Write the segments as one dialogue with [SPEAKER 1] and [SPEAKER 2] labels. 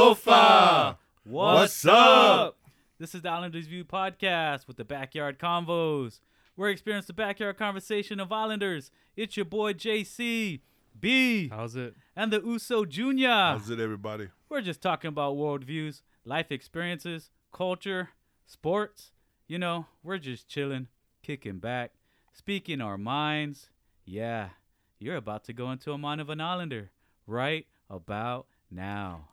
[SPEAKER 1] Chalofa!
[SPEAKER 2] What's up? This is the Islanders View podcast with the Backyard Convos. We're experiencing the backyard conversation of Islanders. It's your boy JC, B,
[SPEAKER 3] How's it?
[SPEAKER 2] and the Uso Jr.
[SPEAKER 1] How's it, everybody?
[SPEAKER 2] We're just talking about worldviews, life experiences, culture, sports. You know, we're just chilling, kicking back, speaking our minds. Yeah, you're about to go into a mind of an Islander right about now.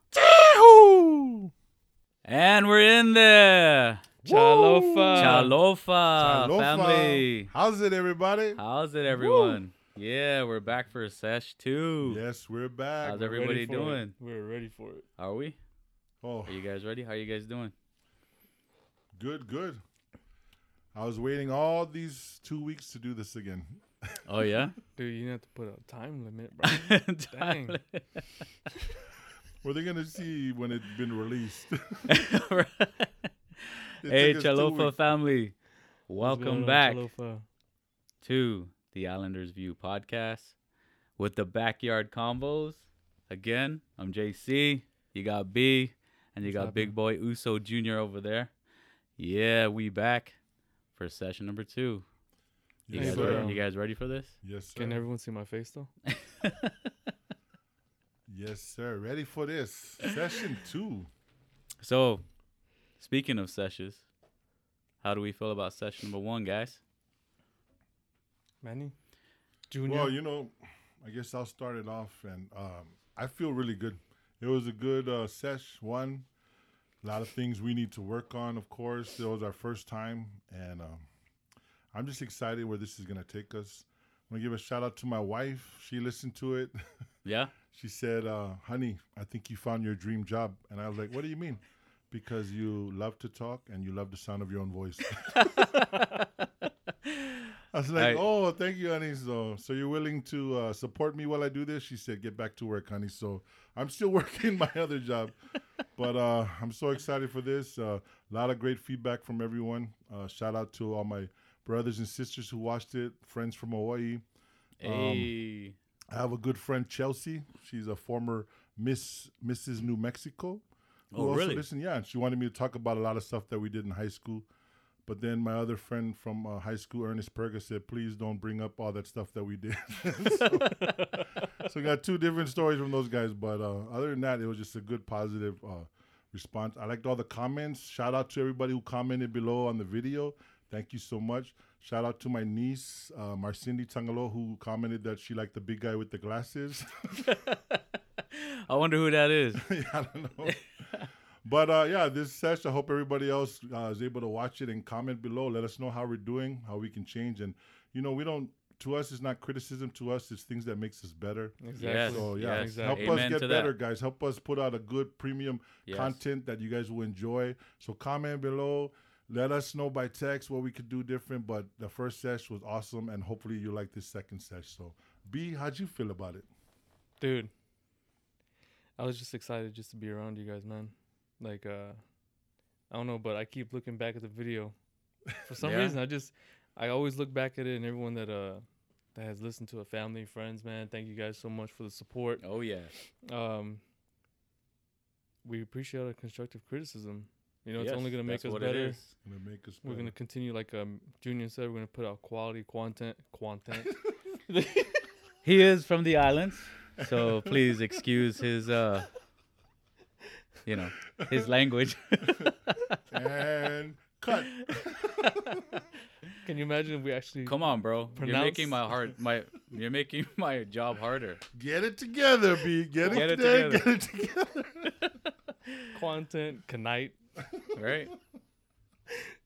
[SPEAKER 2] And we're in there.
[SPEAKER 3] Chalofa.
[SPEAKER 2] Chalofa,
[SPEAKER 1] Chalofa.
[SPEAKER 2] Ah, family.
[SPEAKER 1] How's it, everybody?
[SPEAKER 2] How's it, everyone? Yeah, we're back for a sesh two.
[SPEAKER 1] Yes, we're back.
[SPEAKER 2] How's everybody
[SPEAKER 3] Ready for it.
[SPEAKER 2] doing?
[SPEAKER 3] We're ready for it.
[SPEAKER 2] Are we?
[SPEAKER 1] oh,
[SPEAKER 2] Are you guys ready? How are you guys doing?
[SPEAKER 1] good, good. I was waiting all these two weeks to do this again.
[SPEAKER 2] Oh yeah.
[SPEAKER 3] Dude, you have to put a time limit, bro.
[SPEAKER 2] Tyler.
[SPEAKER 1] Well, they're gonna see when it's been released. It
[SPEAKER 2] hey,
[SPEAKER 1] took us two
[SPEAKER 2] Chalofa
[SPEAKER 1] weeks.
[SPEAKER 2] family. Welcome back
[SPEAKER 3] Chalofa?
[SPEAKER 2] to the Islanders View podcast with the backyard combos. Again, I'm JC. You got B, and you
[SPEAKER 3] What's
[SPEAKER 2] got Big Boy Uso Jr. over there. Yeah, we back for session number two. You,
[SPEAKER 1] Yes,
[SPEAKER 2] guys,
[SPEAKER 3] Hey, bro.
[SPEAKER 1] sir.
[SPEAKER 2] ready? you guys ready for this?
[SPEAKER 1] Yes, sir.
[SPEAKER 3] Can everyone see my face though?
[SPEAKER 1] yes, sir. Ready for this session two?
[SPEAKER 2] So, speaking of sessions, how do we feel about session number one, guys?
[SPEAKER 3] Manny? Junior?
[SPEAKER 1] Well, you know, I guess I'll start it off, and um, I feel really good. It was a good uh, sesh one. A lot of things we need to work on, of course. It was our first time, and um, I'm just excited where this is gonna take us. I'm gonna give a shout out to my wife. She listened to it.
[SPEAKER 2] Yeah.
[SPEAKER 1] She said, uh, "Honey, I think you found your dream job." And I was like, "What do you mean?" Because you love to talk and you love the sound of your own voice. I was like,
[SPEAKER 2] I-
[SPEAKER 1] "Oh, thank you, honey. So, so you're willing to uh, support me while I do this?" She said, "Get back to work, honey." So I'm still working my other job, but uh, I'm so excited for this. Uh, A lot of great feedback from everyone. Uh, shout out to all my brothers and sisters who watched it, friends from Hawaii.
[SPEAKER 3] Um,
[SPEAKER 2] Hey.
[SPEAKER 1] I have a good friend Chelsea. She's a former Miss Mrs. New Mexico. who
[SPEAKER 2] Oh,
[SPEAKER 1] also
[SPEAKER 2] really?
[SPEAKER 1] listened. yeah, and she wanted me to talk about a lot of stuff that we did in high school. But then my other friend from uh, high school, Ernest Perga, said, "Please don't bring up all that stuff that we did." so, so I got two different stories from those guys. But uh, other than that, it was just a good, positive uh, response. I liked all the comments. Shout out to everybody who commented below on the video. Thank you so much. Shout out to my niece, uh, Marcindy Tangalo, who commented that she liked the big guy with the glasses.
[SPEAKER 2] I wonder who that is.
[SPEAKER 1] Yeah, I don't know. but uh, yeah, this session, I hope everybody else uh, is able to watch it and comment below. Let us know how we're doing, how we can change. And, you know, we don't, to us, it's not criticism. To us, it's things that makes us better.
[SPEAKER 2] Yes,
[SPEAKER 3] Exactly.
[SPEAKER 1] So, Oh, yeah,
[SPEAKER 2] yes,
[SPEAKER 1] help
[SPEAKER 3] exactly.
[SPEAKER 2] Amen
[SPEAKER 1] us
[SPEAKER 2] to
[SPEAKER 1] get
[SPEAKER 2] that.
[SPEAKER 1] better, guys. Help us put out a good premium
[SPEAKER 2] Yes.
[SPEAKER 1] content that you guys will enjoy. So comment below. Let us know by text what we could do different. But the first sesh was awesome, and hopefully you like this second sesh. So, B, how'd you feel about it?
[SPEAKER 3] Dude. I was just excited just to be around you guys, man. Like uh I don't know, but I keep looking back at the video. For some
[SPEAKER 2] Yeah.
[SPEAKER 3] reason I just I always look back at it and everyone that uh that has listened to it, family, friends, man, thank you guys so much for the support.
[SPEAKER 2] Oh yeah.
[SPEAKER 3] um, we appreciate our constructive criticism. You know,
[SPEAKER 2] Yes,
[SPEAKER 3] it's only going to
[SPEAKER 2] that's
[SPEAKER 3] make us
[SPEAKER 2] what it
[SPEAKER 3] better.
[SPEAKER 2] is.
[SPEAKER 1] Gonna make us
[SPEAKER 3] We're
[SPEAKER 1] better.
[SPEAKER 3] going to continue, like um, Junior said, we're going to put out quality content. Content.
[SPEAKER 2] He is from the islands, so please excuse his uh you know, his language.
[SPEAKER 1] and cut.
[SPEAKER 3] Can you imagine if we actually?
[SPEAKER 2] Come on, bro. You're
[SPEAKER 3] Pronounce-
[SPEAKER 2] making my heart my you're making my job harder.
[SPEAKER 1] Get it together, B. Get it,
[SPEAKER 2] Get it
[SPEAKER 1] together.
[SPEAKER 2] together.
[SPEAKER 1] Get it together.
[SPEAKER 3] content conite.
[SPEAKER 2] Right?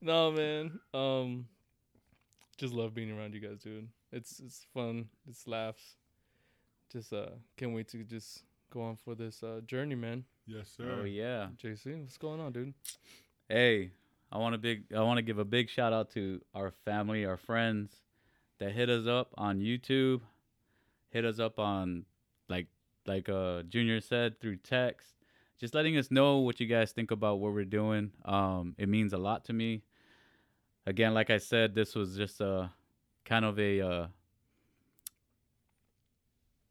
[SPEAKER 3] No, man. Um, just love being around you guys, dude. It's it's fun. It's laughs. Just uh, can't wait to just go on for this uh journey, man.
[SPEAKER 1] yes, sir.
[SPEAKER 2] Oh yeah.
[SPEAKER 3] JC, what's going on, dude?
[SPEAKER 2] Hey, I want to big I want to give a big shout out to our family, our friends that hit us up on YouTube, hit us up on like like uh Junior said through text, just letting us know what you guys think about what we're doing. Um it means a lot to me. Again, like I said, this was just a kind of a uh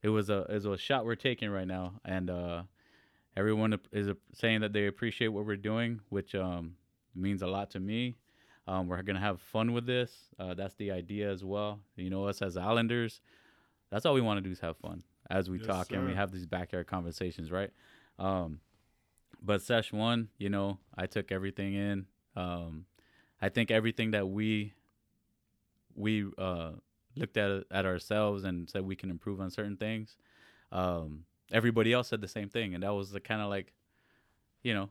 [SPEAKER 2] it was a it was a shot we're taking right now and uh Everyone ap- is ap- saying that they appreciate what we're doing, which um, means a lot to me. Um, we're gonna have fun with this. Uh, that's the idea as well. You know, us as Islanders, that's all we want to do is have fun as we
[SPEAKER 1] Yes,
[SPEAKER 2] talk and we
[SPEAKER 1] sir.
[SPEAKER 2] have these backyard conversations, right? Um, but sesh one, you know, I took everything in. Um, I think everything that we we uh, looked at at ourselves and said we can improve on certain things. Um, everybody else said the same thing, and that was the kind of like, you know,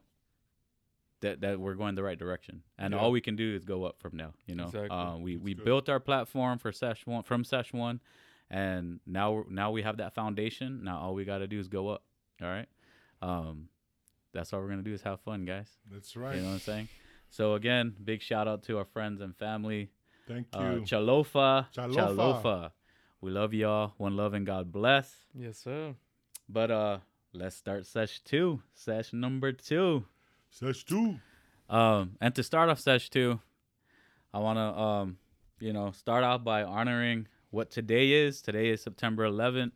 [SPEAKER 2] that that we're going the right direction, and
[SPEAKER 3] Yeah.
[SPEAKER 2] all we can do is go up from now. You know,
[SPEAKER 3] Exactly.
[SPEAKER 2] uh, we
[SPEAKER 1] That's
[SPEAKER 2] we
[SPEAKER 1] good.
[SPEAKER 2] built our platform for sesh one from sesh one, and now we're- now we have that foundation. Now all we got to do is go up. All right, um, that's all we're gonna do is have fun, guys.
[SPEAKER 1] That's right.
[SPEAKER 2] You know what I'm saying? So again, big shout out to our friends and family.
[SPEAKER 1] Thank you.
[SPEAKER 2] Uh, Chalofa,
[SPEAKER 1] Chalofa.
[SPEAKER 2] Chalofa. We love y'all. One love and God bless.
[SPEAKER 3] Yes, sir.
[SPEAKER 2] But uh, let's start sesh two, sesh number two.
[SPEAKER 1] Such two.
[SPEAKER 2] Um, and to start off sesh two, I want to um, you know, start off by honoring what today is. Today is September 11th,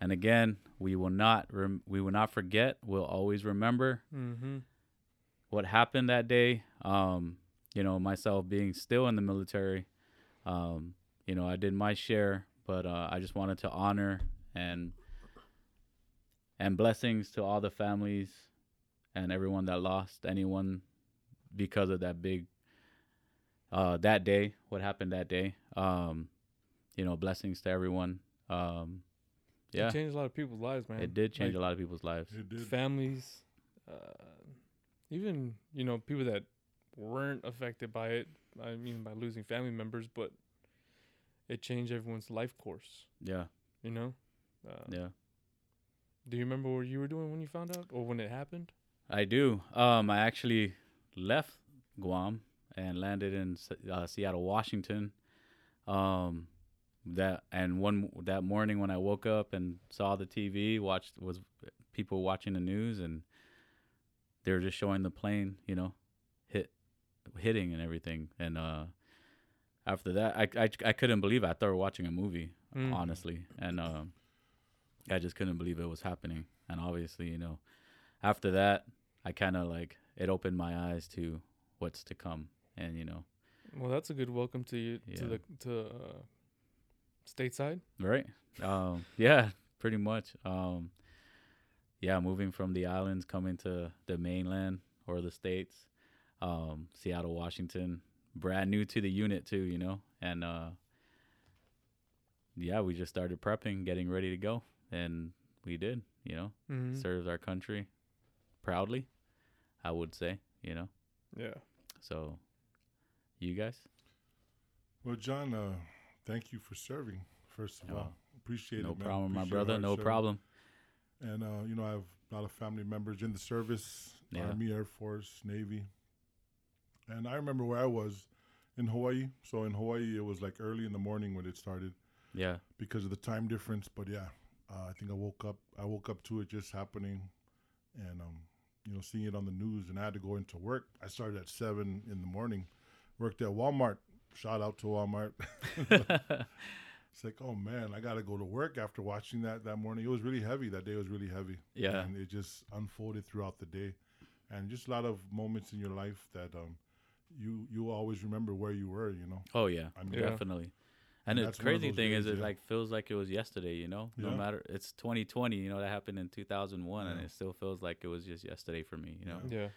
[SPEAKER 2] and again, we will not rem- we will not forget. We'll always remember
[SPEAKER 3] Mm-hmm.
[SPEAKER 2] what happened that day. Um, you know, myself being still in the military, um, you know, I did my share, but uh, I just wanted to honor and and blessings to all the families and everyone that lost anyone because of that big uh, that day, what happened that day. Um, you know, blessings to everyone. Um, yeah,
[SPEAKER 3] It changed a lot of people's lives, man.
[SPEAKER 2] it did change
[SPEAKER 3] Like,
[SPEAKER 2] a lot of people's lives.
[SPEAKER 1] It did.
[SPEAKER 3] Families, uh, even you know people that weren't affected by it. I mean, by losing family members, but it changed everyone's life course.
[SPEAKER 2] Yeah,
[SPEAKER 3] You know. Uh,
[SPEAKER 2] yeah.
[SPEAKER 3] Do you remember what you were doing when you found out, or when it happened?
[SPEAKER 2] I do. Um, I actually left Guam and landed in S- uh, Seattle, Washington. Um, that and one that morning when I woke up and saw the TV, watched was people watching the news and they were just showing the plane, you know, hit hitting and everything. And uh, after that, I, I I couldn't believe it. I thought we were watching a movie
[SPEAKER 3] Mm.
[SPEAKER 2] honestly. And um, I just couldn't believe it was happening. And obviously, you know, after that, I kind of like it opened my eyes to what's to come. And you know,
[SPEAKER 3] Well, that's a good welcome to you to
[SPEAKER 2] Yeah.
[SPEAKER 3] the to uh, stateside.
[SPEAKER 2] right? Um, yeah, pretty much. Um, yeah, moving from the islands, coming to the mainland or the states, um, Seattle, Washington, brand new to the unit too, you know, and uh, yeah, we just started prepping, getting ready to go, and we did, you know.
[SPEAKER 3] Mm-hmm.
[SPEAKER 2] serves our country proudly, I would say, you know.
[SPEAKER 3] Yeah.
[SPEAKER 2] So you guys?
[SPEAKER 1] Well, John, uh, thank you for serving. First of
[SPEAKER 2] No.
[SPEAKER 1] all, appreciate
[SPEAKER 2] No
[SPEAKER 1] it. man.
[SPEAKER 2] problem, my
[SPEAKER 1] Appreciate
[SPEAKER 2] brother.
[SPEAKER 1] hard
[SPEAKER 2] No
[SPEAKER 1] serving.
[SPEAKER 2] problem.
[SPEAKER 1] And uh, you know, I have a lot of family members in the service,
[SPEAKER 2] Yeah.
[SPEAKER 1] Army, Air Force, Navy. And I remember where I was in Hawaii. So in Hawaii, it was like early in the morning when it started
[SPEAKER 2] Yeah.
[SPEAKER 1] because of the time difference. But yeah, uh, I think I woke up. I woke up to it just happening, and um, you know, seeing it on the news. And I had to go into work. I started at seven in the morning. Worked at Walmart. Shout out to Walmart. It's like, oh man, I gotta go to work after watching that that morning. It was really heavy. That day was really heavy.
[SPEAKER 2] Yeah.
[SPEAKER 1] and it just unfolded throughout the day, and just a lot of moments in your life that um, you you always remember where you were. You know,
[SPEAKER 2] oh yeah.
[SPEAKER 1] I mean,
[SPEAKER 3] Yeah.
[SPEAKER 2] Definitely.
[SPEAKER 1] And
[SPEAKER 2] And the
[SPEAKER 1] that's one of
[SPEAKER 2] crazy
[SPEAKER 1] those
[SPEAKER 2] thing is
[SPEAKER 1] days,
[SPEAKER 2] it
[SPEAKER 1] yeah.
[SPEAKER 2] like feels like it was yesterday, you know? No
[SPEAKER 1] Yeah.
[SPEAKER 2] matter it's twenty twenty, you know, that happened in two thousand one and
[SPEAKER 1] Yeah.
[SPEAKER 2] it still feels like it was just yesterday for me, you know.
[SPEAKER 3] Yeah.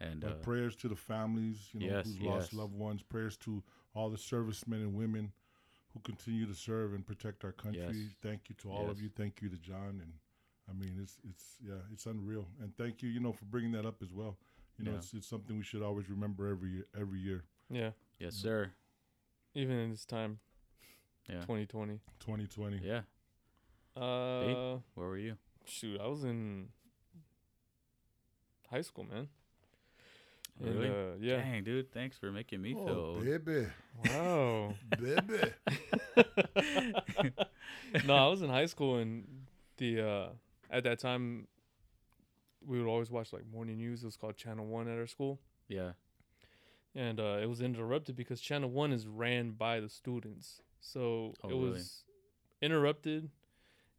[SPEAKER 2] And
[SPEAKER 1] but
[SPEAKER 2] uh,
[SPEAKER 1] prayers to the families, you know,
[SPEAKER 2] Yes,
[SPEAKER 1] who's lost
[SPEAKER 2] yes.
[SPEAKER 1] loved ones. Prayers to all the servicemen and women who continue to serve and protect our country.
[SPEAKER 2] Yes.
[SPEAKER 1] Thank you to all of
[SPEAKER 2] Yes.
[SPEAKER 1] you. Thank you to John. And I mean, it's it's yeah, it's unreal. And thank you, you know, for bringing that up as well. You know,
[SPEAKER 2] Yeah.
[SPEAKER 1] it's, it's something we should always remember every year, every year.
[SPEAKER 3] Yeah.
[SPEAKER 2] yes, sir.
[SPEAKER 3] Even in this time.
[SPEAKER 2] Yeah.
[SPEAKER 3] 2020.
[SPEAKER 1] 2020.
[SPEAKER 2] Yeah.
[SPEAKER 3] Uh,
[SPEAKER 2] Where were you?
[SPEAKER 3] shoot, I was in high school, man. And,
[SPEAKER 2] Really?
[SPEAKER 3] uh, yeah.
[SPEAKER 2] Dang, dude, thanks for making me
[SPEAKER 1] Oh,
[SPEAKER 2] feel old.
[SPEAKER 1] baby,
[SPEAKER 3] Wow.
[SPEAKER 1] baby.
[SPEAKER 3] no, I was in high school, and the uh, at that time, we would always watch like morning news. It was called Channel One at our school,
[SPEAKER 2] Yeah.
[SPEAKER 3] and uh, it was interrupted because Channel One is ran by the students. So
[SPEAKER 2] Oh,
[SPEAKER 3] it
[SPEAKER 2] really?
[SPEAKER 3] was interrupted,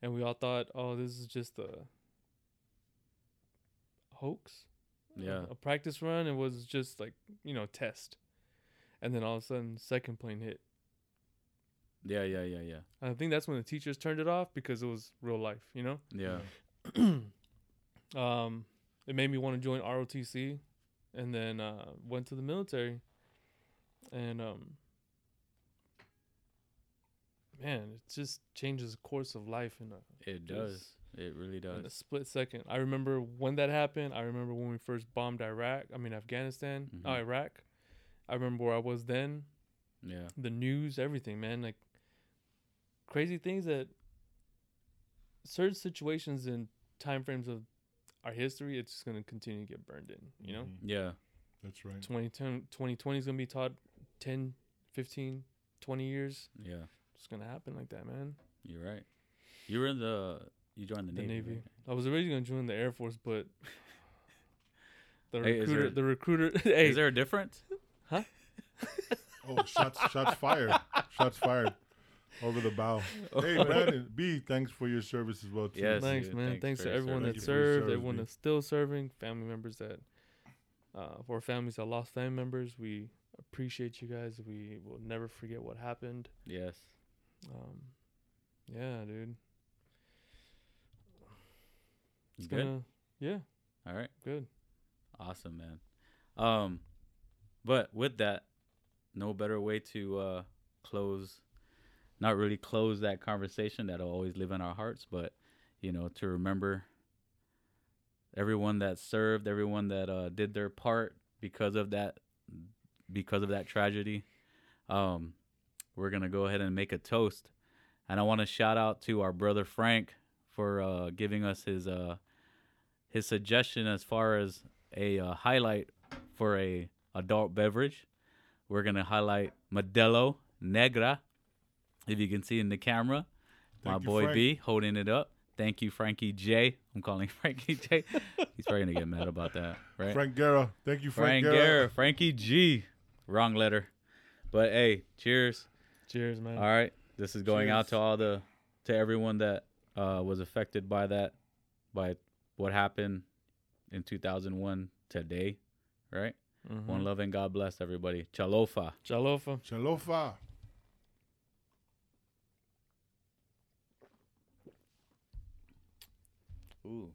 [SPEAKER 3] and we all thought, "Oh, this is just a hoax.
[SPEAKER 2] Yeah.
[SPEAKER 3] A practice run. It was just like you know test, and then all of a sudden second plane hit.
[SPEAKER 2] Yeah. Yeah. Yeah. Yeah.
[SPEAKER 3] And I think that's when the teachers turned it off because it was real life. You know.
[SPEAKER 2] Yeah.
[SPEAKER 3] um, it made me want to join ROTC, and then uh, went to the military. And um, man, it just changes the course of life in a
[SPEAKER 2] It
[SPEAKER 3] Just-
[SPEAKER 2] does. It really
[SPEAKER 3] in a
[SPEAKER 2] does.
[SPEAKER 3] split second. I remember when that happened. I remember when we first bombed Iraq. I mean Afghanistan,
[SPEAKER 2] Mhm.
[SPEAKER 3] oh, Iraq. I remember where I was then.
[SPEAKER 2] Yeah.
[SPEAKER 3] The news, everything, man. Like crazy things that certain situations and time frames of our history, it's just gonna continue to get burned in. You know,
[SPEAKER 1] Mhm.
[SPEAKER 2] Yeah.
[SPEAKER 1] That's right.
[SPEAKER 3] 2010, 2020 is gonna be taught 10, 15, 20 years.
[SPEAKER 2] Yeah.
[SPEAKER 3] It's gonna happen like that, man.
[SPEAKER 2] You're right. You were in the. You joined the,
[SPEAKER 3] the
[SPEAKER 2] navy.
[SPEAKER 3] Navy.
[SPEAKER 2] right?
[SPEAKER 3] I was originally gonna join the Air Force, but the
[SPEAKER 2] Hey, is
[SPEAKER 3] recruiter,
[SPEAKER 2] there-
[SPEAKER 3] the recruiter, hey,
[SPEAKER 2] Is there a difference?
[SPEAKER 1] Oh, shots, shots fired. Shots fired over the bow. Hey, Brandon, B, thanks for your service as well, too.
[SPEAKER 2] Yes.
[SPEAKER 3] thanks,
[SPEAKER 2] dude.
[SPEAKER 3] man.
[SPEAKER 2] Thanks
[SPEAKER 3] Thanks,
[SPEAKER 2] for
[SPEAKER 3] to
[SPEAKER 2] your
[SPEAKER 3] everyone
[SPEAKER 1] service.
[SPEAKER 3] that
[SPEAKER 1] Thank you for your
[SPEAKER 3] served,
[SPEAKER 1] service,
[SPEAKER 3] everyone
[SPEAKER 1] dude.
[SPEAKER 3] that's still serving, family members that, uh, for families that lost family members, we appreciate you guys. We will never forget what happened.
[SPEAKER 2] Yes.
[SPEAKER 3] Um, yeah, dude.
[SPEAKER 2] You
[SPEAKER 3] It's
[SPEAKER 2] good.
[SPEAKER 3] gonna, yeah,
[SPEAKER 2] All right.
[SPEAKER 3] good.
[SPEAKER 2] Awesome, man. Um, but with that, no better way to uh close, not really close that conversation that'll always live in our hearts, but you know, to remember everyone that served, everyone that uh did their part because of that, because of that tragedy. Um, we're gonna go ahead and make a toast, and I want to shout out to our brother Frank for uh giving us his uh his suggestion as far as a uh, highlight for a adult beverage. We're gonna highlight Modelo Negra. If you can see in the camera, my
[SPEAKER 1] Thank you,
[SPEAKER 2] boy
[SPEAKER 1] Frank.
[SPEAKER 2] B holding it up. Thank you, Frankie J. I'm calling Frankie J. He's probably gonna get mad about that, right?
[SPEAKER 1] Frank Guerra. Thank you, Frank,
[SPEAKER 2] Frank Guerra, Frankie G. Wrong letter, but hey, cheers.
[SPEAKER 3] Cheers, man.
[SPEAKER 2] All right, this is going out
[SPEAKER 1] Cheers.
[SPEAKER 2] to all the to everyone that uh, was affected by that, by what happened in 2001 today, right?
[SPEAKER 3] Mhm.
[SPEAKER 1] Mm-hmm.
[SPEAKER 2] One love and God bless everybody. Chalofa.
[SPEAKER 3] Jalofa.
[SPEAKER 1] Chalofa.
[SPEAKER 2] Ooh,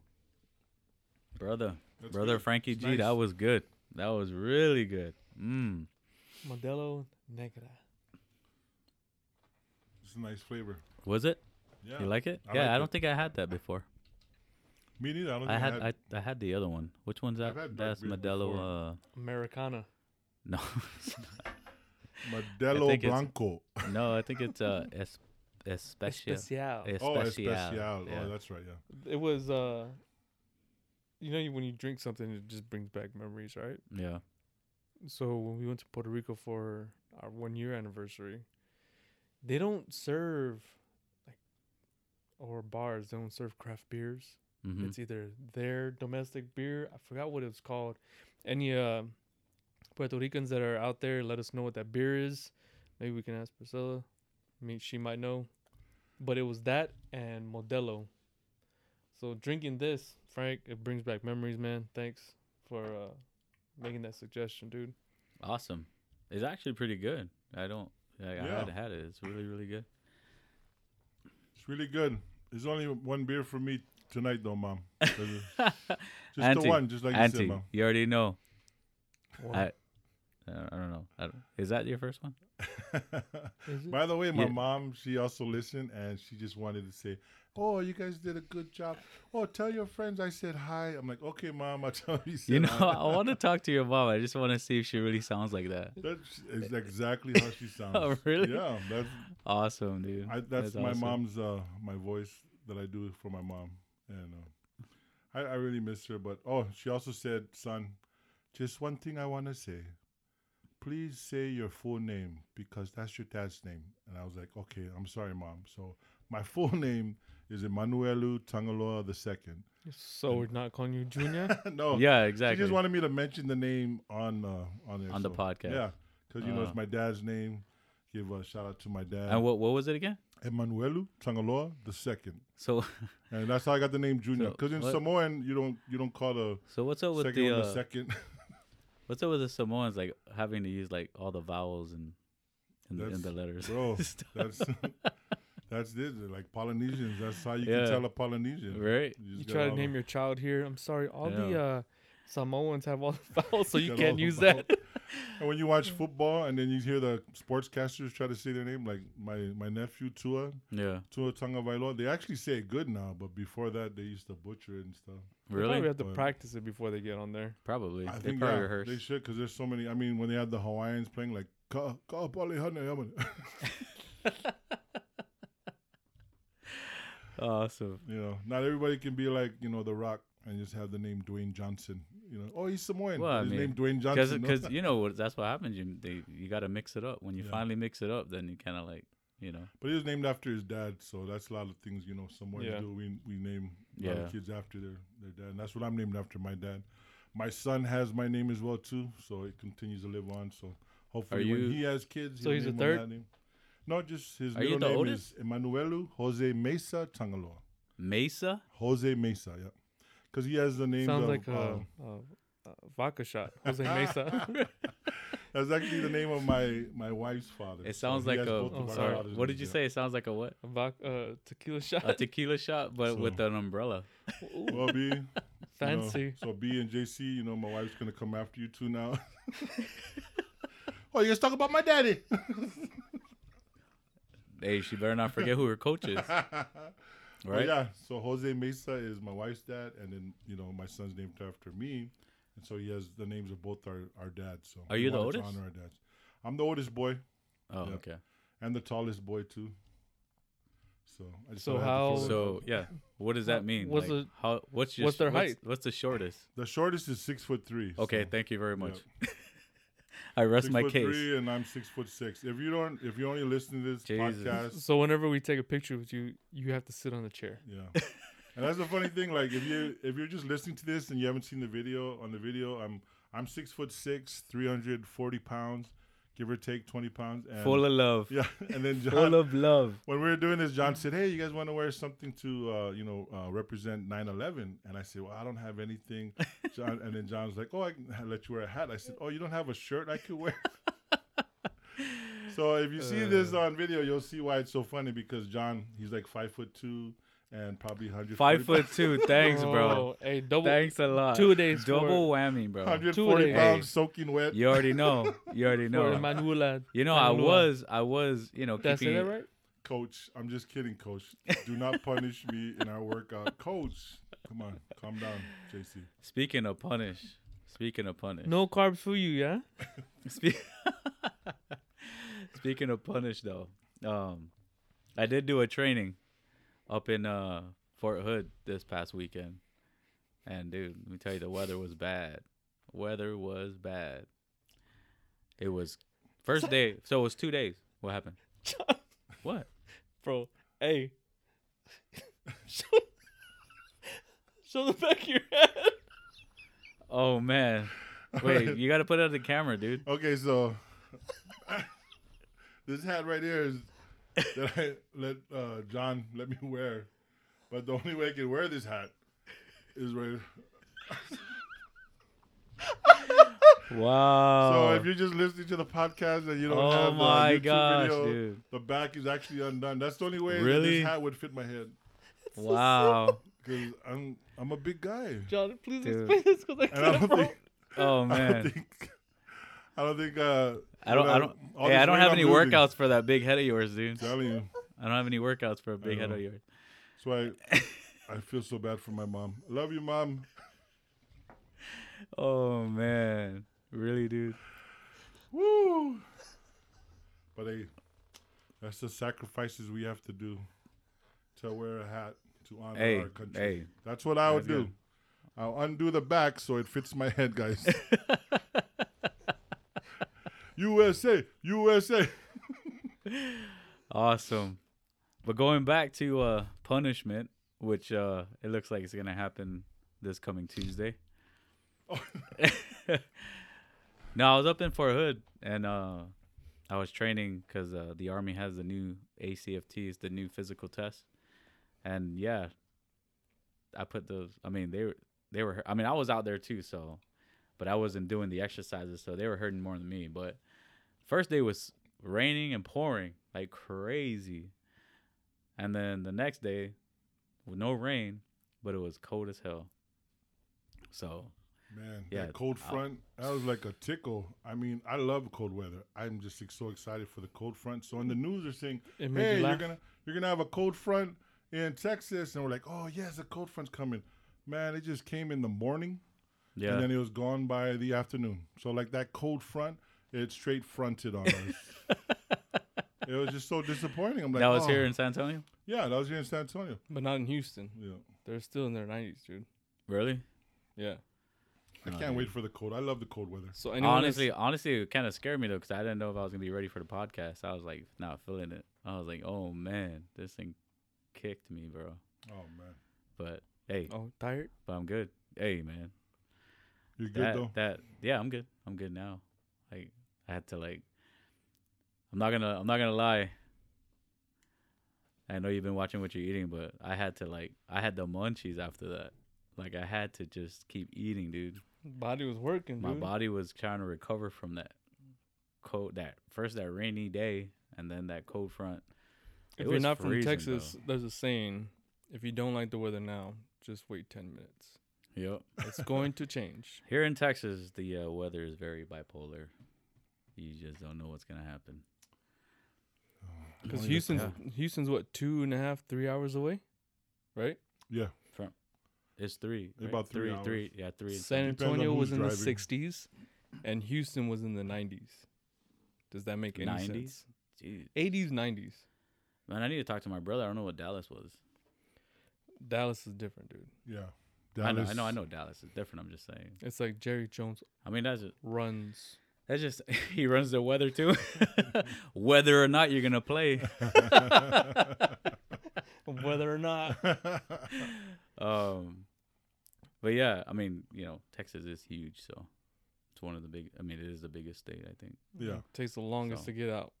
[SPEAKER 2] brother,
[SPEAKER 1] That's
[SPEAKER 2] brother
[SPEAKER 1] good.
[SPEAKER 2] Frankie
[SPEAKER 1] It's
[SPEAKER 2] G.
[SPEAKER 1] nice.
[SPEAKER 2] That was good. That was really good. Mm.
[SPEAKER 3] Modelo Negra.
[SPEAKER 1] It's a nice flavor.
[SPEAKER 2] Was it?
[SPEAKER 1] Yeah.
[SPEAKER 2] You like it?
[SPEAKER 1] I
[SPEAKER 2] yeah,
[SPEAKER 1] like
[SPEAKER 2] I
[SPEAKER 1] it.
[SPEAKER 2] don't think I had that before.
[SPEAKER 1] Me neither. I don't
[SPEAKER 2] I
[SPEAKER 1] think
[SPEAKER 2] had I, I had the other one. Which one's
[SPEAKER 1] I've
[SPEAKER 2] that?
[SPEAKER 1] had dark
[SPEAKER 2] That's
[SPEAKER 1] beers before.
[SPEAKER 2] Modelo. Uh,
[SPEAKER 3] Americana.
[SPEAKER 2] no, I
[SPEAKER 1] Modelo
[SPEAKER 2] think it's-
[SPEAKER 1] Blanco.
[SPEAKER 2] no, I think it's uh, es- especial.
[SPEAKER 3] Especial.
[SPEAKER 1] Oh,
[SPEAKER 2] Especial.
[SPEAKER 1] especial.
[SPEAKER 2] Yeah.
[SPEAKER 1] Oh, that's right. Yeah.
[SPEAKER 3] It was uh you know you- when you drink something it just brings back memories, right?
[SPEAKER 2] yeah.
[SPEAKER 3] So when we went to Puerto Rico for our 1 year anniversary, they don't serve like or bars they don't serve craft beers.
[SPEAKER 2] Mm-hmm.
[SPEAKER 3] It's e- either their domestic beer, I forgot what it's called. Any uh Puerto Ricans that are out there, let us know what that beer is. Maybe we can ask Priscilla. I mean, she might know. But it was that and Modelo. So drinking this, Frank, it brings back memories, man. Thanks for uh, making that suggestion, dude.
[SPEAKER 2] awesome. It's actually pretty good. I don't. I, I
[SPEAKER 1] Yeah.
[SPEAKER 2] had had it. It's really really good.
[SPEAKER 1] It's really good. There's only one beer for me tonight, though, Mom. There's a- Just
[SPEAKER 2] Auntie,
[SPEAKER 1] the one, just like you said,
[SPEAKER 2] Auntie,
[SPEAKER 1] Mom.
[SPEAKER 2] you already know.
[SPEAKER 3] Wow.
[SPEAKER 2] I, I I don't know. I don't, is that your first one?
[SPEAKER 3] Is it?
[SPEAKER 1] By the way, my
[SPEAKER 2] Yeah.
[SPEAKER 1] mom, she also listened and she just wanted to say, Oh, you guys did a good job. Oh, tell your friends I said hi. I'm like, Okay, mom, I'll tell you. said
[SPEAKER 2] You know,
[SPEAKER 1] hi."
[SPEAKER 2] I want to talk to your mom. I just want to see if she really sounds like that.
[SPEAKER 1] That's is exactly how she sounds.
[SPEAKER 2] Oh, really?
[SPEAKER 1] Yeah, that's
[SPEAKER 2] Awesome, dude.
[SPEAKER 1] I, that's, my
[SPEAKER 2] awesome.
[SPEAKER 1] mom's uh, my voice that I do for my mom, and uh, I, I really miss her. But oh, she also said, "Son, just one thing I want to say. Please say your full name because that's your dad's name." And I was like, "Okay, I'm sorry, mom." So my full name is Emanuelu Tangaloa the second.
[SPEAKER 3] so we're not calling you Junior?
[SPEAKER 1] no,
[SPEAKER 2] Yeah, exactly.
[SPEAKER 1] she just wanted me to mention the name on uh, on, there,
[SPEAKER 2] On the podcast.
[SPEAKER 1] Yeah, because you know
[SPEAKER 2] Uh.
[SPEAKER 1] it's my dad's name. Give a shout out to my dad.
[SPEAKER 2] and what what was it again?
[SPEAKER 1] Emanuelu Tangaloa the second,
[SPEAKER 2] So
[SPEAKER 1] and that's how I got the name Junior.
[SPEAKER 2] So,
[SPEAKER 1] Because in
[SPEAKER 2] what-
[SPEAKER 1] Samoan, you don't you don't call the
[SPEAKER 2] so what's up with
[SPEAKER 1] second
[SPEAKER 2] the,
[SPEAKER 1] one
[SPEAKER 2] uh,
[SPEAKER 1] the second.
[SPEAKER 2] what's up with the Samoans like having to use like all the vowels and and the, and the
[SPEAKER 1] That's-
[SPEAKER 2] letters?
[SPEAKER 1] bro,
[SPEAKER 2] Stuff.
[SPEAKER 1] that's that's it. Like Polynesians, that's how you
[SPEAKER 2] Yeah.
[SPEAKER 1] can tell a Polynesian.
[SPEAKER 2] right?
[SPEAKER 1] You,
[SPEAKER 3] You
[SPEAKER 1] just got
[SPEAKER 3] try to
[SPEAKER 1] all
[SPEAKER 3] name
[SPEAKER 1] the-
[SPEAKER 3] your child here. I'm sorry. All
[SPEAKER 2] Yeah.
[SPEAKER 3] the uh, Samoans have all the vowels, so you
[SPEAKER 1] got all
[SPEAKER 3] can't
[SPEAKER 1] the
[SPEAKER 3] use that.
[SPEAKER 1] And when you watch football, and then you hear the sportscasters try to say their name, like my my nephew Tua
[SPEAKER 2] Yeah,
[SPEAKER 1] Tua Tagovailoa, they actually say it good now, but before that they used to butcher it and stuff.
[SPEAKER 3] They probably
[SPEAKER 2] really?
[SPEAKER 3] have to
[SPEAKER 1] But-
[SPEAKER 3] practice it before they get on there.
[SPEAKER 2] Probably.
[SPEAKER 1] I
[SPEAKER 2] They
[SPEAKER 1] think
[SPEAKER 2] probably
[SPEAKER 1] yeah,
[SPEAKER 2] rehearsed.
[SPEAKER 1] they should because there's so many. I mean, when they had the Hawaiians playing, like "Ka- ka pale hana yama."
[SPEAKER 2] Awesome.
[SPEAKER 1] you know, not everybody can be like you know the Rock and just have the name Dwayne Johnson. You know, oh he's Samoan.
[SPEAKER 2] Well, I
[SPEAKER 1] His
[SPEAKER 2] mean,
[SPEAKER 1] name Dwayne
[SPEAKER 2] Because
[SPEAKER 1] Johnson. no?
[SPEAKER 2] because you know what that's what happens. You they you got to mix it up. When you
[SPEAKER 1] Yeah.
[SPEAKER 2] finally mix it up, then you kind of like you know
[SPEAKER 1] But he was named after his dad, so that's a lot of things you know. Someone
[SPEAKER 3] Yeah.
[SPEAKER 1] do we we name yeah.
[SPEAKER 2] Yeah.
[SPEAKER 1] kids after their their dad, and that's what I'm named after my dad. My son has my name as well too, so it continues to live on. So hopefully,
[SPEAKER 2] you-
[SPEAKER 1] when he has kids,
[SPEAKER 3] So
[SPEAKER 1] he'll
[SPEAKER 3] he's the
[SPEAKER 1] name him
[SPEAKER 3] third?
[SPEAKER 1] that name. No, just his
[SPEAKER 2] Are you
[SPEAKER 1] middle
[SPEAKER 2] the
[SPEAKER 1] name
[SPEAKER 2] oldest?
[SPEAKER 1] is Emanuelu Jose Mesa Tangaloa.
[SPEAKER 2] Mesa.
[SPEAKER 1] Jose Mesa, yeah, because he has the name.
[SPEAKER 3] Sounds
[SPEAKER 1] of,
[SPEAKER 3] like
[SPEAKER 1] uh,
[SPEAKER 3] a, a, a vodka shot, Jose Mesa.
[SPEAKER 1] that's actually the name of my my wife's father.
[SPEAKER 2] It
[SPEAKER 1] so
[SPEAKER 2] sounds
[SPEAKER 1] he
[SPEAKER 2] like
[SPEAKER 1] has
[SPEAKER 2] a.
[SPEAKER 1] both of
[SPEAKER 3] Oh,
[SPEAKER 1] our
[SPEAKER 2] sorry.
[SPEAKER 1] fathers'
[SPEAKER 2] What
[SPEAKER 1] names,
[SPEAKER 2] did you
[SPEAKER 1] yeah.
[SPEAKER 2] say? It sounds like a what?
[SPEAKER 3] a vodka, uh, tequila
[SPEAKER 2] A
[SPEAKER 3] shot.
[SPEAKER 2] tequila shot, but with
[SPEAKER 1] So-
[SPEAKER 2] an umbrella.
[SPEAKER 3] Ooh,
[SPEAKER 1] Well, B, you know,
[SPEAKER 3] fancy.
[SPEAKER 1] so B and JC, you know, my wife's gonna come after you two now. oh, you guys talk about my daddy.
[SPEAKER 2] Hey, she better not forget who her coach is,
[SPEAKER 1] But
[SPEAKER 2] right?
[SPEAKER 1] yeah. So Jose Mesa is my wife's dad, and then you know my son's named after me, and so he has the names of both our our dads. So
[SPEAKER 2] Are
[SPEAKER 1] we
[SPEAKER 2] you the
[SPEAKER 1] wanted to
[SPEAKER 2] oldest?
[SPEAKER 1] Honor our dads. I'm the oldest boy
[SPEAKER 2] Oh,
[SPEAKER 1] Yeah.
[SPEAKER 2] okay.
[SPEAKER 1] and the tallest boy too. So I just
[SPEAKER 3] So
[SPEAKER 1] thought I had to throw
[SPEAKER 3] how-
[SPEAKER 1] that out.
[SPEAKER 2] So yeah, what does that mean?
[SPEAKER 3] What's
[SPEAKER 2] Like,
[SPEAKER 3] the-
[SPEAKER 2] how? What's your?
[SPEAKER 3] what's their
[SPEAKER 2] what's,
[SPEAKER 3] height?
[SPEAKER 2] What's the shortest?
[SPEAKER 1] the shortest is six foot three.
[SPEAKER 2] Okay,
[SPEAKER 1] so
[SPEAKER 2] thank you very much.
[SPEAKER 1] yeah.
[SPEAKER 2] I rest
[SPEAKER 1] six
[SPEAKER 2] my
[SPEAKER 1] foot
[SPEAKER 2] case.
[SPEAKER 1] three, and I'm six foot six. If you don't, if you only listen to this
[SPEAKER 2] Jesus.
[SPEAKER 1] podcast,
[SPEAKER 3] So whenever we take a picture with you, you have to sit on the chair.
[SPEAKER 1] Yeah. And that's the funny thing. Like if you if you're just listening to this and you haven't seen the video, on the video I'm I'm six foot six, three hundred forty pounds, give or take twenty pounds. And,
[SPEAKER 2] Full of love.
[SPEAKER 1] yeah. And then
[SPEAKER 2] Full
[SPEAKER 1] John,
[SPEAKER 2] of love.
[SPEAKER 1] when we were doing this, John said, "Hey, you guys want to wear something to uh, you know uh, represent 9/11?" And I said, "Well, I don't have anything." John, and then John's like, "Oh, I can let you wear a hat." I said, "Oh, you don't have a shirt I could wear." so if you see this on video, you'll see why it's so funny because John, he's like five foot two and probably hundred
[SPEAKER 2] Five foot two. Thanks, bro.
[SPEAKER 3] Oh, Hey, double.
[SPEAKER 2] Thanks a lot.
[SPEAKER 3] Two days.
[SPEAKER 2] Double whammy, bro.
[SPEAKER 1] Hundred
[SPEAKER 3] Two
[SPEAKER 1] forty
[SPEAKER 3] days.
[SPEAKER 1] pounds, soaking wet.
[SPEAKER 2] You already know. You already
[SPEAKER 3] For
[SPEAKER 2] know.
[SPEAKER 3] Manuela.
[SPEAKER 2] You know, I
[SPEAKER 3] Manuela.
[SPEAKER 2] was, I was, you know,
[SPEAKER 3] Did I say
[SPEAKER 2] keeping.
[SPEAKER 3] that right?
[SPEAKER 1] Coach, I'm just kidding, Coach. Do not punish me in our workout, Coach. Come on, calm down, JC.
[SPEAKER 2] Speaking of punish, speaking of punish,
[SPEAKER 3] No carbs for you, yeah.
[SPEAKER 2] Spe- Speaking of punish though, um, I did do a training up in uh Fort Hood this past weekend, and dude, let me tell you, the weather was bad. Weather was bad. It was first day, so it was two days. What happened? What?
[SPEAKER 3] bro. Hey, show, show the back of your head.
[SPEAKER 2] Oh man, wait, you got to put it on the camera, dude.
[SPEAKER 1] Okay, so this hat right here is that I let uh, John let me wear, but the only way I can wear this hat is right. So
[SPEAKER 2] Wow.
[SPEAKER 1] if you're just listening to the podcast and you don't
[SPEAKER 2] Oh
[SPEAKER 1] have the
[SPEAKER 2] my
[SPEAKER 1] YouTube
[SPEAKER 2] gosh,
[SPEAKER 1] video,
[SPEAKER 2] dude.
[SPEAKER 1] the back is actually undone. That's the only way that
[SPEAKER 2] Really?
[SPEAKER 1] this hat would fit my head
[SPEAKER 2] wow.
[SPEAKER 1] because I'm I'm a big guy.
[SPEAKER 3] John, please
[SPEAKER 2] Dude.
[SPEAKER 3] explain this because I
[SPEAKER 1] And I
[SPEAKER 3] can't,
[SPEAKER 1] don't
[SPEAKER 3] bro.
[SPEAKER 1] think
[SPEAKER 2] Oh
[SPEAKER 1] I don't
[SPEAKER 2] man.
[SPEAKER 1] think. I don't think. Uh,
[SPEAKER 2] I don't.
[SPEAKER 1] with,
[SPEAKER 2] I
[SPEAKER 1] uh,
[SPEAKER 2] don't.
[SPEAKER 1] all
[SPEAKER 2] Hey,
[SPEAKER 1] this
[SPEAKER 2] I don't
[SPEAKER 1] weight
[SPEAKER 2] have
[SPEAKER 1] I'm
[SPEAKER 2] any
[SPEAKER 1] losing.
[SPEAKER 2] workouts for that big head of yours, dude.
[SPEAKER 1] I'm telling you,
[SPEAKER 2] I don't have any workouts for a big head
[SPEAKER 1] know.
[SPEAKER 2] of yours.
[SPEAKER 1] that's why I, I feel so bad for my mom. Love you, mom.
[SPEAKER 2] Oh man, really, dude.
[SPEAKER 1] Woo. But hey, that's the sacrifices we have to do to wear a hat to honor
[SPEAKER 2] Hey,
[SPEAKER 1] our country.
[SPEAKER 2] hey.
[SPEAKER 1] That's what I would
[SPEAKER 2] That's
[SPEAKER 1] do.
[SPEAKER 2] good.
[SPEAKER 1] I'll undo the back so it fits my head, guys. USA, USA.
[SPEAKER 2] Awesome. But going back to uh, punishment, which uh, it looks like it's gonna happen this coming Tuesday.
[SPEAKER 1] Oh.
[SPEAKER 2] no, I was up in Fort Hood, and uh, I was training because uh, the army has the new ACFT, is the new physical test, and yeah, I put those. I mean, they were they were. I mean, I was out there too, so, but I wasn't doing the exercises, so they were hurting more than me. But first day was raining and pouring like crazy, and then the next day, with no rain, but it was cold as hell. So
[SPEAKER 1] Man,
[SPEAKER 2] Yeah,
[SPEAKER 1] that cold
[SPEAKER 2] I-
[SPEAKER 1] front, that was like a tickle. I mean, I love cold weather. I'm just like, so excited for the cold front. So in the news they're saying,
[SPEAKER 3] It made you
[SPEAKER 1] "Hey, you're
[SPEAKER 3] laugh.
[SPEAKER 1] going to you're going to have a cold front in Texas." And we're like, "Oh, yes, the cold front's coming." Man, it just came in the morning
[SPEAKER 2] yeah,
[SPEAKER 1] and then it was gone by the afternoon. So like that cold front, it straight fronted on us. it was just so disappointing. I'm like,
[SPEAKER 2] that was
[SPEAKER 1] "Oh."
[SPEAKER 2] here in San Antonio.
[SPEAKER 1] Yeah, that was here in San Antonio.
[SPEAKER 3] but not in Houston.
[SPEAKER 1] Yeah.
[SPEAKER 3] They're still in their 90s, dude.
[SPEAKER 2] Really?
[SPEAKER 3] Yeah.
[SPEAKER 1] I
[SPEAKER 2] Oh,
[SPEAKER 1] can't wait
[SPEAKER 2] dude.
[SPEAKER 1] for the cold. I love the cold weather.
[SPEAKER 3] So anyone that's-
[SPEAKER 2] honestly, honestly, it kind of scared me though because I didn't know if I was gonna be ready for the podcast. I was like not feeling it. I was like, oh man, this thing kicked me, bro.
[SPEAKER 1] Oh man.
[SPEAKER 2] But hey,
[SPEAKER 3] oh tired.
[SPEAKER 2] but I'm good. Hey man,
[SPEAKER 1] You're good
[SPEAKER 2] that
[SPEAKER 1] though.
[SPEAKER 2] that yeah, I'm good. I'm good now. Like I had to like, I'm not gonna I'm not gonna lie. I know you've been watching what you're eating, but I had to like I had the munchies after that. Like I had to just keep eating, dude.
[SPEAKER 3] Body was working,
[SPEAKER 2] my
[SPEAKER 3] dude.
[SPEAKER 2] body was trying to recover from that cold that first that rainy day and then that cold front It
[SPEAKER 3] If you're
[SPEAKER 2] was
[SPEAKER 3] not from
[SPEAKER 2] freezing,
[SPEAKER 3] Texas, there's a saying: if you don't like the weather now, just wait 10 minutes.
[SPEAKER 2] yep
[SPEAKER 3] It's going to change.
[SPEAKER 2] here in texas the uh, weather is very bipolar you just don't know what's gonna happen
[SPEAKER 3] Because
[SPEAKER 1] Oh, Only the
[SPEAKER 3] Houston's
[SPEAKER 1] cold.
[SPEAKER 3] Houston's what two and a half, three hours away, right?
[SPEAKER 1] Yeah.
[SPEAKER 2] it's three
[SPEAKER 1] In about three
[SPEAKER 2] three, three yeah three and
[SPEAKER 3] San
[SPEAKER 2] seven.
[SPEAKER 1] Depends on
[SPEAKER 3] Antonio was
[SPEAKER 1] who's
[SPEAKER 3] in the
[SPEAKER 1] driving.
[SPEAKER 3] 60s, and Houston was in the 90s. Does that make any
[SPEAKER 2] 90s?
[SPEAKER 3] sense?
[SPEAKER 2] Jeez.
[SPEAKER 3] 80s, 90s.
[SPEAKER 2] man i need to talk to my brother i don't know what dallas was
[SPEAKER 3] Dallas is different, dude.
[SPEAKER 1] Yeah.
[SPEAKER 2] i know i know i know dallas is different i'm just saying
[SPEAKER 3] It's like Jerry Jones
[SPEAKER 2] i mean that's
[SPEAKER 3] runs.
[SPEAKER 2] that's just he runs the weather too whether or not you're gonna play
[SPEAKER 3] Whether or not
[SPEAKER 2] Um, but yeah, I mean, you know, Texas is huge, so it's one of the big. I mean, it is the biggest state, I think.
[SPEAKER 1] Yeah.
[SPEAKER 3] takes the longest
[SPEAKER 2] So.
[SPEAKER 3] to get out.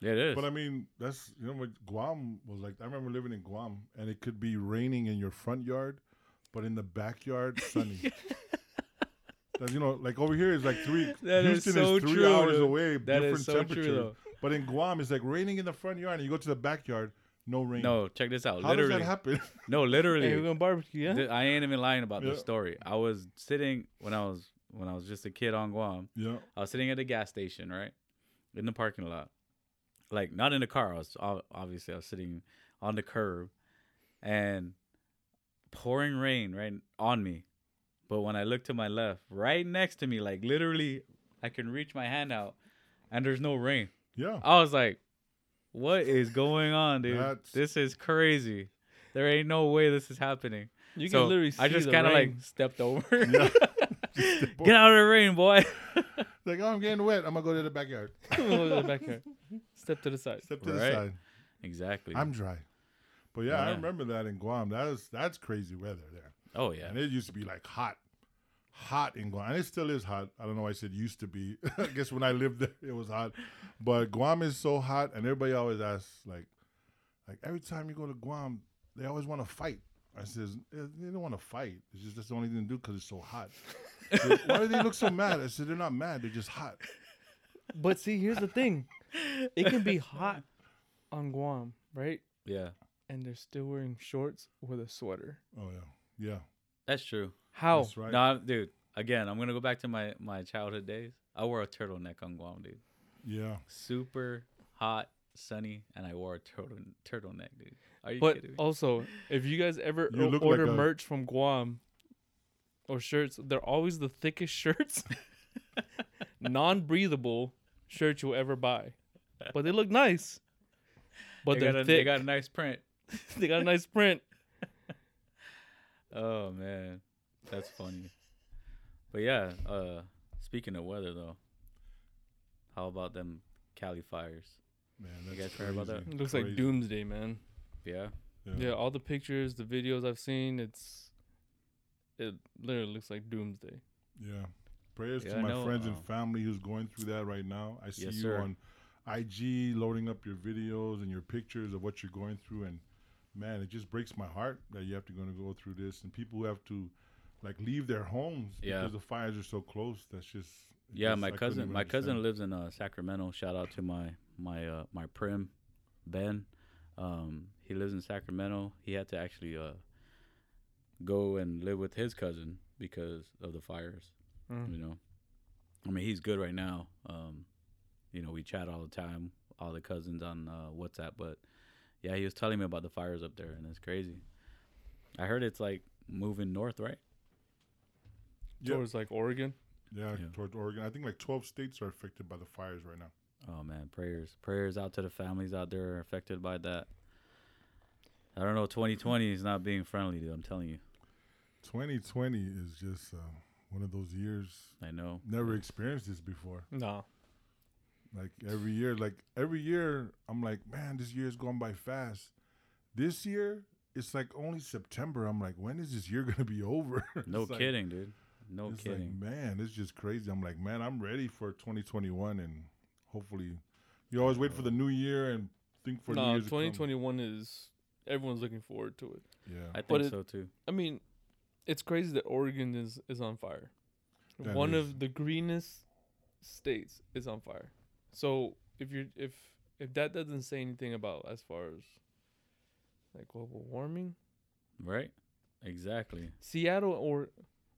[SPEAKER 2] Yeah, it is.
[SPEAKER 1] But I mean, that's you know what Guam was like. I remember living in Guam, and it could be raining in your front yard, but in the backyard, sunny. That, you know, like over here is like three.
[SPEAKER 2] That is
[SPEAKER 1] Houston
[SPEAKER 2] so
[SPEAKER 1] is three
[SPEAKER 2] true,
[SPEAKER 1] hours
[SPEAKER 2] dude.
[SPEAKER 1] away,
[SPEAKER 2] that
[SPEAKER 1] different
[SPEAKER 2] is so
[SPEAKER 1] temperature.
[SPEAKER 2] true, though.
[SPEAKER 1] But in Guam, it's like raining in the front yard, and you go to the backyard, no rain.
[SPEAKER 2] No, check this out.
[SPEAKER 1] how
[SPEAKER 2] literally,
[SPEAKER 1] does that happen?
[SPEAKER 2] no,
[SPEAKER 3] Hey, we're
[SPEAKER 2] literally.
[SPEAKER 3] gonna barbecue, yeah?
[SPEAKER 2] Th- I ain't even lying about
[SPEAKER 1] Yeah.
[SPEAKER 2] this story. I was sitting when I was when I was just a kid on Guam.
[SPEAKER 1] yeah,
[SPEAKER 2] I was sitting at a gas station, right, in the parking lot, like not in the car. I was ob- obviously I was sitting on the curb, and pouring rain right on me. But when I look to my left, right next to me, like literally, I can reach my hand out, and there's no rain.
[SPEAKER 1] yeah.
[SPEAKER 2] I was like, "What is going on, dude?
[SPEAKER 1] That's-
[SPEAKER 2] This is crazy. There ain't no way this is happening."
[SPEAKER 3] You
[SPEAKER 2] So
[SPEAKER 3] can literally see
[SPEAKER 2] I just
[SPEAKER 3] kind of
[SPEAKER 2] like stepped over.
[SPEAKER 1] Yeah.
[SPEAKER 2] Get out of the rain, boy.
[SPEAKER 1] Like, oh, I'm getting wet. I'm gonna go to the backyard.
[SPEAKER 3] like back here. Step to the side.
[SPEAKER 1] Step to the
[SPEAKER 2] Right.
[SPEAKER 1] side.
[SPEAKER 2] exactly.
[SPEAKER 1] I'm dry. But yeah, I
[SPEAKER 2] Yeah.
[SPEAKER 1] remember that in Guam. That is that's crazy weather there.
[SPEAKER 2] oh yeah.
[SPEAKER 1] And it used to be like hot, hot in Guam. And it still is hot. I don't know why I said used to be. I guess when I lived there, it was hot. But Guam is so hot, and everybody always asks, like, like every time you go to Guam, they always want to fight. I says, "Eh, they don't want to fight. It's just that's the only thing to do because it's so hot. So, Why do they look so mad? I said, they're not mad. They're just hot.
[SPEAKER 3] But see, here's the thing. It can be hot on Guam, right?
[SPEAKER 2] Yeah,
[SPEAKER 3] And they're still wearing shorts with a sweater.
[SPEAKER 1] Oh yeah, yeah.
[SPEAKER 2] that's true.
[SPEAKER 3] How?
[SPEAKER 1] That's right.
[SPEAKER 2] No, I- dude. Again, I'm gonna go back to my my childhood days. I wore a turtleneck on Guam, dude.
[SPEAKER 1] Yeah.
[SPEAKER 2] Super hot, sunny, and I wore a turtle turtleneck, dude. Are you
[SPEAKER 3] But oh,
[SPEAKER 2] kidding me?
[SPEAKER 3] also, if you guys ever
[SPEAKER 1] You
[SPEAKER 3] o-
[SPEAKER 1] look like
[SPEAKER 3] order
[SPEAKER 1] a-
[SPEAKER 3] merch from Guam or shirts, they're always the thickest shirts, non breathable shirt you'll ever buy. But they look nice. But
[SPEAKER 2] they
[SPEAKER 3] they are
[SPEAKER 2] got a,
[SPEAKER 3] thick.
[SPEAKER 2] they got a nice print.
[SPEAKER 3] a nice print.
[SPEAKER 2] Oh man, that's funny. but yeah, uh, speaking of weather though, how about them Cali fires?
[SPEAKER 1] Man, that's
[SPEAKER 2] guys
[SPEAKER 1] crazy.
[SPEAKER 2] heard about that?
[SPEAKER 3] It looks
[SPEAKER 1] Crazy.
[SPEAKER 3] like doomsday, man.
[SPEAKER 2] Yeah,
[SPEAKER 1] Yeah.
[SPEAKER 3] Yeah, all the pictures, the videos I've seen, it's it literally looks like doomsday.
[SPEAKER 1] yeah. Prayers
[SPEAKER 2] Yeah,
[SPEAKER 1] to
[SPEAKER 2] I
[SPEAKER 1] my
[SPEAKER 2] know,
[SPEAKER 1] friends and
[SPEAKER 2] um,
[SPEAKER 1] family who's going through that right now. I see
[SPEAKER 2] Yes,
[SPEAKER 1] you
[SPEAKER 2] sir.
[SPEAKER 1] on IG loading up your videos and your pictures of what you're going through, and man, it just breaks my heart that you have to going to go through this, and people who have to like leave their homes
[SPEAKER 2] Yeah.
[SPEAKER 1] because the fires are so close. That's just it
[SPEAKER 2] Yeah,
[SPEAKER 1] just- I
[SPEAKER 2] my
[SPEAKER 1] couldn't
[SPEAKER 2] cousin
[SPEAKER 1] even
[SPEAKER 2] my cousin
[SPEAKER 1] understand.
[SPEAKER 2] lives in uh, Sacramento. Shout out to my my uh, my prim Ben. Um, he lives in Sacramento. He had to actually uh, go and live with his cousin because of the fires.
[SPEAKER 3] Mm.
[SPEAKER 1] Hmm.
[SPEAKER 2] You know, I mean he's good right now. Um, you know we chat all the time, all the cousins on uh, WhatsApp. But yeah, he was telling me about the fires up there, and it's crazy. I heard it's like moving north, right?
[SPEAKER 1] Yeah.
[SPEAKER 3] Towards like Oregon.
[SPEAKER 1] Yeah,
[SPEAKER 2] Yeah.
[SPEAKER 1] towards Oregon. I think like 12 states are affected by the fires right now.
[SPEAKER 2] Oh man, prayers, prayers out to the families out there affected by that. I don't know. 2020 is not being friendly, dude. I'm telling you.
[SPEAKER 1] 2020 is just uh, one of those years.
[SPEAKER 2] I know.
[SPEAKER 1] Never experienced this before.
[SPEAKER 3] No.
[SPEAKER 1] Like every year, like every year, I'm like, man, this year's gone by fast. This year, it's like only September. I'm like, when is this year gonna be over?
[SPEAKER 2] No
[SPEAKER 1] It's like-
[SPEAKER 2] kidding, dude. No
[SPEAKER 1] it's
[SPEAKER 2] kidding.
[SPEAKER 1] Like, man, it's just crazy. I'm like, man, I'm ready for 2021, and hopefully, you always wait for the new year and think for New
[SPEAKER 3] no,
[SPEAKER 1] Year's to come.
[SPEAKER 3] 2021 is everyone's looking forward to it.
[SPEAKER 1] Yeah,
[SPEAKER 2] I think
[SPEAKER 3] But it-
[SPEAKER 2] so too.
[SPEAKER 3] I mean, it's crazy that Oregon is is on fire.
[SPEAKER 1] That
[SPEAKER 3] One
[SPEAKER 1] is.
[SPEAKER 3] of the greenest states is on fire. So if you're if if that doesn't say anything about as far as like global warming,
[SPEAKER 2] Right? Exactly.
[SPEAKER 3] Seattle or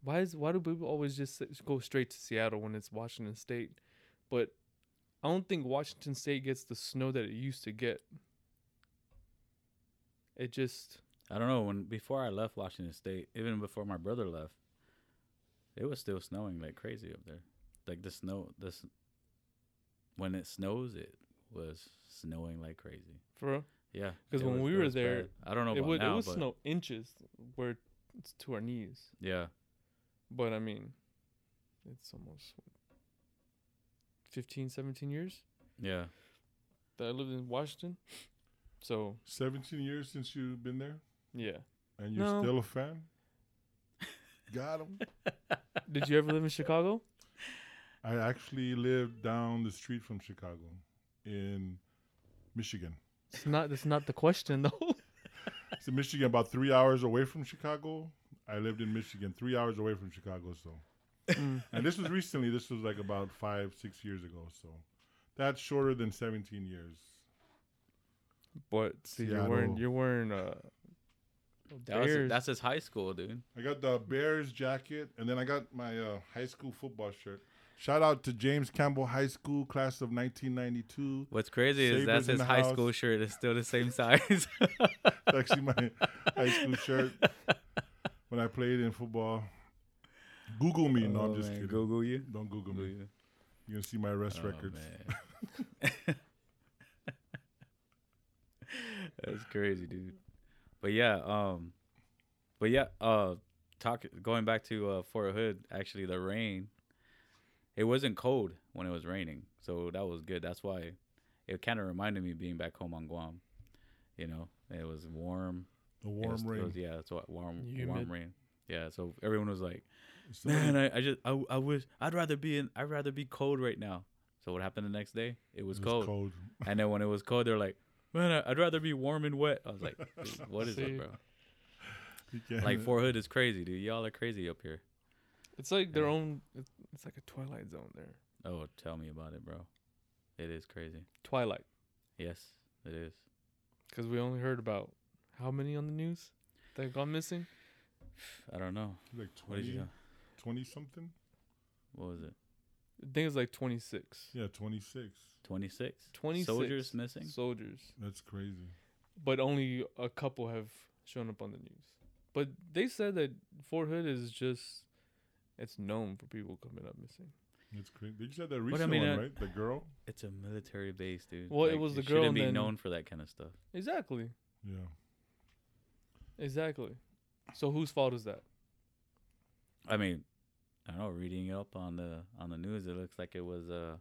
[SPEAKER 3] why is why do people always just s- go straight to Seattle when it's Washington State? But I don't think Washington State gets the snow that it used to get. It just
[SPEAKER 2] I don't know. When before I left Washington State, even before my brother left, it was still snowing like crazy up there. Like the snow, this when it snows, it was snowing like crazy.
[SPEAKER 3] for real,
[SPEAKER 2] Yeah.
[SPEAKER 3] 'Cause
[SPEAKER 2] it
[SPEAKER 3] when
[SPEAKER 2] was-
[SPEAKER 3] we
[SPEAKER 2] it
[SPEAKER 3] were
[SPEAKER 2] was
[SPEAKER 3] there,
[SPEAKER 2] bad. I don't know
[SPEAKER 3] it
[SPEAKER 2] about
[SPEAKER 3] would
[SPEAKER 2] now,
[SPEAKER 3] it would
[SPEAKER 2] but
[SPEAKER 3] snow inches where it's to our knees.
[SPEAKER 2] yeah.
[SPEAKER 3] But I mean, it's almost 15, 17 years
[SPEAKER 2] Yeah.
[SPEAKER 3] that I lived in Washington. So,
[SPEAKER 1] 17 years since you've been there,
[SPEAKER 3] yeah.
[SPEAKER 1] and you're
[SPEAKER 3] No.
[SPEAKER 1] still a fan. Got him.
[SPEAKER 3] Did you ever live in Chicago?
[SPEAKER 1] I actually lived down the street from Chicago in Michigan.
[SPEAKER 3] It's not that's not the question though.
[SPEAKER 1] It's in Michigan, about three hours away from Chicago. I lived in Michigan, three hours away from Chicago. So,
[SPEAKER 3] Mm.
[SPEAKER 1] and this was recently, this was like about five, six years ago. So, that's shorter than 17 years.
[SPEAKER 3] But see, you're wearing
[SPEAKER 1] Seattle.
[SPEAKER 3] you're wearing uh
[SPEAKER 2] That was-
[SPEAKER 3] Bears.
[SPEAKER 2] that's his high school, dude.
[SPEAKER 1] I got the Bears jacket, and then I got my uh, high school football shirt. Shout out to James Campbell High School, class of 1992.
[SPEAKER 2] What's crazy is
[SPEAKER 1] Sabres
[SPEAKER 2] that's
[SPEAKER 1] in
[SPEAKER 2] his
[SPEAKER 1] the
[SPEAKER 2] high
[SPEAKER 1] house.
[SPEAKER 2] school shirt. It's still the same size.
[SPEAKER 1] It's actually my high school shirt when I played in football. Google me. No, I'm
[SPEAKER 2] Oh,
[SPEAKER 1] just
[SPEAKER 2] man.
[SPEAKER 1] kidding.
[SPEAKER 2] Google you.
[SPEAKER 1] Don't Google
[SPEAKER 2] Google
[SPEAKER 1] me.
[SPEAKER 2] you.
[SPEAKER 1] You're gonna see my arrest
[SPEAKER 2] Oh,
[SPEAKER 1] records.
[SPEAKER 2] man. that's crazy, dude. But yeah, um, but yeah, uh, talk going back to uh, Fort Hood. Actually, the rain. It wasn't cold when it was raining, so that was good. That's why it kind of reminded me of being back home on Guam. You know, it was warm.
[SPEAKER 1] The
[SPEAKER 2] It
[SPEAKER 1] warm
[SPEAKER 2] was- it
[SPEAKER 1] rain.
[SPEAKER 2] was- yeah, it's wa- warm, warm
[SPEAKER 3] Humid.
[SPEAKER 2] rain. Yeah, so everyone was like,
[SPEAKER 1] Somebody-
[SPEAKER 2] "Man, I, I just, I, I wish, I'd rather be in, I'd rather be cold right now." So what happened the next day? It was,
[SPEAKER 1] it was
[SPEAKER 2] cold. and then when it was cold, they're like, "Man, I- I'd rather be warm and wet." I was like, dude, "What is
[SPEAKER 3] See?
[SPEAKER 2] it, bro?
[SPEAKER 1] You can't-
[SPEAKER 2] Like Fort Hood is crazy, dude. Y'all are crazy up here."
[SPEAKER 3] it's like their
[SPEAKER 2] Yeah.
[SPEAKER 3] own it- it's like a twilight zone there.
[SPEAKER 2] Oh, tell me about it, bro. It is crazy.
[SPEAKER 3] Twilight
[SPEAKER 2] Yes, it is.
[SPEAKER 3] cuz we only heard about how many on the news that gone missing?
[SPEAKER 2] I don't know.
[SPEAKER 1] like
[SPEAKER 2] What did you?
[SPEAKER 1] 20, 20 something.
[SPEAKER 2] What was it?
[SPEAKER 3] I think it's like 26
[SPEAKER 1] Yeah, twenty six.
[SPEAKER 2] Twenty six.
[SPEAKER 3] 26
[SPEAKER 2] soldiers missing.
[SPEAKER 3] soldiers.
[SPEAKER 1] That's crazy.
[SPEAKER 3] but only a couple have shown up on the news. But they said that Fort Hood is just it's known for people coming up missing.
[SPEAKER 1] That's crazy. Did you say that recent
[SPEAKER 2] mean,
[SPEAKER 1] one,
[SPEAKER 2] uh,
[SPEAKER 1] right? The girl.
[SPEAKER 2] It's a military base, dude.
[SPEAKER 3] Well, it was the girl
[SPEAKER 2] Shouldn't
[SPEAKER 3] and
[SPEAKER 2] be
[SPEAKER 3] then-
[SPEAKER 2] known for that kind of stuff.
[SPEAKER 3] Exactly.
[SPEAKER 1] Yeah.
[SPEAKER 3] Exactly. So whose fault is that?
[SPEAKER 2] I mean, I don't know. Reading up on the on the news, it looks like it was uh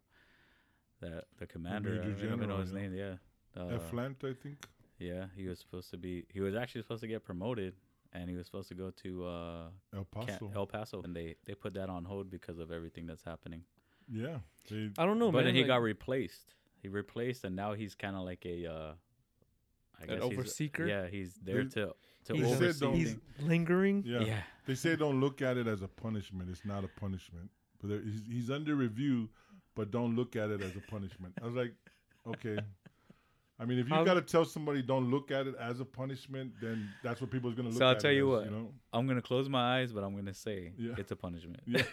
[SPEAKER 2] that the commander.
[SPEAKER 1] Major
[SPEAKER 2] I don't even know
[SPEAKER 1] General,
[SPEAKER 2] his
[SPEAKER 1] yeah.
[SPEAKER 2] name. Yeah. Uh,
[SPEAKER 1] F Lant, I think.
[SPEAKER 2] yeah, he was supposed to be. He was actually supposed to get promoted, and he was supposed to go to uh,
[SPEAKER 1] El
[SPEAKER 2] Ca-
[SPEAKER 1] Paso.
[SPEAKER 2] El Paso, and they they put that on hold because of everything that's happening.
[SPEAKER 1] yeah. They,
[SPEAKER 3] I don't know,
[SPEAKER 2] but
[SPEAKER 3] Oh, man.
[SPEAKER 2] then he
[SPEAKER 3] like,
[SPEAKER 2] got replaced. He replaced, and now he's kind of like a uh, I
[SPEAKER 3] an
[SPEAKER 2] guess he's,
[SPEAKER 3] overseeker.
[SPEAKER 2] yeah, he's there
[SPEAKER 1] They-
[SPEAKER 2] to to
[SPEAKER 1] He
[SPEAKER 3] He's-
[SPEAKER 1] said
[SPEAKER 2] oversee.
[SPEAKER 1] don't-
[SPEAKER 3] he's
[SPEAKER 2] things.
[SPEAKER 3] lingering.
[SPEAKER 1] yeah.
[SPEAKER 2] yeah,
[SPEAKER 1] They say don't look at it as a punishment. It's not a punishment. But there- he's, he's under review, but don't look at it as a punishment. I was like, okay. I mean, if you
[SPEAKER 3] How-
[SPEAKER 1] got to tell somebody don't look at it as a punishment, then that's what people are going to look
[SPEAKER 2] So I'll
[SPEAKER 1] at. it
[SPEAKER 2] tell you
[SPEAKER 1] as,
[SPEAKER 2] what.
[SPEAKER 1] You know?
[SPEAKER 2] I'm gonna close my eyes, but I'm gonna say
[SPEAKER 1] Yeah.
[SPEAKER 2] it's a punishment.
[SPEAKER 1] Yeah.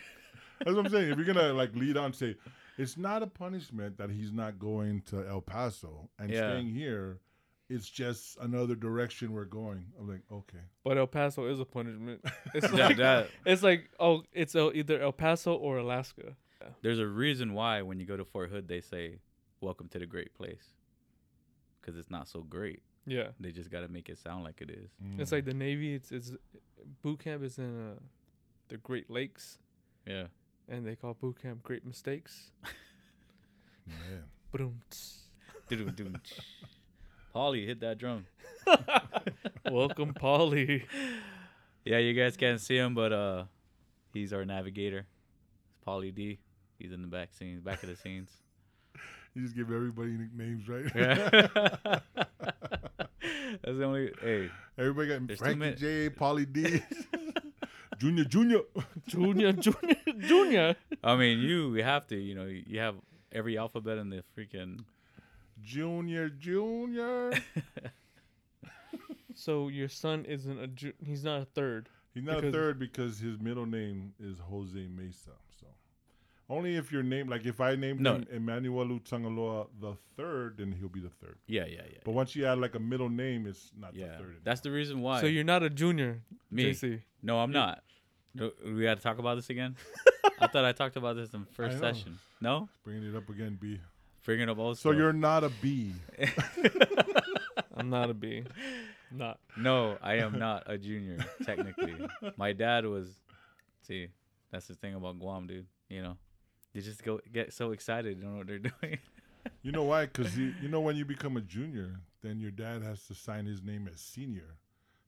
[SPEAKER 1] That's what I'm saying. If you're gonna like lead on, say it's not a punishment that he's not going to El Paso and
[SPEAKER 2] Yeah.
[SPEAKER 1] staying here. It's just another direction we're going. I'm like, okay,
[SPEAKER 3] But El Paso is a punishment. It's
[SPEAKER 2] That-
[SPEAKER 3] like
[SPEAKER 2] that-
[SPEAKER 3] it's like oh, it's El, either El Paso or Alaska.
[SPEAKER 2] there's a reason why when you go to Fort Hood they say, "Welcome to the great place," because it's not so great.
[SPEAKER 3] Yeah,
[SPEAKER 2] They just got to make it sound like it is.
[SPEAKER 3] it's like the Navy. It's it's boot camp is in uh, the Great Lakes,
[SPEAKER 2] Yeah.
[SPEAKER 3] and they call boot camp Great Mistakes.
[SPEAKER 1] Mm, man.
[SPEAKER 3] Boom.
[SPEAKER 2] Polly hit that drum.
[SPEAKER 3] Welcome, Polly.
[SPEAKER 2] Yeah, you guys can't see him, but uh, he's our navigator. It's Polly D. He's in the back scenes, back of the scenes.
[SPEAKER 1] You just give everybody nicknames, right?
[SPEAKER 2] Yeah. That's the only. Hey,
[SPEAKER 1] Everybody got
[SPEAKER 2] There's too
[SPEAKER 1] Frankie
[SPEAKER 2] many-
[SPEAKER 1] J, Pauly D, Junior, Junior.
[SPEAKER 3] Junior, Junior, Junior.
[SPEAKER 2] I mean, you you have to. You know, you have every alphabet in the freaking.
[SPEAKER 1] Junior, Junior.
[SPEAKER 3] So your son isn't a ju- he's not a third.
[SPEAKER 1] He's not a
[SPEAKER 3] Because-
[SPEAKER 1] third because his middle name is Jose Mesa. So only if your name, like if I named
[SPEAKER 2] No.
[SPEAKER 1] him Emmanuel Utangaloa the third, then he'll be the third.
[SPEAKER 2] Yeah, yeah, yeah.
[SPEAKER 1] But once you add like a middle name, it's not
[SPEAKER 2] Yeah,
[SPEAKER 1] the third.
[SPEAKER 2] that's the reason why.
[SPEAKER 3] So you're not a junior,
[SPEAKER 2] Me.
[SPEAKER 3] JC.
[SPEAKER 2] No, I'm not. Do- We got to talk about this again. I thought I talked about this in the first
[SPEAKER 1] know.
[SPEAKER 2] session. No,
[SPEAKER 1] bringing it up again, B.
[SPEAKER 2] bringing up old.
[SPEAKER 1] So
[SPEAKER 2] stuff.
[SPEAKER 1] you're not a B.
[SPEAKER 3] I'm not a B. Not.
[SPEAKER 2] No, I am not a junior technically. My dad was. See, that's the thing about Guam, dude. You know, they just go get so excited. You know what they're doing.
[SPEAKER 1] You know why? Because you, you know when you become a junior, then your dad has to sign his name as senior.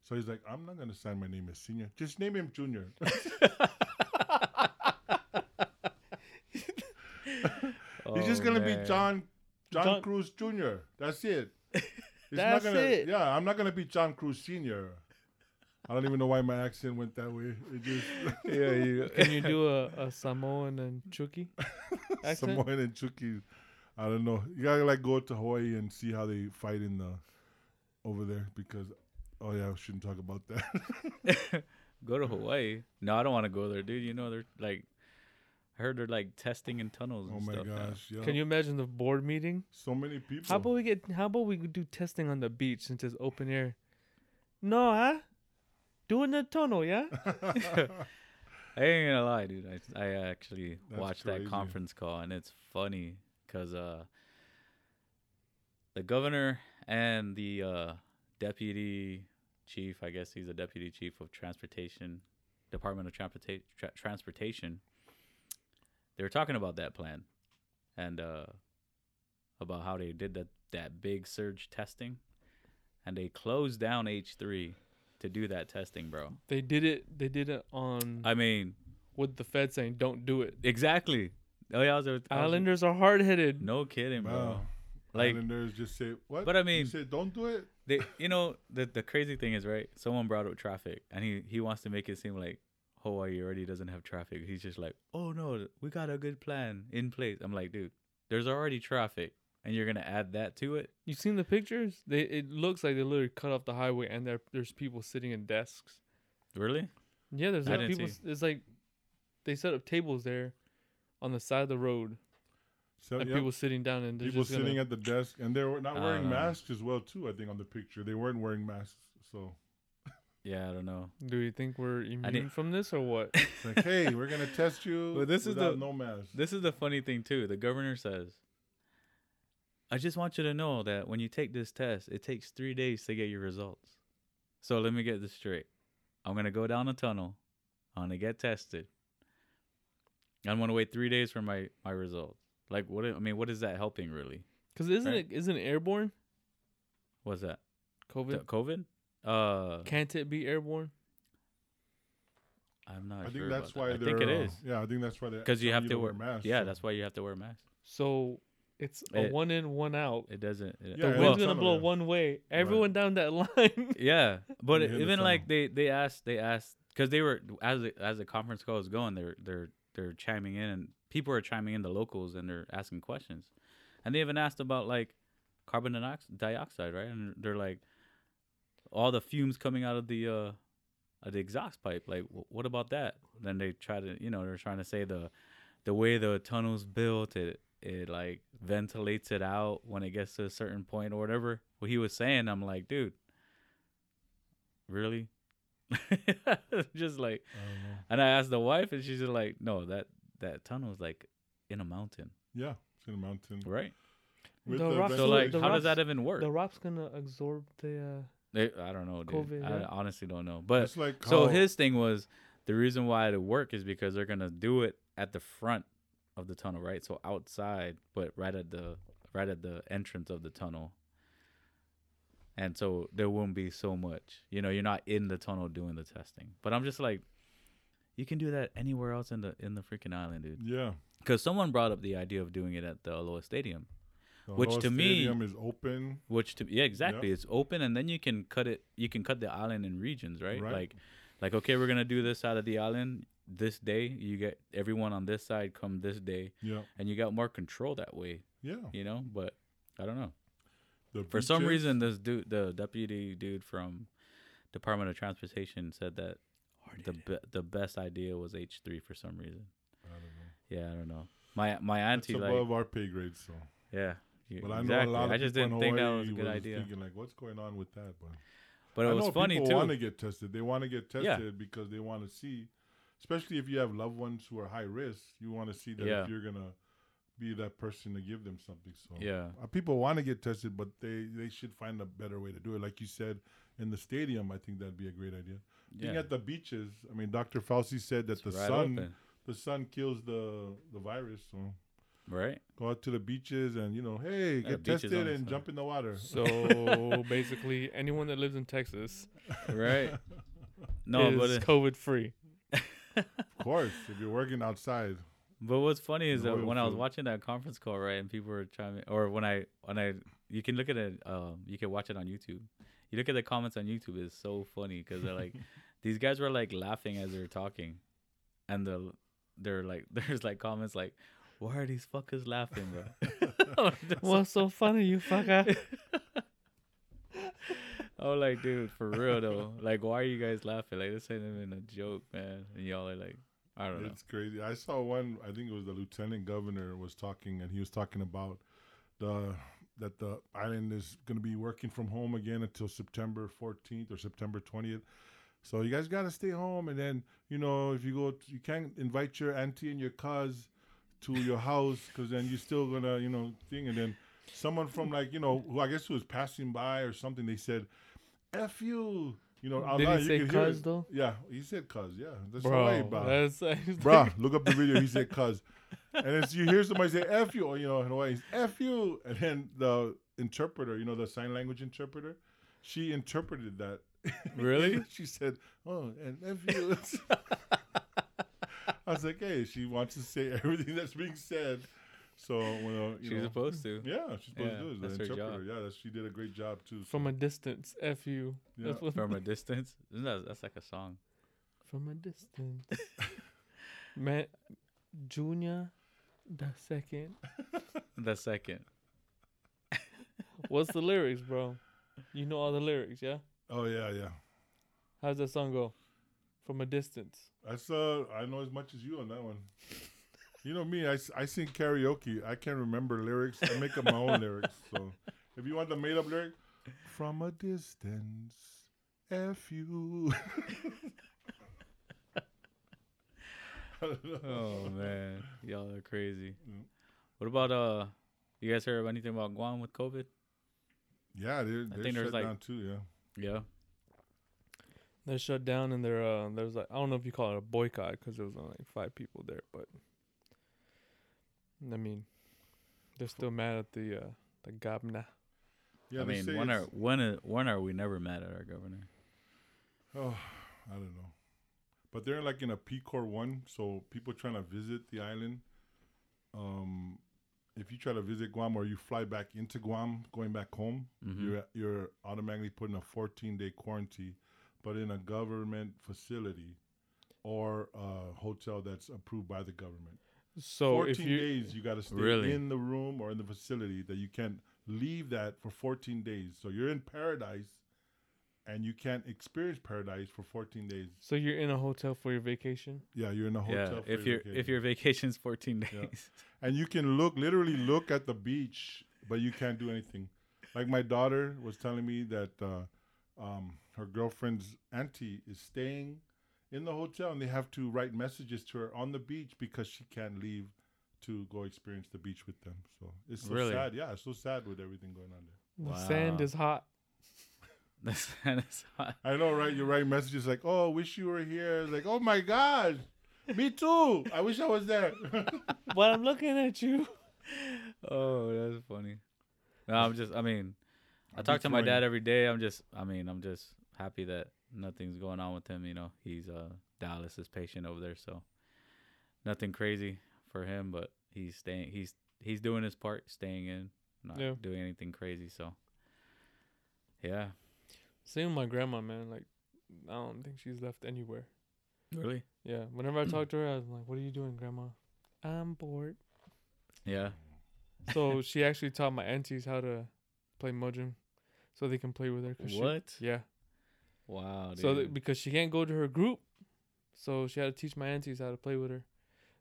[SPEAKER 1] So he's like, I'm not gonna sign my name as senior. Just name him junior. He's just
[SPEAKER 2] Oh,
[SPEAKER 1] gonna be
[SPEAKER 2] man.
[SPEAKER 1] John John,
[SPEAKER 3] John-
[SPEAKER 1] Cruz Jr. That's it. It's
[SPEAKER 3] That's
[SPEAKER 1] gonna,
[SPEAKER 3] it.
[SPEAKER 1] Yeah, I'm not gonna be John Cruz Sr. I don't even know why my accent went that way. It just
[SPEAKER 2] Yeah, you.
[SPEAKER 3] Can you do a, a Samoan and Chucky accent?
[SPEAKER 1] Samoan and Chucky. I don't know. You gotta like go to Hawaii and see how they fight in the over there because oh yeah, I shouldn't talk about that.
[SPEAKER 2] go to Hawaii? No, I don't want to go there, dude. You know they're like. I heard they're like testing in tunnels.
[SPEAKER 1] oh
[SPEAKER 2] and
[SPEAKER 1] my
[SPEAKER 2] stuff now.
[SPEAKER 1] gosh, yeah.
[SPEAKER 3] Can you imagine the board meeting?
[SPEAKER 1] so many people.
[SPEAKER 3] How about we get? How about we do testing on the beach since it's open air? No, huh? Doing the tunnel, yeah.
[SPEAKER 2] I ain't gonna lie, dude. I I actually
[SPEAKER 1] That's
[SPEAKER 2] watched
[SPEAKER 1] crazy.
[SPEAKER 2] that conference call, and it's funny because uh, the governor and the uh, deputy chief, I guess he's a deputy chief of transportation, Department of Transporta- Tra- Transportation. They were talking about that plan, and uh, about how they did that that big surge testing, and they closed down H three to do that testing, bro.
[SPEAKER 3] They did it. They did it on
[SPEAKER 2] I mean.
[SPEAKER 3] with the Fed saying don't do it.
[SPEAKER 2] Exactly. Oh yeah, I was, I was
[SPEAKER 3] Islanders are hard headed.
[SPEAKER 2] No kidding, bro.
[SPEAKER 1] Wow.
[SPEAKER 2] Like
[SPEAKER 1] Islanders just say what?
[SPEAKER 2] But I
[SPEAKER 1] you
[SPEAKER 2] mean-
[SPEAKER 1] said don't do it.
[SPEAKER 2] they, you know, the the crazy thing is, right? Someone brought up traffic, and he he wants to make it seem like Hawaii already doesn't have traffic. He's just like, oh no, we got a good plan in place. I'm like, dude, there's already traffic, and you're gonna add that to it.
[SPEAKER 3] You seen the pictures? They it looks like they literally cut off the highway and there there's people sitting in desks.
[SPEAKER 2] Really?
[SPEAKER 3] Yeah, there's
[SPEAKER 2] I
[SPEAKER 3] like
[SPEAKER 2] didn't
[SPEAKER 3] people.
[SPEAKER 2] see.
[SPEAKER 3] s- It's like they set up tables there on the side of the road
[SPEAKER 1] So,
[SPEAKER 3] and
[SPEAKER 1] Oh, yeah,
[SPEAKER 3] people sitting down and they're
[SPEAKER 1] people
[SPEAKER 3] just gonna-
[SPEAKER 1] sitting at the desk and they were not
[SPEAKER 2] I
[SPEAKER 1] wearing
[SPEAKER 2] don't know.
[SPEAKER 1] masks as well too. I think on the picture they weren't wearing masks. So
[SPEAKER 2] Yeah, I don't know.
[SPEAKER 3] Do you think we're immune from this or what?
[SPEAKER 1] it's like, hey, we're gonna test you.
[SPEAKER 2] Well, this is
[SPEAKER 1] without
[SPEAKER 2] the-
[SPEAKER 1] no mask.
[SPEAKER 2] This is the funny thing too. The governor says, "I just want you to know that when you take this test, it takes three days to get your results. So let me get this straight. I'm gonna go down a tunnel. I'm gonna get tested. I'm gonna wait three days for my my results. Like what? I I mean, what is that helping really?
[SPEAKER 3] Because isn't
[SPEAKER 2] Right.
[SPEAKER 3] it isn't it airborne?
[SPEAKER 2] What's that? The
[SPEAKER 3] COVID
[SPEAKER 2] COVID? Uh,
[SPEAKER 3] can't it be airborne?
[SPEAKER 2] I'm not.
[SPEAKER 1] I think
[SPEAKER 2] sure about
[SPEAKER 1] that's
[SPEAKER 2] that.
[SPEAKER 1] why
[SPEAKER 2] I
[SPEAKER 1] they're.
[SPEAKER 2] think it
[SPEAKER 1] uh,
[SPEAKER 2] is
[SPEAKER 1] Yeah, I think that's why they're.
[SPEAKER 2] because you
[SPEAKER 1] telling
[SPEAKER 2] have to
[SPEAKER 1] to
[SPEAKER 2] wear.
[SPEAKER 1] masks.
[SPEAKER 2] yeah,
[SPEAKER 1] so-
[SPEAKER 2] that's why you have to wear a mask.
[SPEAKER 3] So it's a
[SPEAKER 2] It-
[SPEAKER 3] one in, one out.
[SPEAKER 2] It doesn't. It,
[SPEAKER 1] Yeah, it
[SPEAKER 3] the
[SPEAKER 2] well,
[SPEAKER 3] wind's
[SPEAKER 1] is
[SPEAKER 3] gonna
[SPEAKER 1] tunnel,
[SPEAKER 3] blow
[SPEAKER 1] yeah.
[SPEAKER 3] one way. Everyone down that line.
[SPEAKER 2] yeah, but
[SPEAKER 1] You hear the
[SPEAKER 2] even like
[SPEAKER 1] tunnel.
[SPEAKER 2] they they asked they asked because they were as the, as the conference call is going, they're they're they're chiming in and people are chiming in the locals and they're asking questions, and they even asked about like carbon diox- dioxide, right? And they're like all the fumes coming out of the uh of the exhaust pipe. Like, wh- what about that? Then they try to you know they're trying to say the the way the tunnel's built it it like ventilates it out when it gets to a certain point or whatever what he was saying i'm like dude really just like
[SPEAKER 1] I don't know.
[SPEAKER 2] and i asked the wife and she's just like no that that tunnel's like in a mountain
[SPEAKER 1] Yeah, it's in a mountain.
[SPEAKER 2] right
[SPEAKER 1] With
[SPEAKER 3] The rocks
[SPEAKER 2] so
[SPEAKER 3] So
[SPEAKER 2] like
[SPEAKER 3] the
[SPEAKER 2] how does
[SPEAKER 3] rocks-
[SPEAKER 2] that even work
[SPEAKER 3] the rock's gonna absorb the. uh,
[SPEAKER 2] They- i don't know dude.
[SPEAKER 3] COVID,
[SPEAKER 2] i
[SPEAKER 3] yeah.
[SPEAKER 2] honestly don't know but
[SPEAKER 1] It's like
[SPEAKER 2] so
[SPEAKER 1] how-
[SPEAKER 2] his thing was the reason why it work is because they're gonna do it at the front of the tunnel, right? So outside, but right at the right at the entrance of the tunnel. And so there won't be so much. You know, you're not in the tunnel doing the testing. But I'm just like, you can do that anywhere else in the in the freaking island, dude.
[SPEAKER 1] Yeah.
[SPEAKER 2] Because someone brought up the idea of doing it at the Aloha Stadium,
[SPEAKER 1] The
[SPEAKER 2] Which
[SPEAKER 1] whole
[SPEAKER 2] to me-
[SPEAKER 1] stadium is open.
[SPEAKER 2] which to yeah, exactly, it's open, and then you can cut it. You can cut the island in regions, right?
[SPEAKER 1] Right.
[SPEAKER 2] Like, like okay, we're gonna do this side of the island this day. You get everyone on this side come this day,
[SPEAKER 1] Yeah.
[SPEAKER 2] and you got more control that way,
[SPEAKER 1] Yeah.
[SPEAKER 2] you know. But I don't know.
[SPEAKER 1] The
[SPEAKER 2] For some
[SPEAKER 1] beaches-
[SPEAKER 2] reason, this dude, the deputy dude from Department of Transportation, said that the be- the best idea was H three for some reason.
[SPEAKER 1] I don't know.
[SPEAKER 2] Yeah, I don't know. My my
[SPEAKER 1] It's
[SPEAKER 2] auntie like
[SPEAKER 1] above our pay grade, so.
[SPEAKER 2] yeah. you-
[SPEAKER 1] But I know
[SPEAKER 2] exactly.
[SPEAKER 1] a lot of
[SPEAKER 2] I just
[SPEAKER 1] people in
[SPEAKER 2] didn't think that
[SPEAKER 1] Hawaii
[SPEAKER 2] was a good
[SPEAKER 1] were just
[SPEAKER 2] idea.
[SPEAKER 1] Thinking like, what's going on with that? But,
[SPEAKER 2] But it
[SPEAKER 1] I
[SPEAKER 2] was
[SPEAKER 1] know
[SPEAKER 2] funny
[SPEAKER 1] people
[SPEAKER 2] too.
[SPEAKER 1] want to get tested. They want to get tested because they want to see, especially if you have loved ones who are high risk. You want to see that
[SPEAKER 2] Yeah.
[SPEAKER 1] if you're gonna be that person to give them something. So
[SPEAKER 2] yeah.
[SPEAKER 1] Uh, people want to get tested, but they they should find a better way to do it. Like you said, in the stadium, I think that'd be a great idea. Being
[SPEAKER 2] Yeah.
[SPEAKER 1] at the beaches, I mean, Dr. Fauci said that
[SPEAKER 2] It's
[SPEAKER 1] the
[SPEAKER 2] right
[SPEAKER 1] sun
[SPEAKER 2] open,
[SPEAKER 1] the sun kills the the virus. So
[SPEAKER 2] right?
[SPEAKER 1] go out to the beaches and you know, hey,
[SPEAKER 2] Yeah,
[SPEAKER 1] get
[SPEAKER 2] beaches
[SPEAKER 1] tested
[SPEAKER 2] only,
[SPEAKER 1] and
[SPEAKER 2] so-
[SPEAKER 1] jump in the water.
[SPEAKER 3] So basically, anyone that lives in Texas
[SPEAKER 2] Right. No,
[SPEAKER 3] is
[SPEAKER 2] but it,
[SPEAKER 3] COVID free.
[SPEAKER 1] of course, if you're working outside,
[SPEAKER 2] but what's funny is
[SPEAKER 1] The
[SPEAKER 2] that
[SPEAKER 1] oil
[SPEAKER 2] when I was
[SPEAKER 1] field.
[SPEAKER 2] watching that conference call, right, and people were trying, or when I when I you can look at it, um, you can watch it on YouTube. You look at the comments on YouTube; it's so funny because they're like, these guys were like laughing as they were talking, and the they're like, there's like comments like, why are these fuckers laughing, bro?
[SPEAKER 3] What's so funny, you fucker?
[SPEAKER 2] Oh, like, dude, for real though. Like, why are you guys laughing? Like, this ain't even a joke, man. And y'all are like, I don't know.
[SPEAKER 1] it's crazy. I saw one. I think it was the lieutenant governor was talking, and he was talking about the that the island is going to be working from home again until September 14th or September 20th. So you guys got to stay home, and then you know if you go, you can't invite your auntie and your cuz to your house because then you're still gonna you know thing, and then someone from like you know who I guess who was passing by or something, they said, "F you." You know, out
[SPEAKER 3] Did
[SPEAKER 1] loud,
[SPEAKER 3] he
[SPEAKER 1] you
[SPEAKER 3] say
[SPEAKER 1] could hear
[SPEAKER 3] cuz
[SPEAKER 1] it.
[SPEAKER 3] though?
[SPEAKER 1] Yeah, he said cuz. Yeah, that's Hawaii,
[SPEAKER 3] Bro,
[SPEAKER 1] bro.
[SPEAKER 3] that's
[SPEAKER 1] Bruh, look up the video. He said, cuz. And it's, you hear somebody say, F you, or, you know, in Hawaii, it's F you. And then the interpreter, you know, the sign language interpreter, she interpreted that.
[SPEAKER 2] Really?
[SPEAKER 1] she said, oh, and F you. I was like, hey, she wants to say everything that's being said. So, well, you
[SPEAKER 2] She's
[SPEAKER 1] know.
[SPEAKER 2] supposed to.
[SPEAKER 1] yeah, she's supposed
[SPEAKER 2] Yeah,
[SPEAKER 1] to do it. The
[SPEAKER 2] that's her job.
[SPEAKER 1] interpreter. Yeah, that's, she did a great job, too.
[SPEAKER 3] from a distance. F you.
[SPEAKER 1] Yeah.
[SPEAKER 3] That's what-
[SPEAKER 2] From a distance. Isn't that, that's like a song.
[SPEAKER 3] from a distance. Man, Junior, the second.
[SPEAKER 2] The second.
[SPEAKER 3] What's the lyrics, bro? You know all the lyrics, yeah?
[SPEAKER 1] oh, yeah, yeah.
[SPEAKER 3] How's that song go? From a distance.
[SPEAKER 1] I saw. I know as much as you on that one. You know me. I, s- I sing karaoke. I can't remember lyrics. I make up my own lyrics. So if you want the made up lyric, from a distance, f you. I don't know.
[SPEAKER 2] Oh, man. Y'all are crazy.
[SPEAKER 1] Mm.
[SPEAKER 2] What about, uh, you guys heard anything about Guam with COVID?
[SPEAKER 1] yeah, they're,
[SPEAKER 2] I
[SPEAKER 1] they're
[SPEAKER 2] think there's
[SPEAKER 1] shut
[SPEAKER 2] like-
[SPEAKER 1] down too. Yeah,
[SPEAKER 2] Yeah.
[SPEAKER 3] They're shut down and they're, uh, there's like, I don't know if you call it a boycott because there was only like five people there, but I mean, they're still mad at the, uh, the Gabna.
[SPEAKER 1] yeah.
[SPEAKER 2] I
[SPEAKER 1] they
[SPEAKER 2] mean,
[SPEAKER 1] say
[SPEAKER 2] when are,
[SPEAKER 1] it's-
[SPEAKER 2] when, are, when are we never mad at our governor?
[SPEAKER 1] Oh, I don't know. but they're like in a P core one, so people trying to visit the island. Um, if you try to visit Guam or you fly back into Guam, going back home,
[SPEAKER 2] Mhm.
[SPEAKER 1] you're you're automatically put in a 14 day quarantine, but in a government facility or a hotel that's approved by the government.
[SPEAKER 3] So
[SPEAKER 1] 14
[SPEAKER 3] if you
[SPEAKER 1] days you got to stay
[SPEAKER 2] Really?
[SPEAKER 1] in the room or in the facility that you can't leave that for 14 days. So you're in paradise and you can't experience paradise for 14 days.
[SPEAKER 3] so you're in a hotel for your vacation.
[SPEAKER 1] Yeah, you're in a hotel.
[SPEAKER 2] yeah,
[SPEAKER 1] for
[SPEAKER 2] if
[SPEAKER 1] your
[SPEAKER 2] your
[SPEAKER 1] vacation.
[SPEAKER 2] if your vacation's 14 days.
[SPEAKER 1] Yeah. and you can look literally look at the beach, but you can't do anything. Like my daughter was telling me that uh, um, her girlfriend's auntie is staying in the hotel, and they have to write messages to her on the beach because she can't leave to go experience the beach with them. So it's so
[SPEAKER 2] Really?
[SPEAKER 1] sad. Yeah, it's so sad with everything going on there.
[SPEAKER 3] The sand
[SPEAKER 2] Wow.
[SPEAKER 3] is hot.
[SPEAKER 2] That's that's hot.
[SPEAKER 1] I know, right? You write messages like, "Oh, wish you were here." It's like, "Oh my God." Me too. I wish I was there.
[SPEAKER 3] but I'm looking at you.
[SPEAKER 2] Oh, that's funny. No, I'm just. I mean, I
[SPEAKER 1] I'd be
[SPEAKER 2] talk to my
[SPEAKER 1] throwing-
[SPEAKER 2] dad every day. I'm just. I mean, I'm just happy that nothing's going on with him. You know, he's uh dialysis patient over there, so nothing crazy for him. But he's staying. He's he's doing his part, staying in, not
[SPEAKER 3] Yeah.
[SPEAKER 2] doing anything crazy. So yeah,
[SPEAKER 3] Same with my grandma, man. Like I don't think she's left anywhere.
[SPEAKER 2] really,
[SPEAKER 3] Yeah. Whenever I talk to her, I'm like, "What are you doing, grandma?" I'm bored.
[SPEAKER 2] yeah.
[SPEAKER 3] So she actually taught my aunties how to play mudgeon, so they can play with her. 'cause she-
[SPEAKER 2] What?
[SPEAKER 3] yeah.
[SPEAKER 2] Wow. Dude.
[SPEAKER 3] So that, because she can't go to her group, so she had to teach my aunties how to play with her,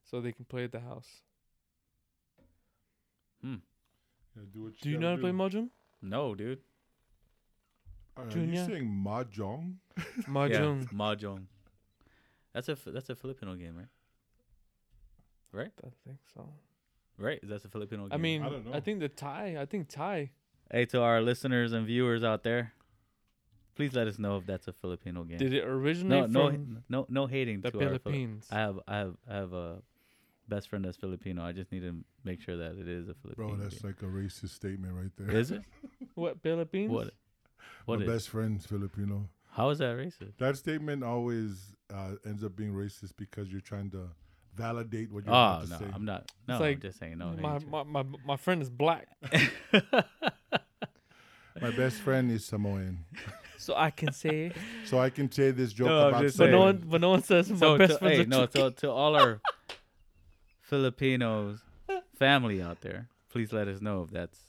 [SPEAKER 3] so they can play at the house.
[SPEAKER 1] Yeah, do what
[SPEAKER 3] Do you
[SPEAKER 1] gotta
[SPEAKER 3] know how to play
[SPEAKER 1] do.
[SPEAKER 3] mahjong?
[SPEAKER 2] no, dude.
[SPEAKER 1] Are
[SPEAKER 3] Junior?
[SPEAKER 1] you saying mahjong?
[SPEAKER 3] Mahjong.
[SPEAKER 2] Yeah, mahjong. That's a that's a Filipino game, right?
[SPEAKER 3] I think so.
[SPEAKER 2] Right? That's a Filipino game.
[SPEAKER 3] I mean,
[SPEAKER 1] I
[SPEAKER 3] I,
[SPEAKER 1] don't know.
[SPEAKER 3] think the Thai. I think Thai.
[SPEAKER 2] Hey, to our listeners and viewers out there, please let us know if that's a Filipino game.
[SPEAKER 3] Did it originate
[SPEAKER 2] no, no,
[SPEAKER 3] from
[SPEAKER 2] no, no hating
[SPEAKER 3] the
[SPEAKER 2] to our. Fili-
[SPEAKER 3] Philippines?
[SPEAKER 2] I have, I have, I have a best friend that's Filipino. I just need to make sure that it is a Filipino.
[SPEAKER 1] Bro, that's
[SPEAKER 2] game.
[SPEAKER 1] like a racist statement right there.
[SPEAKER 2] is it?
[SPEAKER 3] what Philippines?
[SPEAKER 2] What? What
[SPEAKER 1] My
[SPEAKER 2] is?
[SPEAKER 1] best friend's Filipino.
[SPEAKER 2] How is that racist?
[SPEAKER 1] That statement always uh, ends up being racist because you're trying to validate what you're
[SPEAKER 2] Oh
[SPEAKER 1] about to
[SPEAKER 2] no,
[SPEAKER 1] say.
[SPEAKER 2] I'm not. No, I'm
[SPEAKER 3] like
[SPEAKER 2] just saying no.
[SPEAKER 3] my,
[SPEAKER 2] hatred.
[SPEAKER 3] my my my friend is black,
[SPEAKER 1] My best friend is Samoan,
[SPEAKER 3] so I can say.
[SPEAKER 1] so I can say this joke
[SPEAKER 2] No, I'm
[SPEAKER 1] about
[SPEAKER 2] just
[SPEAKER 3] but
[SPEAKER 1] Samoan.
[SPEAKER 3] no
[SPEAKER 2] saying.
[SPEAKER 3] one, but no one says
[SPEAKER 2] so
[SPEAKER 3] my best
[SPEAKER 2] to,
[SPEAKER 3] friend.
[SPEAKER 2] hey, no, so to all our Filipinos family out there, please let us know if that's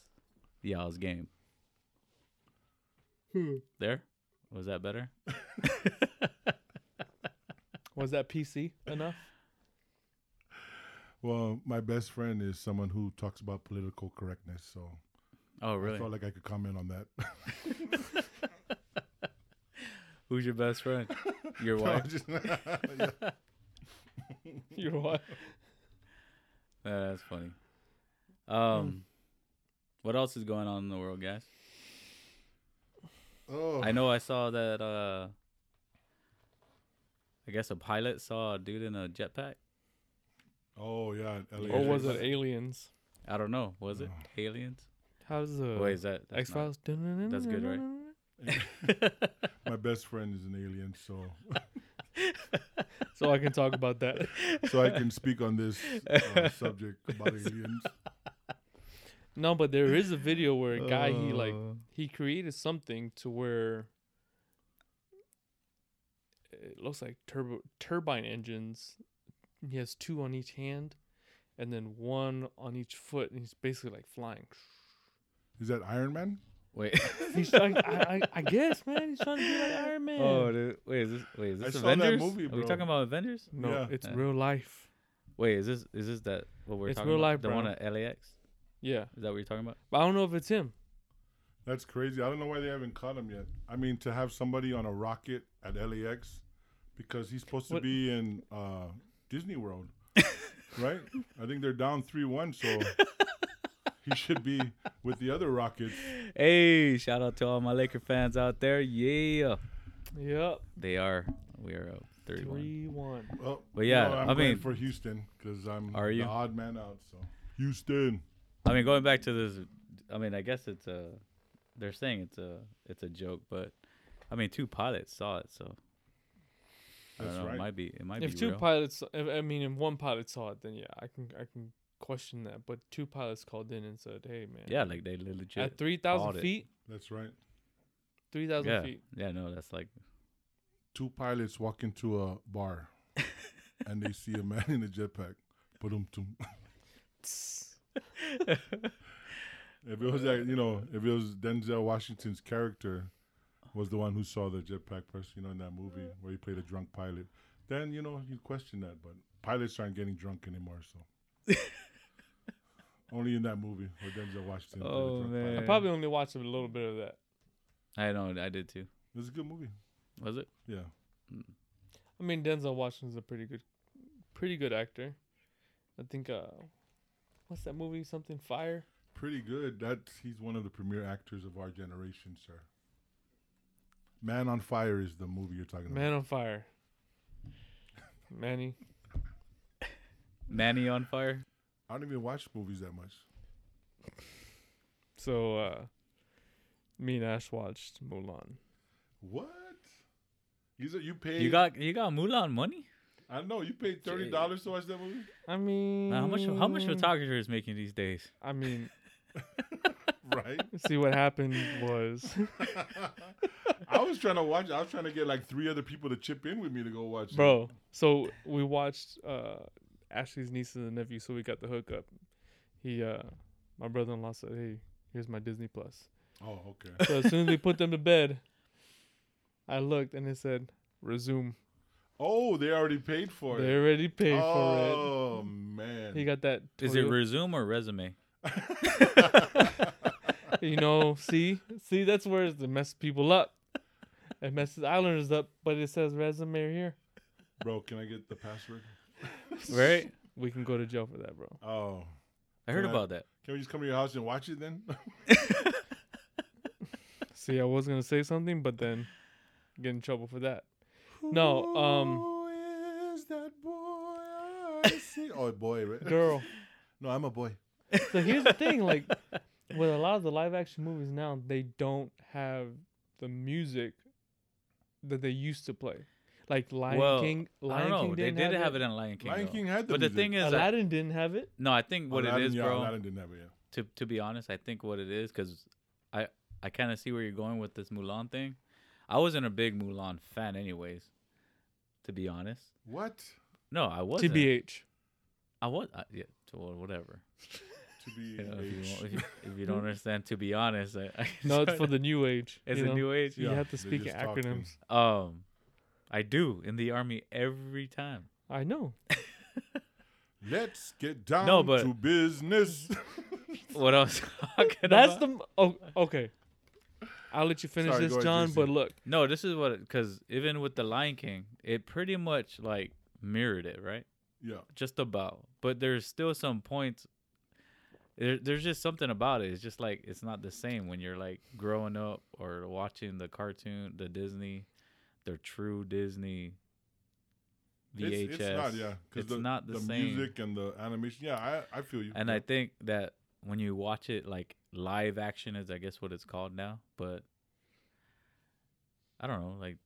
[SPEAKER 2] y'all's game. There, was that better?
[SPEAKER 3] Was that PC enough?
[SPEAKER 1] Well, my best friend is someone who talks about political correctness, so
[SPEAKER 2] Oh,
[SPEAKER 1] I
[SPEAKER 2] really?
[SPEAKER 1] felt like I could comment on that.
[SPEAKER 2] Who's your best friend? Your
[SPEAKER 1] No, I
[SPEAKER 2] wife.
[SPEAKER 1] just- Yeah.
[SPEAKER 3] You're what?
[SPEAKER 2] Uh, that's funny.
[SPEAKER 3] Hmm.
[SPEAKER 2] Um, what else is going on in the world, guys?
[SPEAKER 1] Oh,
[SPEAKER 2] I know I saw that. Uh, I guess a pilot saw a dude in a jetpack.
[SPEAKER 1] oh yeah. LA.
[SPEAKER 3] Or was
[SPEAKER 2] Yeah.
[SPEAKER 3] it aliens?
[SPEAKER 2] I don't know. Was it aliens?
[SPEAKER 3] How's the
[SPEAKER 2] Wait, is that that's not-
[SPEAKER 3] X Files?
[SPEAKER 2] That's good, right?
[SPEAKER 1] My best friend is an alien, so
[SPEAKER 3] So I can talk about that.
[SPEAKER 1] so I can speak on this uh, subject about aliens.
[SPEAKER 3] No, but there is a video where a guy he like he created something to where it looks like turbo turbine engines. He has two on each hand, and then one on each foot, and he's basically like flying.
[SPEAKER 1] Is that Iron Man?
[SPEAKER 2] Wait.
[SPEAKER 3] He's trying. I, I, I guess, man, he's trying to be like Iron Man.
[SPEAKER 2] Oh, dude. wait. Is this wait? Is
[SPEAKER 1] I
[SPEAKER 2] this
[SPEAKER 1] saw that
[SPEAKER 2] Avengers?
[SPEAKER 1] movie,
[SPEAKER 2] Are we
[SPEAKER 1] bro.
[SPEAKER 2] talking about Avengers?
[SPEAKER 3] no,
[SPEAKER 1] yeah.
[SPEAKER 3] it's
[SPEAKER 2] Uh,
[SPEAKER 3] real life.
[SPEAKER 2] Wait, is this is this that what we're
[SPEAKER 3] It's
[SPEAKER 2] talking
[SPEAKER 3] real
[SPEAKER 2] about?
[SPEAKER 3] life,
[SPEAKER 2] the
[SPEAKER 3] bro.
[SPEAKER 2] one at LAX?
[SPEAKER 3] Yeah,
[SPEAKER 2] Is that what you're talking about?
[SPEAKER 3] but I don't know if it's him.
[SPEAKER 1] That's crazy. I don't know why they haven't caught him yet. I mean, to have somebody on a rocket at LAX because he's supposed to
[SPEAKER 3] What-
[SPEAKER 1] be in uh, Disney World, right? I think they're down three one, so he should be with the other rockets.
[SPEAKER 2] Hey, shout out to all my Laker fans out there. Yeah,
[SPEAKER 3] Yep,
[SPEAKER 2] they are. We are up three-one.
[SPEAKER 3] three one.
[SPEAKER 1] Well,
[SPEAKER 2] But yeah,
[SPEAKER 1] no, Oh, I'm
[SPEAKER 2] I
[SPEAKER 1] going
[SPEAKER 2] mean-
[SPEAKER 1] for Houston because I'm
[SPEAKER 2] Are you?
[SPEAKER 1] the odd man out. So Houston,
[SPEAKER 2] I mean, going back to this, I mean, I guess it's a. They're saying it's a it's a joke, but I mean, two pilots saw it, so I don't
[SPEAKER 1] That's
[SPEAKER 2] know. It
[SPEAKER 1] right.
[SPEAKER 2] might be. It might
[SPEAKER 3] if
[SPEAKER 2] be
[SPEAKER 3] two
[SPEAKER 2] real.
[SPEAKER 3] pilots, if, I mean, if one pilot saw it, then yeah, I can I can question that. But two pilots called in and said, "Hey, man,
[SPEAKER 2] yeah, like they li- legit.
[SPEAKER 3] at three
[SPEAKER 2] called
[SPEAKER 3] thousand
[SPEAKER 2] it.
[SPEAKER 3] feet,
[SPEAKER 1] That's right.
[SPEAKER 3] three thousand
[SPEAKER 2] yeah,
[SPEAKER 3] feet."
[SPEAKER 2] yeah. No, that's like
[SPEAKER 1] Two pilots walk into a bar, and they see a man in a jetpack. Ba-dum-tum. If it was that, you know, if it was Denzel Washington's character was the one who saw the jetpack person, you know, in that movie
[SPEAKER 2] Uh-huh.
[SPEAKER 1] where he played a drunk pilot, then you know you question that. But pilots aren't getting drunk anymore, so only in that movie where Denzel Washington. played a
[SPEAKER 2] Oh,
[SPEAKER 1] drunk
[SPEAKER 2] man.
[SPEAKER 3] I
[SPEAKER 1] pilot.
[SPEAKER 3] probably only watched a little bit of that.
[SPEAKER 2] I know. I did too.
[SPEAKER 1] it's a good movie.
[SPEAKER 2] Was it?
[SPEAKER 1] Yeah,
[SPEAKER 3] I mean, Denzel Washington's a pretty good, pretty good actor. I think. uh What's that movie? Something fire.
[SPEAKER 1] pretty good. That he's one of the premier actors of our generation, sir. Man on Fire is the movie you're talking
[SPEAKER 3] Man on fire. Manny.
[SPEAKER 2] Manny on fire.
[SPEAKER 1] about. I don't even watch movies that much.
[SPEAKER 3] So uh me and Ash watched Mulan.
[SPEAKER 1] What? He's a, you paid.
[SPEAKER 2] You got you got Mulan money.
[SPEAKER 1] I know you paid thirty dollars to watch that movie.
[SPEAKER 3] I mean,
[SPEAKER 2] Man, Uh, how much how much
[SPEAKER 1] Mm.
[SPEAKER 2] photographer is making these days?
[SPEAKER 3] I mean,
[SPEAKER 1] right?
[SPEAKER 3] see what happened was
[SPEAKER 1] I was trying to watch. I was trying to get like three other people to chip in with me to go watch. it.
[SPEAKER 3] bro. So we watched uh Ashley's nieces and nephew, so we got the hookup. He uh my brother in law said, Hey, here's my Disney Plus.
[SPEAKER 1] Oh, okay.
[SPEAKER 3] So as soon as we put them to bed, I looked and it said resume.
[SPEAKER 1] Oh, they already paid for
[SPEAKER 3] They
[SPEAKER 1] it.
[SPEAKER 3] already paid for
[SPEAKER 1] oh
[SPEAKER 3] it.
[SPEAKER 1] man.
[SPEAKER 3] He got that
[SPEAKER 2] Is it
[SPEAKER 3] Toyota-
[SPEAKER 2] resume or resume?
[SPEAKER 3] you know, see, see, that's where it messes people up. It messes islanders up, but it says resume right here.
[SPEAKER 1] bro, can I get the password?
[SPEAKER 2] Right.
[SPEAKER 3] We can go to jail for that, bro.
[SPEAKER 1] Oh,
[SPEAKER 2] I heard
[SPEAKER 1] Can I-
[SPEAKER 2] about that.
[SPEAKER 1] can we just come to your house and watch it then?
[SPEAKER 3] See, I was gonna say something, but then get in trouble for that. No, um,
[SPEAKER 1] Who is that boy? I see? Oh, boy, right?
[SPEAKER 3] girl.
[SPEAKER 1] No, I'm a boy.
[SPEAKER 3] So here's the thing, like with a lot of the live action movies now, they don't have the music that they used to play. Like Lion
[SPEAKER 2] Well,
[SPEAKER 3] King, Lion
[SPEAKER 2] I don't know.
[SPEAKER 3] King
[SPEAKER 2] They
[SPEAKER 3] didn't
[SPEAKER 2] did
[SPEAKER 3] have,
[SPEAKER 2] have it in Lion King.
[SPEAKER 1] Lion
[SPEAKER 2] though.
[SPEAKER 1] King had the
[SPEAKER 2] But the
[SPEAKER 1] music.
[SPEAKER 2] thing is, I-
[SPEAKER 3] Aladdin didn't have it.
[SPEAKER 2] no, I think what
[SPEAKER 1] Aladdin,
[SPEAKER 2] it is,
[SPEAKER 1] yeah,
[SPEAKER 2] bro.
[SPEAKER 1] Aladdin didn't have it. Yeah.
[SPEAKER 2] to to be honest, I think what it is because I I kind of see where you're going with this Mulan thing. I wasn't a big Mulan fan, anyways. To be honest,
[SPEAKER 1] What?
[SPEAKER 2] no, I wasn't.
[SPEAKER 3] Tbh.
[SPEAKER 2] I was. I, yeah, to, well, whatever.
[SPEAKER 1] To be
[SPEAKER 2] You know, if, you,
[SPEAKER 1] aged.
[SPEAKER 2] won't- if, you, if you don't understand, to be honest, I, I
[SPEAKER 3] No, it's for the new age.
[SPEAKER 2] it's
[SPEAKER 3] you
[SPEAKER 2] a
[SPEAKER 3] know?
[SPEAKER 2] new age.
[SPEAKER 3] You
[SPEAKER 1] Yeah,
[SPEAKER 3] have to
[SPEAKER 1] they
[SPEAKER 3] speak in
[SPEAKER 1] just talking.
[SPEAKER 3] acronyms.
[SPEAKER 2] Um, I do in the army every time.
[SPEAKER 3] I know.
[SPEAKER 1] Let's get down
[SPEAKER 2] No, but-
[SPEAKER 1] to business.
[SPEAKER 2] What else?
[SPEAKER 3] That's the. m- Oh, okay. I'll let you finish
[SPEAKER 1] Sorry, go
[SPEAKER 3] this,
[SPEAKER 1] ahead,
[SPEAKER 3] John. But
[SPEAKER 1] Juicy.
[SPEAKER 3] look,
[SPEAKER 2] no. This is what because even with the Lion King, it pretty much like mirrored it, right?
[SPEAKER 1] yeah.
[SPEAKER 2] just about. But there's still some points. There, there's just something about it. It's just like it's not the same when you're like growing up or watching the cartoon, the Disney, the true Disney. VHS.
[SPEAKER 1] It's, it's not, yeah, because
[SPEAKER 2] It's
[SPEAKER 1] the,
[SPEAKER 2] not the,
[SPEAKER 1] the
[SPEAKER 2] same.
[SPEAKER 1] music and the animation. Yeah, I, I feel you.
[SPEAKER 2] And
[SPEAKER 1] yeah.
[SPEAKER 2] I think that when you watch it, like live action is, I guess, what it's called now. But I don't know, like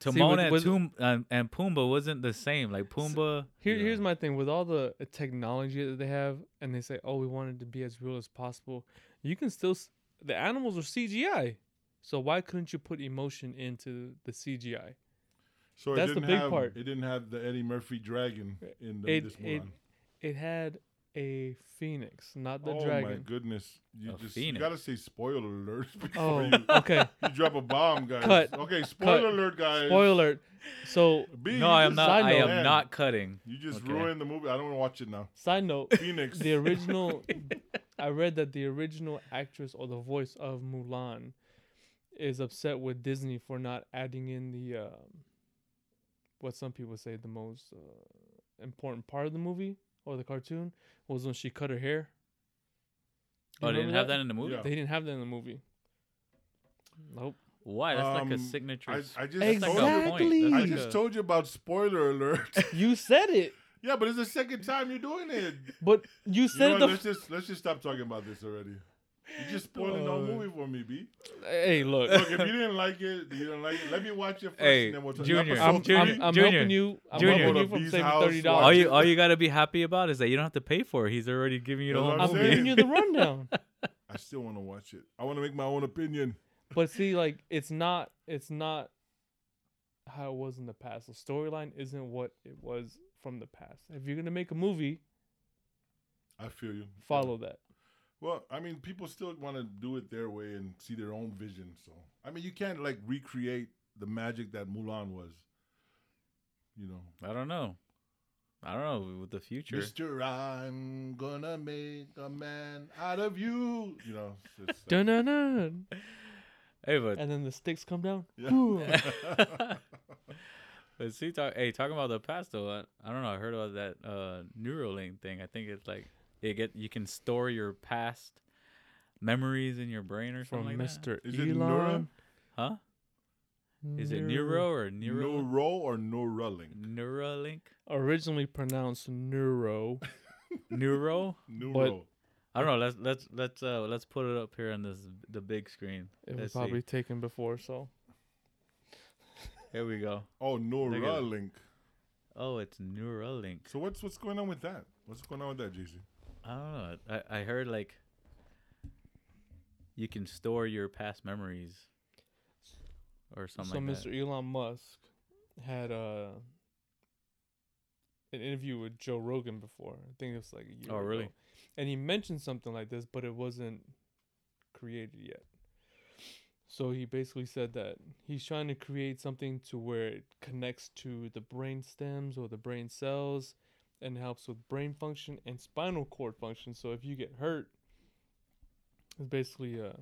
[SPEAKER 3] See,
[SPEAKER 2] Timon
[SPEAKER 3] with-
[SPEAKER 2] and,
[SPEAKER 3] with-
[SPEAKER 2] Tum- and, and Pumbaa wasn't the same. Like Pumbaa,
[SPEAKER 3] here,
[SPEAKER 1] Yeah.
[SPEAKER 3] here's my thing with all the uh, technology that they have, and they say, "Oh, we wanted to be as real as possible." You can still. S- the animals are CGI, so why couldn't you put emotion into the CGI?
[SPEAKER 1] so
[SPEAKER 3] that's
[SPEAKER 1] it
[SPEAKER 3] the
[SPEAKER 1] didn't
[SPEAKER 3] big
[SPEAKER 1] have,
[SPEAKER 3] part.
[SPEAKER 1] It didn't have the Eddie Murphy dragon in the,
[SPEAKER 3] It-
[SPEAKER 1] this
[SPEAKER 3] it-
[SPEAKER 1] one.
[SPEAKER 3] It had a phoenix, not the
[SPEAKER 1] oh my
[SPEAKER 3] dragon.
[SPEAKER 1] goodness! You
[SPEAKER 2] A
[SPEAKER 1] just
[SPEAKER 2] phoenix.
[SPEAKER 1] you gotta say spoiler alert before
[SPEAKER 3] Oh,
[SPEAKER 1] you,
[SPEAKER 3] okay.
[SPEAKER 1] you drop a bomb, guys.
[SPEAKER 3] Cut.
[SPEAKER 1] Okay, spoiler alert, guys.
[SPEAKER 3] Spoiler. So,
[SPEAKER 1] B, you
[SPEAKER 2] no, I am
[SPEAKER 1] just-
[SPEAKER 2] not.
[SPEAKER 3] side
[SPEAKER 2] I
[SPEAKER 3] note.
[SPEAKER 2] am not cutting.
[SPEAKER 1] You just
[SPEAKER 2] Okay.
[SPEAKER 1] ruined the movie. I don't want to watch it now.
[SPEAKER 3] side note:
[SPEAKER 1] Phoenix.
[SPEAKER 3] the original I read that the original actress or the voice of Mulan is upset with Disney for not adding in the um, what some people say the most uh, important part of the movie or the cartoon was when she cut her hair. Do
[SPEAKER 2] Oh,
[SPEAKER 3] you
[SPEAKER 2] they didn't
[SPEAKER 3] remember
[SPEAKER 2] have that in the movie.
[SPEAKER 1] Yeah.
[SPEAKER 3] They didn't have that in the movie. Nope.
[SPEAKER 2] Why? That's like
[SPEAKER 1] Um,
[SPEAKER 2] a signature.
[SPEAKER 1] I,
[SPEAKER 2] s-
[SPEAKER 1] I just
[SPEAKER 2] that's like
[SPEAKER 1] told you.
[SPEAKER 2] a point. That's
[SPEAKER 3] Exactly.
[SPEAKER 1] I
[SPEAKER 2] like
[SPEAKER 1] just
[SPEAKER 2] a-
[SPEAKER 1] told you about spoiler alert.
[SPEAKER 3] you said it,
[SPEAKER 1] yeah, but it's the second time you're doing it.
[SPEAKER 3] but you
[SPEAKER 1] You know
[SPEAKER 3] said
[SPEAKER 1] what,
[SPEAKER 3] the.
[SPEAKER 1] let's just let's just stop talking about this already. You just spoiling the
[SPEAKER 3] Oh, man.
[SPEAKER 1] movie for me, B.
[SPEAKER 3] Hey, look.
[SPEAKER 1] Look, if you didn't like it, you didn't like it. Let me watch it first,
[SPEAKER 2] Hey,
[SPEAKER 1] and then we'll talk.
[SPEAKER 2] Junior,
[SPEAKER 1] Episode
[SPEAKER 3] I'm,
[SPEAKER 1] three,
[SPEAKER 3] I'm, I'm
[SPEAKER 2] Junior.
[SPEAKER 3] helping you. I'm
[SPEAKER 2] Junior.
[SPEAKER 3] helping
[SPEAKER 1] Go
[SPEAKER 3] you
[SPEAKER 1] to
[SPEAKER 3] from
[SPEAKER 1] Bee's
[SPEAKER 3] saving
[SPEAKER 1] house,
[SPEAKER 3] thirty
[SPEAKER 1] watch
[SPEAKER 2] all
[SPEAKER 1] it.
[SPEAKER 3] dollars.
[SPEAKER 2] you all you gotta be happy about is that you don't have to pay for it. He's already giving you the
[SPEAKER 1] That's
[SPEAKER 2] whole
[SPEAKER 1] what
[SPEAKER 3] I'm
[SPEAKER 1] I'm
[SPEAKER 2] movie.
[SPEAKER 1] saying.
[SPEAKER 3] giving you the rundown.
[SPEAKER 1] I still want to watch it. I want to make my own opinion.
[SPEAKER 3] but see, like it's not it's not how it was in the past. The storyline isn't what it was from the past. If you're gonna make a movie,
[SPEAKER 1] I feel you.
[SPEAKER 3] follow that.
[SPEAKER 1] Well, I mean, people still want to do it their way and see their own vision. So, I mean, you can't like recreate the magic that Mulan was. You know,
[SPEAKER 2] I don't know. I don't know with the future.
[SPEAKER 1] Mister, I'm gonna make a man out of you. You know, it's just like-
[SPEAKER 3] Dun dun dun.
[SPEAKER 2] Hey, but,
[SPEAKER 3] And then the sticks come down. Ooh.
[SPEAKER 1] yeah.
[SPEAKER 2] but see, talk, hey, talking about the past though, I, I don't know. I heard about that uh, Neuralink thing. I think it's like it get you can store your past memories in your brain or
[SPEAKER 3] From
[SPEAKER 2] something like that.
[SPEAKER 3] Mr.
[SPEAKER 1] Is it
[SPEAKER 3] Elon.
[SPEAKER 2] Huh? Is it Neuro or Neuro
[SPEAKER 1] Neuro or Neuralink?
[SPEAKER 2] Neuralink?
[SPEAKER 3] Originally pronounced Neuro.
[SPEAKER 2] Neuro?
[SPEAKER 1] Neuro.
[SPEAKER 2] I don't know. Let's let's let's uh let's put it up here on this the big screen.
[SPEAKER 3] It was
[SPEAKER 2] Let's
[SPEAKER 3] probably
[SPEAKER 2] see.
[SPEAKER 3] taken before, so
[SPEAKER 2] Here we go.
[SPEAKER 1] oh, Neuralink.
[SPEAKER 2] Oh, it's Neuralink.
[SPEAKER 1] So what's what's going on with that? What's going on with that, JC?
[SPEAKER 2] I don't know. I, I heard like you can store your past memories or something like
[SPEAKER 3] so Mr. Elon Musk had uh, an interview with Joe Rogan before. I think it was like a year.
[SPEAKER 2] Oh,
[SPEAKER 3] ago.
[SPEAKER 2] really?
[SPEAKER 3] And he mentioned something like this, but it wasn't created yet. So he basically said that he's trying to create something to where it connects to the brain stems or the brain cells and helps with brain function and spinal cord function. So if you get hurt, it's basically uh,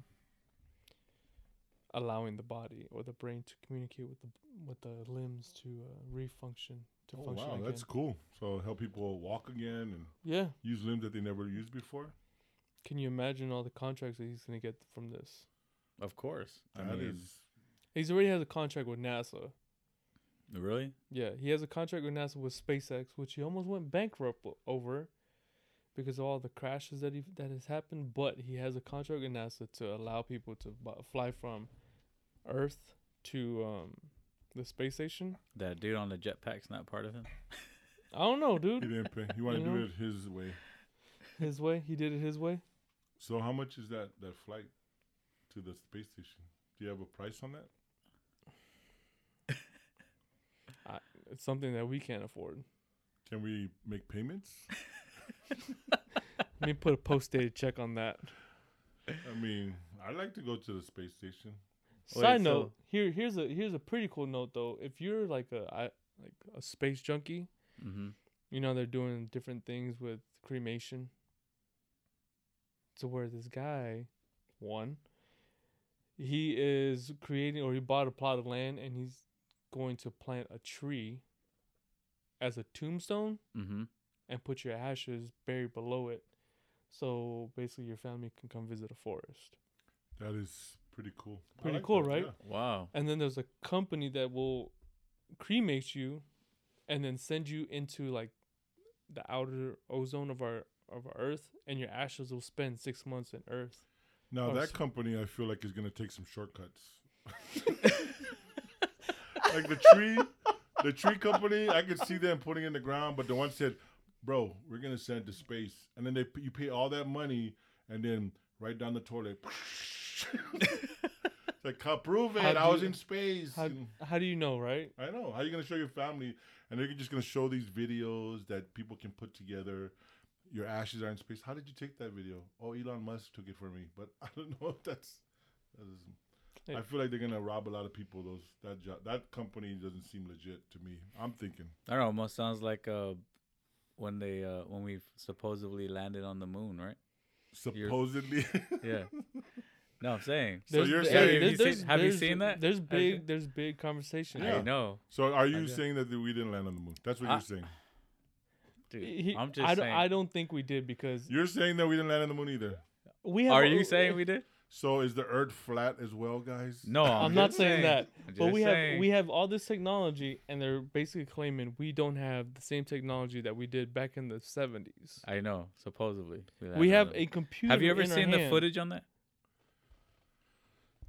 [SPEAKER 3] allowing the body or the brain to communicate with the with the limbs to uh, refunction to
[SPEAKER 1] Oh
[SPEAKER 3] function
[SPEAKER 1] wow,
[SPEAKER 3] again.
[SPEAKER 1] that's cool. So help people walk again and
[SPEAKER 3] yeah.
[SPEAKER 1] use limbs that they never used before.
[SPEAKER 3] Can you imagine all the contracts that he's gonna get from this?
[SPEAKER 2] that. Of course. I
[SPEAKER 1] That
[SPEAKER 2] mean,
[SPEAKER 1] is-
[SPEAKER 3] He's already has a contract with NASA.
[SPEAKER 2] really?
[SPEAKER 3] Yeah, he has a contract with NASA with SpaceX, which he almost went bankrupt o- over because of all the crashes that he that has happened. But he has a contract with NASA to allow people to bu- fly from Earth to um, the space station.
[SPEAKER 2] That dude on the jetpack's not part of it.
[SPEAKER 3] I don't know,
[SPEAKER 1] he
[SPEAKER 3] dude.
[SPEAKER 1] didn't pay. He wanted
[SPEAKER 3] You
[SPEAKER 1] to do
[SPEAKER 3] know?
[SPEAKER 1] it his way.
[SPEAKER 3] His way, he did it his way.
[SPEAKER 1] So how much is that that flight to the space station? Do you have a price on that?
[SPEAKER 3] It's something that we can't afford.
[SPEAKER 1] Can we make payments?
[SPEAKER 3] Let me put a post dated check on that.
[SPEAKER 1] I mean, I'd like to go to the space station.
[SPEAKER 2] Wait,
[SPEAKER 3] Side
[SPEAKER 2] so-
[SPEAKER 3] note: here, here's a here's a pretty cool note though. If you're like a I, like a space junkie,
[SPEAKER 2] Mm-hmm.
[SPEAKER 3] you know they're doing different things with cremation. To where this guy, one, he is creating or he bought a plot of land and he's going to plant a tree as a tombstone
[SPEAKER 2] Mm-hmm.
[SPEAKER 3] and put your ashes buried below it. So basically, your family can come visit a forest.
[SPEAKER 1] That is pretty cool. I
[SPEAKER 3] Pretty cool, right?
[SPEAKER 1] yeah.
[SPEAKER 2] Wow.
[SPEAKER 3] And then there's a company that will cremate you and then send you into like the outer ozone of our of our earth and your ashes will spend six months in earth.
[SPEAKER 1] Now
[SPEAKER 3] Oh,
[SPEAKER 1] that
[SPEAKER 3] so-
[SPEAKER 1] company, I feel like is going to take some shortcuts. like the tree, the tree company, I could see them putting in the ground, but the one said, "Bro, we're going to send it to space," and then they you pay all that money, and then right down the toilet. It's like, "Can't prove it.
[SPEAKER 3] How
[SPEAKER 1] I
[SPEAKER 3] do
[SPEAKER 1] was
[SPEAKER 3] you-
[SPEAKER 1] in space."
[SPEAKER 3] How
[SPEAKER 1] And
[SPEAKER 3] how do you know, right?
[SPEAKER 1] I know. How you going to show your family? And they're just going to show these videos that people can put together. Your ashes are in space. How did you take that video? Oh, Elon Musk took it for me, but I don't know if that's. That is, I feel like they're gonna rob a lot of people. Those that job, that company doesn't seem legit to me. I'm thinking.
[SPEAKER 2] I don't know. Almost sounds like uh when they uh when we supposedly landed on the moon, right? You're-
[SPEAKER 1] Supposedly,
[SPEAKER 2] Yeah. no, I'm saying.
[SPEAKER 1] So you're
[SPEAKER 3] hey,
[SPEAKER 1] saying-
[SPEAKER 2] Have
[SPEAKER 3] there's-
[SPEAKER 2] you
[SPEAKER 3] there's-
[SPEAKER 2] seen- have you
[SPEAKER 3] there's-
[SPEAKER 2] seen that?
[SPEAKER 3] There's
[SPEAKER 2] Have you-
[SPEAKER 3] big there's big conversation.
[SPEAKER 1] Yeah.
[SPEAKER 2] I know,
[SPEAKER 1] so are you
[SPEAKER 2] Okay.
[SPEAKER 1] saying that we didn't land on the moon? That's what
[SPEAKER 2] I-
[SPEAKER 1] you're saying.
[SPEAKER 2] dude.
[SPEAKER 3] He-
[SPEAKER 2] I'm just
[SPEAKER 3] I don't,
[SPEAKER 2] saying.
[SPEAKER 3] I don't think we did because
[SPEAKER 1] You're saying that we didn't land on the moon either.
[SPEAKER 3] we have
[SPEAKER 2] Are
[SPEAKER 3] a-
[SPEAKER 2] you saying we did?
[SPEAKER 1] So is the Earth flat as well, guys?
[SPEAKER 2] No, I'm,
[SPEAKER 3] I'm not
[SPEAKER 2] just
[SPEAKER 3] saying that,
[SPEAKER 2] I'm
[SPEAKER 3] But
[SPEAKER 2] just
[SPEAKER 3] we have
[SPEAKER 2] saying.
[SPEAKER 3] we have all this technology, and they're basically claiming we don't have the same technology that we did back in the seventies.
[SPEAKER 2] I know, supposedly.
[SPEAKER 3] We
[SPEAKER 2] landed
[SPEAKER 3] have
[SPEAKER 2] on-
[SPEAKER 3] a computer.
[SPEAKER 2] uh, Have you ever
[SPEAKER 3] in our
[SPEAKER 2] seen the
[SPEAKER 3] hand.
[SPEAKER 2] footage on that?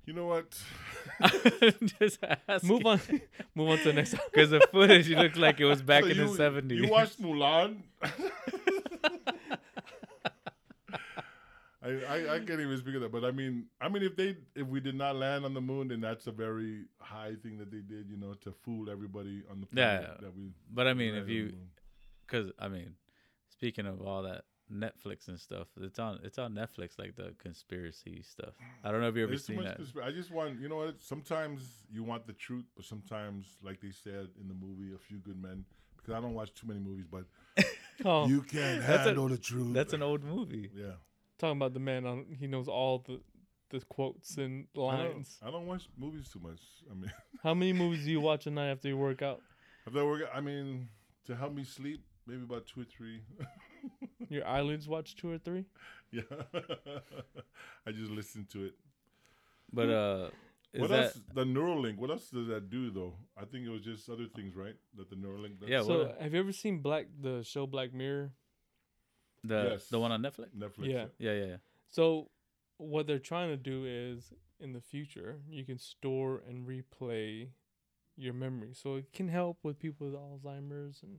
[SPEAKER 1] You know what?
[SPEAKER 2] Just ask.
[SPEAKER 3] Move on. Move on to the next.
[SPEAKER 2] Because the footage looks like it was back
[SPEAKER 1] So
[SPEAKER 2] in
[SPEAKER 1] you,
[SPEAKER 2] the 70s.
[SPEAKER 1] You watched Mulan? I, I, I can't even speak of that, but I mean, I mean, if they if we did not land on the moon, then that's a very high thing that they did, you know, to fool everybody on the planet
[SPEAKER 2] Yeah.
[SPEAKER 1] that we.
[SPEAKER 2] but I mean,
[SPEAKER 1] landed on
[SPEAKER 2] if
[SPEAKER 1] the
[SPEAKER 2] you,
[SPEAKER 1] moon.
[SPEAKER 2] because I mean, speaking of all that Netflix and stuff, it's on it's on Netflix like the conspiracy stuff. I don't know if you ever
[SPEAKER 1] There's too
[SPEAKER 2] seen
[SPEAKER 1] much
[SPEAKER 2] that.
[SPEAKER 1] conspira- I just want you know what? Sometimes you want the truth, but sometimes, like they said in the movie A Few Good Men, because I don't watch too many movies, but
[SPEAKER 3] Oh,
[SPEAKER 1] you can't
[SPEAKER 2] That's a-
[SPEAKER 1] handle the truth.
[SPEAKER 2] That's an old movie.
[SPEAKER 1] yeah.
[SPEAKER 3] talking about the man on. He knows all the the quotes and
[SPEAKER 2] Oh.
[SPEAKER 1] I don't,
[SPEAKER 3] lines.
[SPEAKER 1] I don't watch movies too much. I mean,
[SPEAKER 3] How many movies do you watch a night after you work out?
[SPEAKER 1] if that were, I mean, to help me sleep, maybe about two or three.
[SPEAKER 3] Your eyelids watch two or three.
[SPEAKER 1] yeah, I just listen to it.
[SPEAKER 2] But uh, is
[SPEAKER 1] Hmm? what
[SPEAKER 2] that
[SPEAKER 1] else? The Neuralink. What else does that do though? I think it was just other things, right? That the Neuralink. does?
[SPEAKER 2] Yeah,
[SPEAKER 3] so,
[SPEAKER 2] what
[SPEAKER 3] have you ever seen Black the show Black Mirror?
[SPEAKER 2] the
[SPEAKER 1] Yes.
[SPEAKER 2] the one on Netflix?
[SPEAKER 1] Netflix.
[SPEAKER 3] Yeah.
[SPEAKER 2] Yeah, yeah, yeah.
[SPEAKER 3] So, what they're trying to do is in the future, you can store and replay your memory. So, it can help with people with Alzheimer's. And,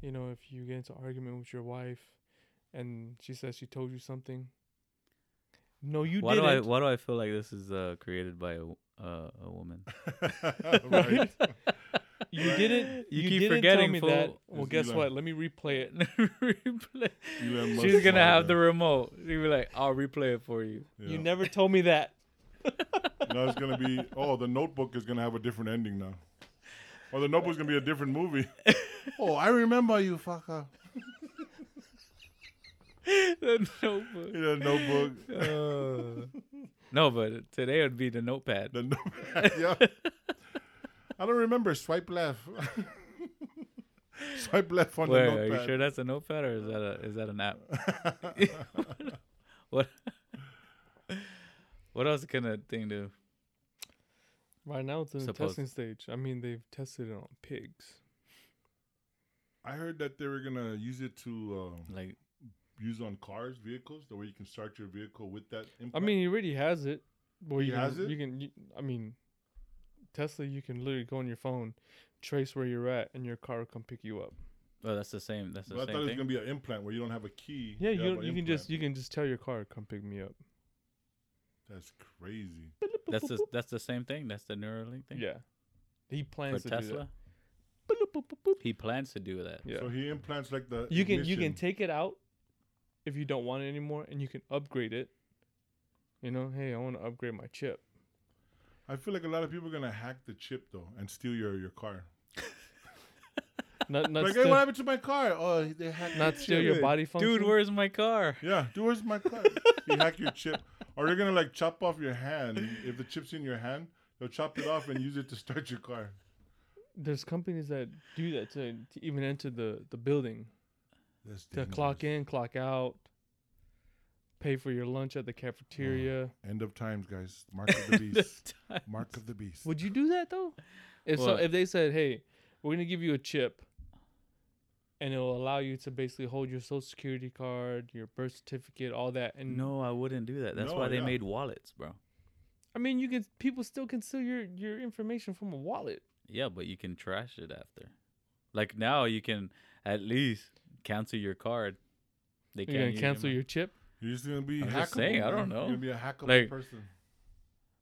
[SPEAKER 3] you know, if you get into argument with your wife and she says she told you something. No, you
[SPEAKER 2] why do I
[SPEAKER 3] didn't.
[SPEAKER 2] why do I feel like this is uh, created by a w- uh, a woman?
[SPEAKER 1] right.
[SPEAKER 3] you didn't.
[SPEAKER 2] You
[SPEAKER 3] You,
[SPEAKER 2] keep
[SPEAKER 3] didn't
[SPEAKER 2] forgetting,
[SPEAKER 3] tell me that.
[SPEAKER 2] fool.
[SPEAKER 3] Well,
[SPEAKER 1] It's
[SPEAKER 3] guess
[SPEAKER 1] Elon.
[SPEAKER 3] what? Let me replay it.
[SPEAKER 2] replay.
[SPEAKER 1] Elon Musk
[SPEAKER 2] She's gonna
[SPEAKER 1] smart,
[SPEAKER 2] have
[SPEAKER 1] man.
[SPEAKER 2] the remote. She'll be like, "I'll replay it for you."
[SPEAKER 1] Yeah.
[SPEAKER 3] You never told me that.
[SPEAKER 1] now it's gonna be oh the notebook is gonna have a different ending now or the notebook's gonna be a different movie oh i remember you fucker
[SPEAKER 2] the notebook.
[SPEAKER 1] yeah, notebook
[SPEAKER 2] Uh, no, but today would be the notepad.
[SPEAKER 1] the notebook yeah i don't remember swipe left swipe left on
[SPEAKER 2] Wait,
[SPEAKER 1] the
[SPEAKER 2] are you
[SPEAKER 1] notepad
[SPEAKER 2] sure that's a notepad or is that a is that an app? what What else can a thing do?
[SPEAKER 3] Right now, it's in the
[SPEAKER 2] Suppose-
[SPEAKER 3] testing stage. I mean, they've tested it on pigs.
[SPEAKER 1] i heard that they were gonna use it to um,
[SPEAKER 2] Like
[SPEAKER 1] use on cars vehicles the way you can start your vehicle with that
[SPEAKER 3] I
[SPEAKER 1] implant.
[SPEAKER 3] mean, he already has it. Well,
[SPEAKER 1] He
[SPEAKER 3] you can,
[SPEAKER 1] has it?
[SPEAKER 3] You can. You, I mean, Tesla. You can literally go on your phone, trace where you're at, and your car will come pick you up.
[SPEAKER 2] oh that's the same that's the
[SPEAKER 1] But I thought it
[SPEAKER 2] same
[SPEAKER 1] was
[SPEAKER 2] thing.
[SPEAKER 1] gonna be an implant where you don't have a key.
[SPEAKER 3] Yeah, you
[SPEAKER 1] have
[SPEAKER 3] don't-
[SPEAKER 1] an
[SPEAKER 3] you can
[SPEAKER 1] implant.
[SPEAKER 3] just you can just tell your car come pick me up.
[SPEAKER 1] That's crazy.
[SPEAKER 2] That's the that's the same thing. That's the Neuralink thing.
[SPEAKER 3] Yeah, he
[SPEAKER 2] For
[SPEAKER 3] plans to do
[SPEAKER 2] Tesla.
[SPEAKER 3] that. Bloop, boop, boop, boop.
[SPEAKER 2] He plans to do that.
[SPEAKER 3] Yeah,
[SPEAKER 1] So he implants like the
[SPEAKER 3] you can you
[SPEAKER 1] ignition.
[SPEAKER 3] can take it out if you don't want it anymore, and you can upgrade it. You know, hey, I want to upgrade my chip.
[SPEAKER 1] I feel like a lot of people are gonna hack the chip though and steal your, your car.
[SPEAKER 3] Not not
[SPEAKER 1] like, hey,
[SPEAKER 3] steal,
[SPEAKER 1] what happened to my car? Oh, they hacked.
[SPEAKER 3] not
[SPEAKER 1] the
[SPEAKER 3] steal
[SPEAKER 1] chip.
[SPEAKER 3] your body function.
[SPEAKER 2] Dude, where's my car?
[SPEAKER 1] Yeah, dude, where's my car? they hack your chip, or they're gonna like chop off your hand. If the chip's in your hand, they'll chop it off and use it to start your car.
[SPEAKER 3] there's companies that do that to, to even enter the the building.
[SPEAKER 1] That's
[SPEAKER 3] to clock in, clock out, pay for your lunch at the cafeteria.
[SPEAKER 1] Oh. End of times, guys. Mark of the beast.
[SPEAKER 2] time.
[SPEAKER 1] Mark of the beast.
[SPEAKER 3] Would you do that though? If so,
[SPEAKER 2] What?
[SPEAKER 3] if they said, "Hey, we're gonna give you a chip, and it'll allow you to basically hold your social security card, your birth certificate, all that," and
[SPEAKER 2] No, I wouldn't do that. That's
[SPEAKER 1] No,
[SPEAKER 2] why they
[SPEAKER 1] yeah.
[SPEAKER 2] made wallets, bro.
[SPEAKER 3] I mean, you can people still can steal your your information from a wallet.
[SPEAKER 2] Yeah, but you can trash it after. Like now, you can at least cancel your card. They
[SPEAKER 3] You're gonna
[SPEAKER 2] use
[SPEAKER 3] cancel
[SPEAKER 2] mon-
[SPEAKER 3] your chip.
[SPEAKER 1] You're just gonna be
[SPEAKER 2] I'm
[SPEAKER 1] hackable.
[SPEAKER 2] just saying, I
[SPEAKER 1] man.
[SPEAKER 2] don't know.
[SPEAKER 1] You're gonna be a hackable
[SPEAKER 2] Like-
[SPEAKER 1] person.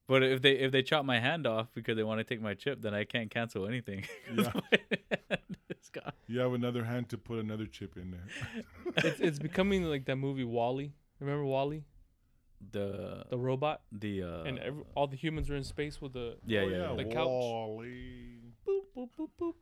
[SPEAKER 2] But if they if they chop my hand off because they want to take my chip, then I can't cancel anything. 'Cause
[SPEAKER 1] Yeah.
[SPEAKER 2] my hand is gone.
[SPEAKER 1] You have another hand to put another chip in there.
[SPEAKER 3] It's it's becoming like that movie Wally. Remember Wally,
[SPEAKER 2] The
[SPEAKER 3] the robot,
[SPEAKER 2] the uh,
[SPEAKER 3] and every, all the humans are in space with the
[SPEAKER 2] yeah,
[SPEAKER 1] Oh,
[SPEAKER 2] yeah yeah
[SPEAKER 3] The
[SPEAKER 2] yeah
[SPEAKER 3] couch.
[SPEAKER 1] Wall-E.
[SPEAKER 3] boop boop boop boop.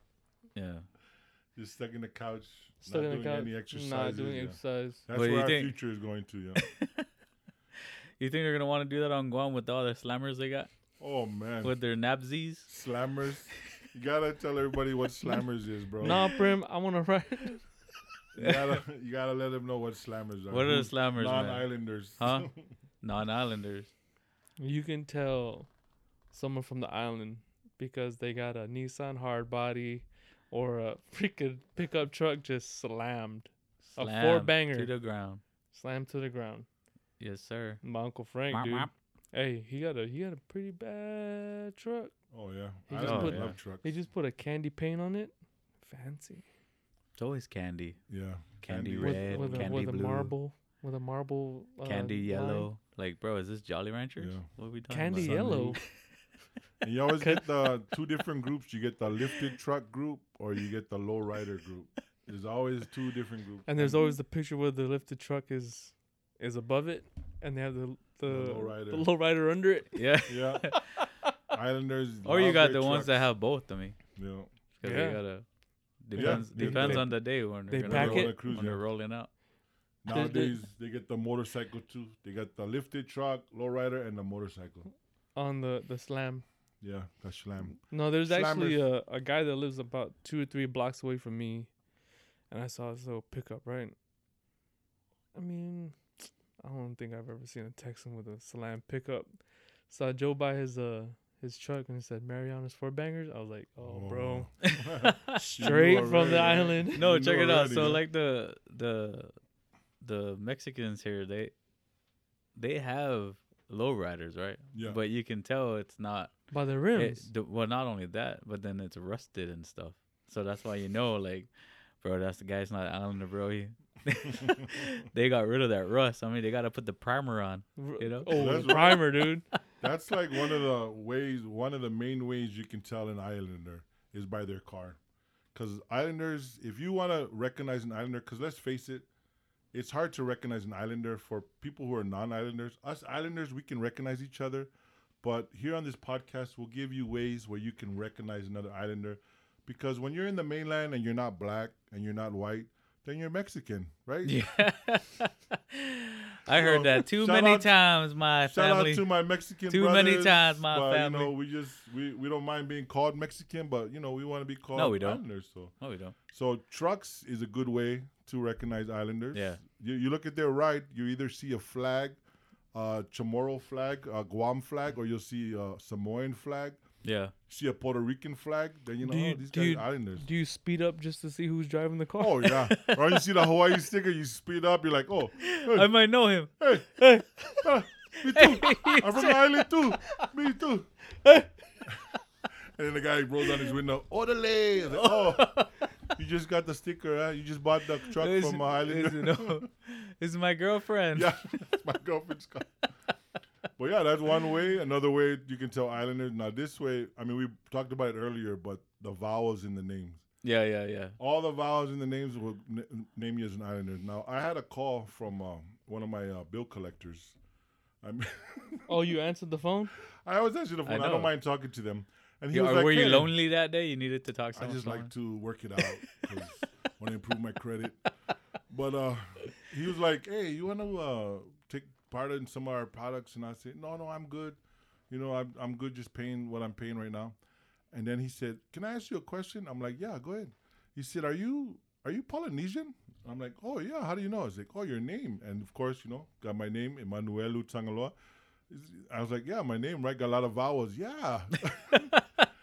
[SPEAKER 1] Just stuck in the couch.
[SPEAKER 3] Stuck
[SPEAKER 1] not
[SPEAKER 3] in the
[SPEAKER 1] doing
[SPEAKER 3] couch,
[SPEAKER 1] any exercises.
[SPEAKER 3] Not doing
[SPEAKER 1] yeah.
[SPEAKER 3] exercise.
[SPEAKER 1] That's
[SPEAKER 2] Well, you
[SPEAKER 1] where our
[SPEAKER 2] think-
[SPEAKER 1] future is going to. Yeah.
[SPEAKER 2] You think they're gonna want to do that on Guam with all the slammers they got
[SPEAKER 1] Oh man,
[SPEAKER 2] with their nabsies?
[SPEAKER 1] slammers! You gotta tell everybody what slammers is, bro.
[SPEAKER 3] Nah, Prim, I want to ride.
[SPEAKER 1] You gotta, you gotta let them know what slammers are.
[SPEAKER 2] What are the
[SPEAKER 1] Who's
[SPEAKER 2] slammers, man?
[SPEAKER 1] Non-islanders.
[SPEAKER 2] Huh? Non-islanders.
[SPEAKER 3] You can tell someone from the island because they got a Nissan hard body or a freaking pickup truck just slammed, A four
[SPEAKER 2] Slam
[SPEAKER 3] banger.
[SPEAKER 2] to the ground.
[SPEAKER 3] slammed to the ground.
[SPEAKER 2] Yes, sir.
[SPEAKER 3] My uncle Frank,
[SPEAKER 2] Womp
[SPEAKER 3] dude.
[SPEAKER 2] womp.
[SPEAKER 3] Hey, he got a he got a pretty bad truck.
[SPEAKER 1] Oh yeah,
[SPEAKER 3] He
[SPEAKER 1] I
[SPEAKER 3] just
[SPEAKER 1] love
[SPEAKER 3] put-
[SPEAKER 1] love trucks.
[SPEAKER 3] They just put a candy paint on it. Fancy.
[SPEAKER 2] It's always candy,
[SPEAKER 1] yeah,
[SPEAKER 2] candy,
[SPEAKER 1] Candy
[SPEAKER 3] With,
[SPEAKER 2] red,
[SPEAKER 3] with, a,
[SPEAKER 2] candy
[SPEAKER 3] with a
[SPEAKER 2] blue,
[SPEAKER 3] marble. With a marble. uh,
[SPEAKER 2] candy
[SPEAKER 3] line.
[SPEAKER 2] yellow. Like, bro, is this Jolly Ranchers?
[SPEAKER 1] Yeah.
[SPEAKER 2] What are we talking
[SPEAKER 3] Candy
[SPEAKER 2] about?
[SPEAKER 3] yellow.
[SPEAKER 1] and you always get the two different groups. You get the lifted truck group or you get the low rider group. There's always two different groups.
[SPEAKER 3] And there's always the picture where the lifted truck is is above it, and they have the the,
[SPEAKER 1] low rider.
[SPEAKER 3] the low rider under it.
[SPEAKER 2] Yeah.
[SPEAKER 1] yeah, Islanders.
[SPEAKER 2] or you
[SPEAKER 1] love
[SPEAKER 2] got the
[SPEAKER 1] their
[SPEAKER 2] ones that
[SPEAKER 1] trucks.
[SPEAKER 2] have both. I mean,
[SPEAKER 1] Yeah.
[SPEAKER 2] because
[SPEAKER 3] Yeah.
[SPEAKER 2] you gotta depends
[SPEAKER 1] they-
[SPEAKER 2] depends
[SPEAKER 3] they-
[SPEAKER 2] on the day when
[SPEAKER 3] they
[SPEAKER 2] they're, gonna
[SPEAKER 3] pack
[SPEAKER 2] roll-
[SPEAKER 3] it.
[SPEAKER 1] Cruise,
[SPEAKER 2] when
[SPEAKER 1] yeah.
[SPEAKER 2] they're rolling out.
[SPEAKER 3] There's the-
[SPEAKER 1] Nowadays they get the motorcycle too. They got the lifted truck, low rider, and the motorcycle.
[SPEAKER 3] on the the slam.
[SPEAKER 1] Yeah, that's slam.
[SPEAKER 3] No, there's
[SPEAKER 1] Slammers.
[SPEAKER 3] actually a, a guy that lives about two or three blocks away from me, and I saw his little pickup. Right, I mean, I don't think I've ever seen a Texan with a slam pickup. Saw Joe buy his uh his truck and he said Mariana's four bangers. I was like, oh, bro, straight from
[SPEAKER 1] already.
[SPEAKER 3] the island.
[SPEAKER 2] No,
[SPEAKER 1] You
[SPEAKER 2] check
[SPEAKER 1] know
[SPEAKER 2] it out.
[SPEAKER 1] already,
[SPEAKER 2] So
[SPEAKER 1] huh?
[SPEAKER 2] like the the the Mexicans here, they they have lowriders, right?
[SPEAKER 1] Yeah.
[SPEAKER 2] But you can tell it's not.
[SPEAKER 3] By the
[SPEAKER 2] it-
[SPEAKER 3] rims,
[SPEAKER 2] the, well, not only that, but then it's rusted and stuff. So that's why you know, like, bro, that's the guy's not Islander, bro. He, they got rid of that rust. I mean, they got to put the primer on.
[SPEAKER 3] R-
[SPEAKER 2] you know?
[SPEAKER 3] oh
[SPEAKER 1] That's
[SPEAKER 3] the primer, dude.
[SPEAKER 1] That's like one of the ways, one of the main ways you can tell an Islander is by their car. Because Islanders, if you want to recognize an Islander, because let's face it, it's hard to recognize an Islander for people who are non Islanders. Us Islanders, we can recognize each other. But here on this podcast, we'll give you ways where you can recognize another Islander. Because when you're in the mainland and you're not black and you're not white, then you're Mexican, right?
[SPEAKER 2] Yeah. I heard
[SPEAKER 1] So,
[SPEAKER 2] that too
[SPEAKER 1] shout
[SPEAKER 2] many
[SPEAKER 1] out-
[SPEAKER 2] times. My
[SPEAKER 1] Shout
[SPEAKER 2] family.
[SPEAKER 1] out to my Mexican
[SPEAKER 2] Too many
[SPEAKER 1] brothers,
[SPEAKER 2] times, my
[SPEAKER 1] but, You know,
[SPEAKER 2] family.
[SPEAKER 1] we just we, we don't mind being called Mexican, but you know we want to be called
[SPEAKER 2] No, we don't.
[SPEAKER 1] Islanders. So
[SPEAKER 2] oh, we don't.
[SPEAKER 1] so trucks is a good way to recognize Islanders.
[SPEAKER 2] Yeah.
[SPEAKER 1] You, you look at their right, you either see a flag, uh, Chamorro flag, a Guam flag, or you'll see a Samoan flag.
[SPEAKER 2] Yeah.
[SPEAKER 1] See a Puerto Rican flag, then you know
[SPEAKER 3] Do you-
[SPEAKER 1] oh, these
[SPEAKER 3] do
[SPEAKER 1] guys
[SPEAKER 3] you-
[SPEAKER 1] are Islanders.
[SPEAKER 3] Do you speed up just to see who's driving the car?
[SPEAKER 1] Oh yeah, or you see the Hawaii sticker, you speed up, you're like, oh,
[SPEAKER 2] I might know him.
[SPEAKER 1] hey, hey, me too. I'm from the island too. Me too. and then the guy rolls down his window. Orderly. I was like, oh, you just got the sticker, huh? You just bought the truck
[SPEAKER 2] This-
[SPEAKER 1] from a island.
[SPEAKER 2] this- no. This is my girlfriend.
[SPEAKER 1] yeah, that's my girlfriend's car. But yeah, that's one way. Another way you can tell islanders. Now this way, I mean, we talked about it earlier, but the vowels in the names.
[SPEAKER 2] yeah, yeah, yeah.
[SPEAKER 1] All the vowels in the names will n- name you as an islander. Now, I had a call from um, one of my uh, bill collectors. I'm
[SPEAKER 3] Oh, you answered the phone.
[SPEAKER 1] I always answer the phone. I,
[SPEAKER 2] know.
[SPEAKER 1] don't mind talking to them. And he
[SPEAKER 2] Yeah,
[SPEAKER 1] was
[SPEAKER 2] or
[SPEAKER 1] like,
[SPEAKER 2] were you
[SPEAKER 1] "Hey,
[SPEAKER 2] lonely that day? You needed to talk to
[SPEAKER 1] I
[SPEAKER 2] someone.
[SPEAKER 1] just like to work it out 'cause I want to improve my credit. But uh, he was like, "Hey, you want to uh, take part in some of our products?" And I said, "No, no, I'm good. You know, I'm I'm good, just paying what I'm paying right now." And then he said, "Can I ask you a question?" I'm like, "Yeah, go ahead." He said, "Are you are you Polynesian?" I'm like, "Oh yeah. How do you know?" He's like, "Oh, your name." And of course, you know, got my name, Emmanuel Utangaloa. I was like, "Yeah, my name, right? Got a lot of vowels. Yeah."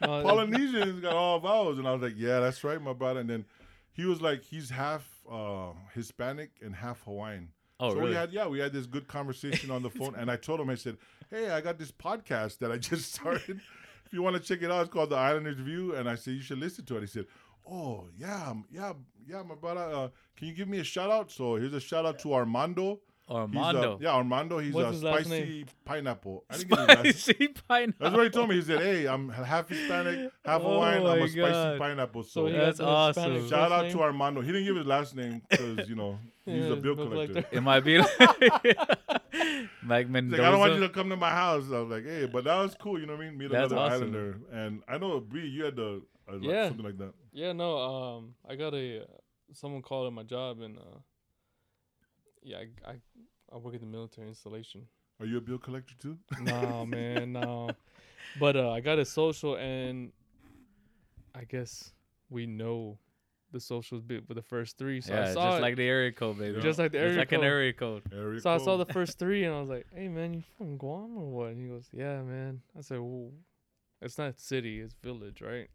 [SPEAKER 3] No,
[SPEAKER 1] Polynesians got all vowels, and I was like, "Yeah, that's right, my brother." And then he was like, "He's half uh, Hispanic and half Hawaiian."
[SPEAKER 2] oh,
[SPEAKER 1] so
[SPEAKER 2] really?
[SPEAKER 1] we had yeah, we had this good conversation on the phone, and I told him, I said, "Hey, I got this podcast that I just started. if you want to check it out, it's called The Islanders View." And I said, "You should listen to it." He said, "Oh yeah, m- yeah, yeah, my brother. Uh, can you give me a shout out?" So here's a shout out to Armando. He's a-
[SPEAKER 2] Armando.
[SPEAKER 1] yeah, Armando. He's
[SPEAKER 3] What's
[SPEAKER 1] a
[SPEAKER 3] his last
[SPEAKER 1] spicy
[SPEAKER 3] name?
[SPEAKER 1] pineapple. I didn't get his last
[SPEAKER 2] Spicy pineapple.
[SPEAKER 1] that's what he told me. He said, "Hey, I'm half Hispanic, half
[SPEAKER 2] Oh
[SPEAKER 1] Hawaiian. I'm
[SPEAKER 2] my
[SPEAKER 1] a spicy
[SPEAKER 2] God.
[SPEAKER 1] pineapple."
[SPEAKER 3] So
[SPEAKER 1] So,
[SPEAKER 3] he
[SPEAKER 2] Yeah. That's
[SPEAKER 3] has the Hispanic
[SPEAKER 2] awesome.
[SPEAKER 1] shout
[SPEAKER 3] first
[SPEAKER 1] out
[SPEAKER 3] name?
[SPEAKER 1] to Armando. He didn't give his last name because you know he's
[SPEAKER 3] Yeah,
[SPEAKER 1] a bill
[SPEAKER 3] bill
[SPEAKER 1] collector.
[SPEAKER 3] collector.
[SPEAKER 2] It might be like, like
[SPEAKER 1] He's
[SPEAKER 2] Mendoza.
[SPEAKER 1] like, "I don't want you to come to my house." I was like, "Hey," but that was cool. You know what I mean? Meet
[SPEAKER 2] That's
[SPEAKER 1] another
[SPEAKER 2] awesome.
[SPEAKER 1] islander, and I know Bree, you had the uh, like,
[SPEAKER 3] Yeah.
[SPEAKER 1] something like that.
[SPEAKER 3] Yeah, no. Um, I got a someone called at my job, and uh, yeah, I, I I work at the military installation.
[SPEAKER 1] Are you a bill collector too?
[SPEAKER 3] no, man, no. But uh, I got a social, and I guess we know the socials bit with the first three. So
[SPEAKER 2] yeah,
[SPEAKER 3] I
[SPEAKER 2] just
[SPEAKER 3] saw it,
[SPEAKER 2] like the area code, baby.
[SPEAKER 3] just like the
[SPEAKER 2] It's
[SPEAKER 3] area
[SPEAKER 2] like an
[SPEAKER 3] code.
[SPEAKER 2] area code.
[SPEAKER 1] Area
[SPEAKER 3] So I saw the
[SPEAKER 1] code.
[SPEAKER 3] first three, and I was like, "Hey, man, you from Guam or what?" And he goes, "Yeah, man." I said, "Well, it's not city, it's village, right?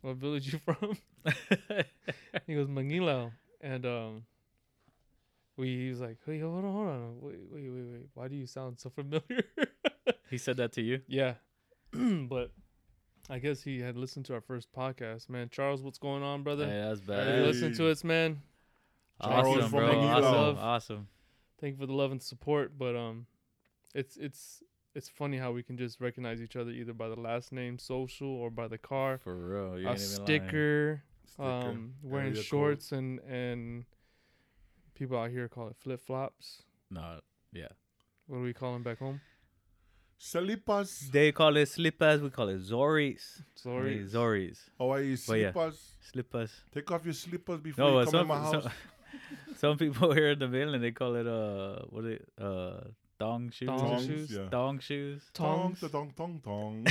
[SPEAKER 3] What village you from?" he goes Manila, and um, we he was like, wait, hold on, hold on, wait, wait, wait, wait, why do you sound so familiar?
[SPEAKER 2] He said that to you.
[SPEAKER 3] Yeah. but I guess he had listened to our first podcast, man. Charles, what's going on, brother?
[SPEAKER 2] Hey, that's
[SPEAKER 3] Have
[SPEAKER 2] bad.
[SPEAKER 3] you listened to
[SPEAKER 1] Hey.
[SPEAKER 3] us, man.
[SPEAKER 1] Charles
[SPEAKER 2] Awesome,
[SPEAKER 1] from
[SPEAKER 2] bro.
[SPEAKER 1] Manila.
[SPEAKER 2] Awesome. Awesome.
[SPEAKER 3] Thank you for the love and support. But um it's it's it's funny how we can just recognize each other either by the last name, social, or by the car,
[SPEAKER 2] For real. You
[SPEAKER 3] a
[SPEAKER 2] ain't even lying.
[SPEAKER 3] sticker,
[SPEAKER 1] Sticker,
[SPEAKER 3] um, wearing
[SPEAKER 1] area code.
[SPEAKER 3] shorts, and and people out here call it flip flops.
[SPEAKER 2] No. Yeah.
[SPEAKER 3] What do we call them back home?
[SPEAKER 1] Salipas.
[SPEAKER 2] They call it slippers. We call it Zoris.
[SPEAKER 3] Sorry,
[SPEAKER 2] Zoris.
[SPEAKER 1] Hawaii
[SPEAKER 2] But yeah.
[SPEAKER 1] slippers.
[SPEAKER 2] Slippers.
[SPEAKER 1] Take off your slippers before
[SPEAKER 2] No,
[SPEAKER 1] you
[SPEAKER 2] uh,
[SPEAKER 1] come in
[SPEAKER 2] some,
[SPEAKER 1] my house.
[SPEAKER 2] some, some people here in the mainland, they call it, uh, what is it? Uh, thong shoes.
[SPEAKER 3] Thong
[SPEAKER 2] Thong,
[SPEAKER 1] Tongs,
[SPEAKER 3] shoes.
[SPEAKER 1] yeah.
[SPEAKER 2] shoes.
[SPEAKER 1] Tong,
[SPEAKER 3] tongs.
[SPEAKER 1] tong, tong, tong.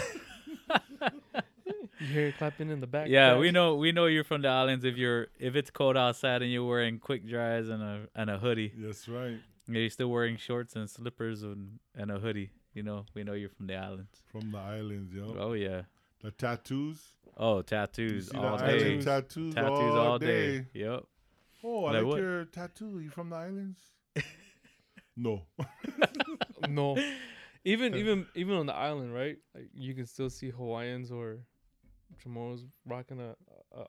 [SPEAKER 3] You hear it clapping in the back.
[SPEAKER 2] Yeah, we know we know you're from the islands if you're if it's cold outside and you're wearing quick dries and a and a hoodie.
[SPEAKER 1] That's right.
[SPEAKER 2] Yeah, you're still wearing shorts and slippers and, and a hoodie. You know, we know you're from the islands.
[SPEAKER 1] From the islands, yo.
[SPEAKER 2] Oh yeah.
[SPEAKER 1] The tattoos.
[SPEAKER 2] Oh,
[SPEAKER 1] You
[SPEAKER 2] tattoos
[SPEAKER 1] see the
[SPEAKER 2] all
[SPEAKER 1] island
[SPEAKER 2] day.
[SPEAKER 3] tattoos
[SPEAKER 1] tattoos,
[SPEAKER 2] Tattoos all day. Yep.
[SPEAKER 1] Oh, I
[SPEAKER 2] Like
[SPEAKER 1] like,
[SPEAKER 2] what?
[SPEAKER 1] your tattoo. You from the islands? no.
[SPEAKER 3] No, even even even on the island, right? Like you can still see Hawaiians or Chamorros rocking a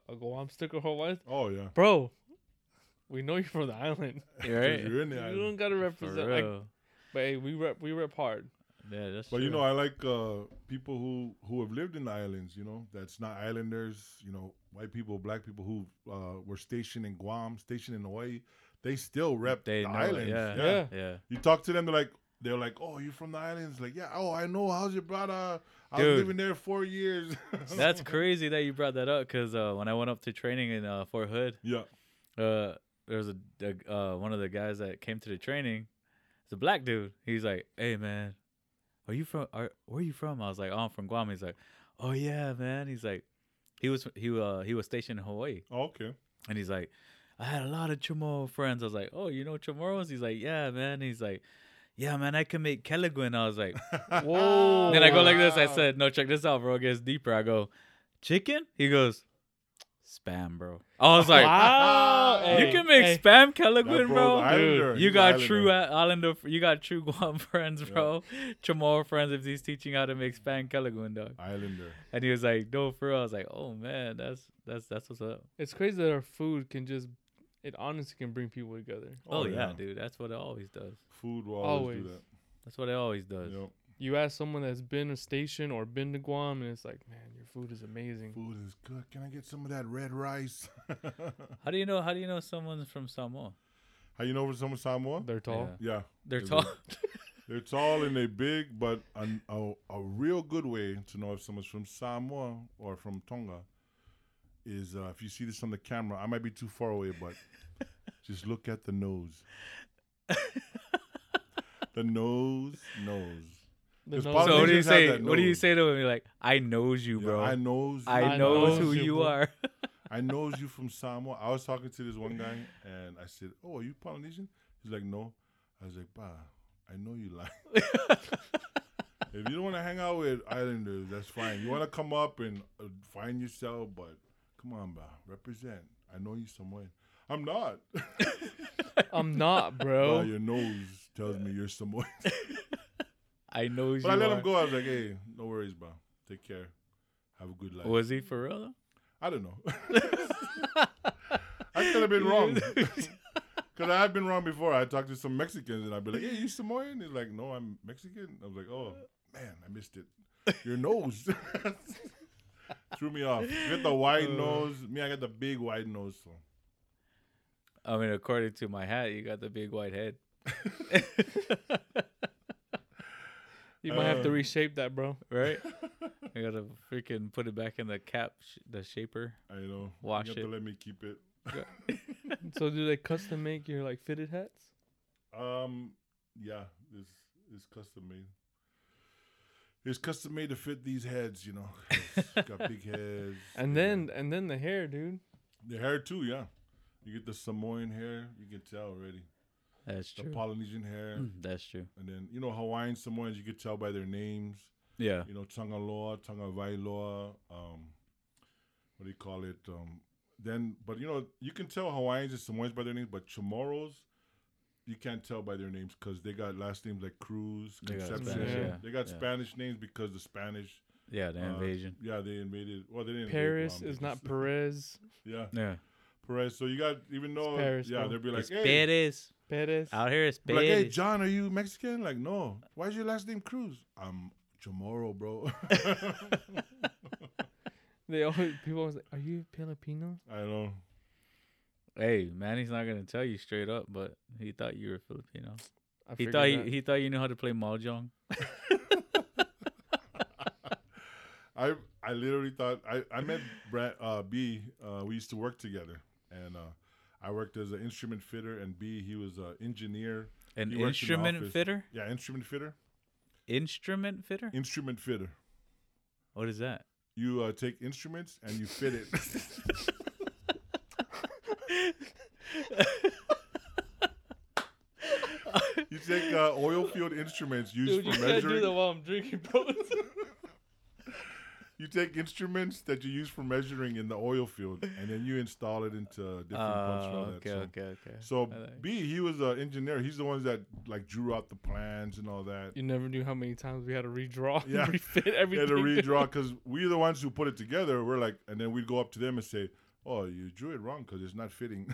[SPEAKER 3] a, a Guam sticker Hawaiian.
[SPEAKER 1] Oh yeah.
[SPEAKER 3] Bro, we know you're from the island.
[SPEAKER 2] You're
[SPEAKER 1] 'Cause
[SPEAKER 2] right.
[SPEAKER 1] You're in the
[SPEAKER 3] you
[SPEAKER 1] island.
[SPEAKER 3] don't gotta
[SPEAKER 2] For
[SPEAKER 3] represent. Like,
[SPEAKER 2] real.
[SPEAKER 3] but hey, we rep we rep hard.
[SPEAKER 2] Yeah, that's
[SPEAKER 1] But you
[SPEAKER 2] true.
[SPEAKER 1] know, I like uh, people who who have lived in the islands. You know, that's not islanders. You know, white people, black people who uh, were stationed in Guam, stationed in Hawaii. They still rep
[SPEAKER 2] They
[SPEAKER 1] the
[SPEAKER 2] know it,
[SPEAKER 1] islands.
[SPEAKER 2] yeah.
[SPEAKER 1] yeah.
[SPEAKER 3] Yeah.
[SPEAKER 2] yeah.
[SPEAKER 1] You talk to them, they're like, they're like, oh, you from the islands? Like, yeah, oh, I know. How's your brother? I
[SPEAKER 2] Dude.
[SPEAKER 1] was living there four years.
[SPEAKER 2] That's crazy that you brought that up because uh, when I went up to training in uh, Fort Hood,
[SPEAKER 1] yeah.
[SPEAKER 2] uh, there was a, a uh, one of the guys that came to the training. It's a black dude. He's like, "Hey man, are you from? Are where you from?" I was like, "Oh, I'm from Guam." He's like, "Oh yeah, man." He's like, he was he uh he was stationed in Hawaii,
[SPEAKER 1] Oh, okay.
[SPEAKER 2] and he's like, "I had a lot of Chamorro friends." I was like, "Oh, you know Chamorros?" He's like, "Yeah, man." He's like, "Yeah, man, I can make Kelligwin." I was like,
[SPEAKER 1] Oh,
[SPEAKER 3] Whoa.
[SPEAKER 2] then I go like this. I said, "No, check this out, bro. It gets deeper." I go, "Chicken?" He goes, "Spam, bro." I was like,
[SPEAKER 3] Wow.
[SPEAKER 2] "You can make spam Kelligwin,
[SPEAKER 1] That
[SPEAKER 2] bro."
[SPEAKER 1] bro's Islander.
[SPEAKER 2] You
[SPEAKER 1] He's
[SPEAKER 2] got
[SPEAKER 1] Islander.
[SPEAKER 2] true i- Islander. You got true Guam friends, bro. Chamorro friends. If he's teaching how to make spam Kelligwin, dog.
[SPEAKER 1] Islander.
[SPEAKER 2] And he was like, "No, for real." I was like, "Oh man, that's that's that's what's up."
[SPEAKER 3] It's crazy that our food can just it honestly can bring people together.
[SPEAKER 2] Oh,
[SPEAKER 1] Oh,
[SPEAKER 2] yeah.
[SPEAKER 1] yeah.
[SPEAKER 2] dude. That's what it always does.
[SPEAKER 1] Food will always, do
[SPEAKER 3] Always.
[SPEAKER 2] That's what it always does.
[SPEAKER 1] that. Yep.
[SPEAKER 3] You ask someone that's been a station or been to Guam, and it's like, man, your food is amazing.
[SPEAKER 1] Food is good. Can I get some of that red rice?
[SPEAKER 2] How do you know? How do you know someone's from Samoa?
[SPEAKER 1] How you know for someone Samoa?
[SPEAKER 3] They're tall.
[SPEAKER 2] Yeah.
[SPEAKER 1] Yeah,
[SPEAKER 2] They're
[SPEAKER 1] Is
[SPEAKER 2] tall.
[SPEAKER 1] they're tall and they big, but a, a, a real good way to know if someone's from Samoa or from Tonga is uh, if you see this on the camera. I might be too far away, but just look at the nose. the nose knows.
[SPEAKER 3] The
[SPEAKER 1] It's
[SPEAKER 3] nose-
[SPEAKER 1] probably-
[SPEAKER 2] so what do you
[SPEAKER 1] Polynesians have
[SPEAKER 2] say?
[SPEAKER 1] that
[SPEAKER 2] What do you
[SPEAKER 1] nose.
[SPEAKER 2] say to him? You're like, I knows you,
[SPEAKER 1] Yeah,
[SPEAKER 2] bro.
[SPEAKER 1] I knows.
[SPEAKER 2] I,
[SPEAKER 1] you.
[SPEAKER 3] I
[SPEAKER 2] knows
[SPEAKER 3] knows
[SPEAKER 2] who
[SPEAKER 3] you,
[SPEAKER 2] you
[SPEAKER 3] bro."
[SPEAKER 2] are.
[SPEAKER 1] I knows you from Samoa. I was talking to this one guy and I said, "Oh, are you Polynesian?" He's like, "No." I was like, "Bah, I know you lie. if you don't want to hang out with islanders, that's fine. You want to come up and uh, find yourself, but come on, bah, represent. I know you somewhere. I'm not.
[SPEAKER 3] I'm not, bro.
[SPEAKER 2] Oh.
[SPEAKER 1] Bah, your nose tells me you're somewhere.
[SPEAKER 2] I knows
[SPEAKER 1] but
[SPEAKER 2] you.
[SPEAKER 1] I let
[SPEAKER 2] are.
[SPEAKER 1] him go. I was like, "Hey, no worries, bah. Take care. Have a good life."
[SPEAKER 2] Was he for real? though?
[SPEAKER 1] I don't know. I could have been wrong. Because I have been wrong before. I talked to some Mexicans and I'd be like, hey, you Samoan? He's like, no, I'm Mexican. I was like, oh, man, I missed it. Your nose. Threw me off. You got the wide
[SPEAKER 3] Uh.
[SPEAKER 1] nose. Me, I got the big wide nose. So.
[SPEAKER 2] I mean, according to my hat, you got the big white head.
[SPEAKER 3] you might have to
[SPEAKER 1] Uh,
[SPEAKER 3] reshape that, bro.
[SPEAKER 2] right? I gotta freaking put it back in the cap, sh- the shaper.
[SPEAKER 1] I know.
[SPEAKER 2] Wash
[SPEAKER 1] you have
[SPEAKER 2] it.
[SPEAKER 1] to let me keep it.
[SPEAKER 3] So do they custom make your like fitted hats?
[SPEAKER 1] Um, Yeah, it's, it's custom made. It's custom made to fit these heads, you know. 'cause you got big heads.
[SPEAKER 3] And then and then the hair, dude.
[SPEAKER 1] The hair too, yeah. You get the Samoan hair, you can tell already.
[SPEAKER 2] That's
[SPEAKER 1] The
[SPEAKER 2] true. Mm,
[SPEAKER 1] Polynesian hair,
[SPEAKER 3] Mm.
[SPEAKER 2] That's true.
[SPEAKER 1] and then you know Hawaiian Samoans, you can tell by their names.
[SPEAKER 2] Yeah.
[SPEAKER 1] You know Tangaloa, Tangavailoa, um, what do you call it? Um, then, but you know you can tell Hawaiians and Samoans by their names, but Chamorros, you can't tell by their names because they got last names like Cruz,
[SPEAKER 2] They got
[SPEAKER 1] Concepcion.
[SPEAKER 3] Spanish,
[SPEAKER 1] They
[SPEAKER 3] yeah.
[SPEAKER 1] got, Spanish,
[SPEAKER 2] Yeah.
[SPEAKER 1] names because the Spanish
[SPEAKER 2] Yeah, the
[SPEAKER 1] uh,
[SPEAKER 2] invasion.
[SPEAKER 1] yeah, they invaded. Well, they didn't. invade
[SPEAKER 3] Paris
[SPEAKER 1] Guam, they
[SPEAKER 3] is not
[SPEAKER 1] just-
[SPEAKER 3] Perez.
[SPEAKER 1] Yeah,
[SPEAKER 2] Yeah.
[SPEAKER 1] Perez. So you got even though
[SPEAKER 3] Paris,
[SPEAKER 1] yeah,
[SPEAKER 3] bro.
[SPEAKER 1] they'll be like,
[SPEAKER 2] it's
[SPEAKER 1] hey,
[SPEAKER 2] Perez.
[SPEAKER 3] Perez.
[SPEAKER 2] Out here it's
[SPEAKER 1] be
[SPEAKER 2] Perez.
[SPEAKER 1] like, hey, John, are you Mexican? Like, no. Why is your last name Cruz? I'm Chamorro, bro.
[SPEAKER 3] They always people always like, "Are you Filipino?"
[SPEAKER 1] I know.
[SPEAKER 2] Hey, Manny's not gonna tell you straight up, but he thought you were Filipino.
[SPEAKER 3] I
[SPEAKER 2] He
[SPEAKER 3] figured
[SPEAKER 2] thought
[SPEAKER 3] that.
[SPEAKER 2] he, he thought you knew how to play mahjong.
[SPEAKER 1] I I literally thought I I met Brad uh, B. Uh, we used to work together, and uh, I worked as an instrument fitter, and B he was an engineer.
[SPEAKER 2] An
[SPEAKER 1] He works in the
[SPEAKER 2] instrument
[SPEAKER 1] office.
[SPEAKER 2] fitter?
[SPEAKER 1] Yeah, instrument fitter.
[SPEAKER 2] Instrument fitter?
[SPEAKER 1] Instrument fitter.
[SPEAKER 2] What is that?
[SPEAKER 1] You uh, take instruments and you fit it. you take uh, oil field instruments used
[SPEAKER 3] Dude, you
[SPEAKER 1] for
[SPEAKER 3] can't
[SPEAKER 1] measuring.
[SPEAKER 3] do that while I'm drinking, bro.
[SPEAKER 1] You take instruments that you use for measuring in the oil field, and then you install it into different pumps. and all
[SPEAKER 2] Oh,
[SPEAKER 1] that.
[SPEAKER 2] okay,
[SPEAKER 1] So-
[SPEAKER 2] okay, okay.
[SPEAKER 1] So
[SPEAKER 2] I like-
[SPEAKER 1] B, he was an engineer. He's the ones that like drew out the plans and all that.
[SPEAKER 3] you never knew how many times we had to redraw,
[SPEAKER 1] Yeah.
[SPEAKER 3] yeah. refit
[SPEAKER 1] We had
[SPEAKER 3] everything.
[SPEAKER 1] to redraw because we're the ones who put it together. We're like, and then we'd go up to them and say, "Oh, you drew it wrong because it's not fitting."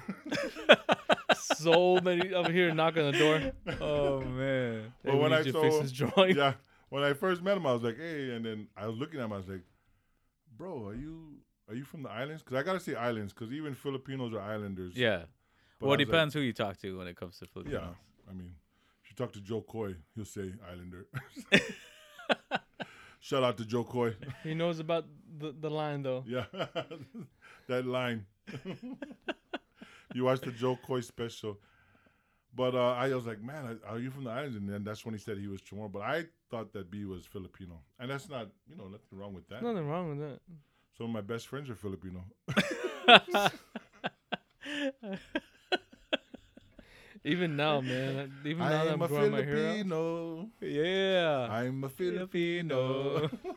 [SPEAKER 3] so many over here knocking on the door.
[SPEAKER 2] oh man.
[SPEAKER 1] But when
[SPEAKER 3] we
[SPEAKER 1] I
[SPEAKER 3] need you to
[SPEAKER 1] saw
[SPEAKER 3] fix
[SPEAKER 1] him-
[SPEAKER 3] this drawing,
[SPEAKER 1] yeah. When I first met him, I was like, "Hey," and then I was looking at him. I was like, "Bro, are you are you from the islands?" Because I gotta say islands because even Filipinos are islanders.
[SPEAKER 2] Yeah.
[SPEAKER 1] But I was
[SPEAKER 2] well, it
[SPEAKER 1] like,
[SPEAKER 2] depends who you talk to when it comes to Filipinos.
[SPEAKER 1] yeah. I mean, if you talk to Joe Coy, he'll say islander. Shout out to Joe Coy.
[SPEAKER 3] he knows about the, the line though.
[SPEAKER 1] Yeah, that line. you watched the Joe Coy special, but uh, I was like, man, are you from the islands? And then that's when he said he was Chamorro. But I thought that B was Filipino, and that's not, you know, nothing wrong with that.
[SPEAKER 3] Nothing wrong with that.
[SPEAKER 1] Some of my best friends are Filipino.
[SPEAKER 3] Even now, man. I- Even now that I'm growing my hair out.
[SPEAKER 1] Filipino.
[SPEAKER 2] Uh, Yeah.
[SPEAKER 1] I'm a Filipino.
[SPEAKER 2] Filipino.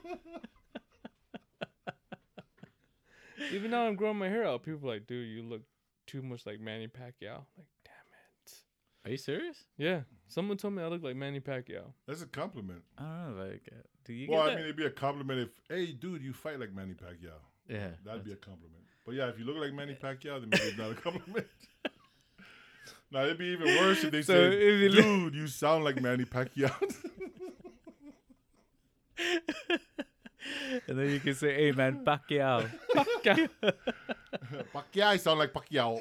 [SPEAKER 3] Even now I'm growing my hair out. People are like, dude, you look too much like Manny Pacquiao. I'm like, damn
[SPEAKER 2] Are you serious?
[SPEAKER 3] it. Yeah. Someone told me I look like Manny Pacquiao.
[SPEAKER 1] That's a compliment.
[SPEAKER 2] I don't know. Like, uh, do you
[SPEAKER 1] well, I
[SPEAKER 2] get
[SPEAKER 1] mean, it'd be a compliment if, hey, dude, you fight like Manny Pacquiao.
[SPEAKER 2] that? yeah.
[SPEAKER 1] That'd be a compliment. But yeah, if you look like Manny Pacquiao, then maybe it's not a compliment. now it'd be even worse if they
[SPEAKER 2] So,
[SPEAKER 1] said,
[SPEAKER 2] if you look-
[SPEAKER 1] "Dude, you sound like Manny Pacquiao."
[SPEAKER 2] and then you can say, "Hey, man, Pacquiao."
[SPEAKER 3] Pacquiao.
[SPEAKER 1] Pacquiao, I sound like Pacquiao.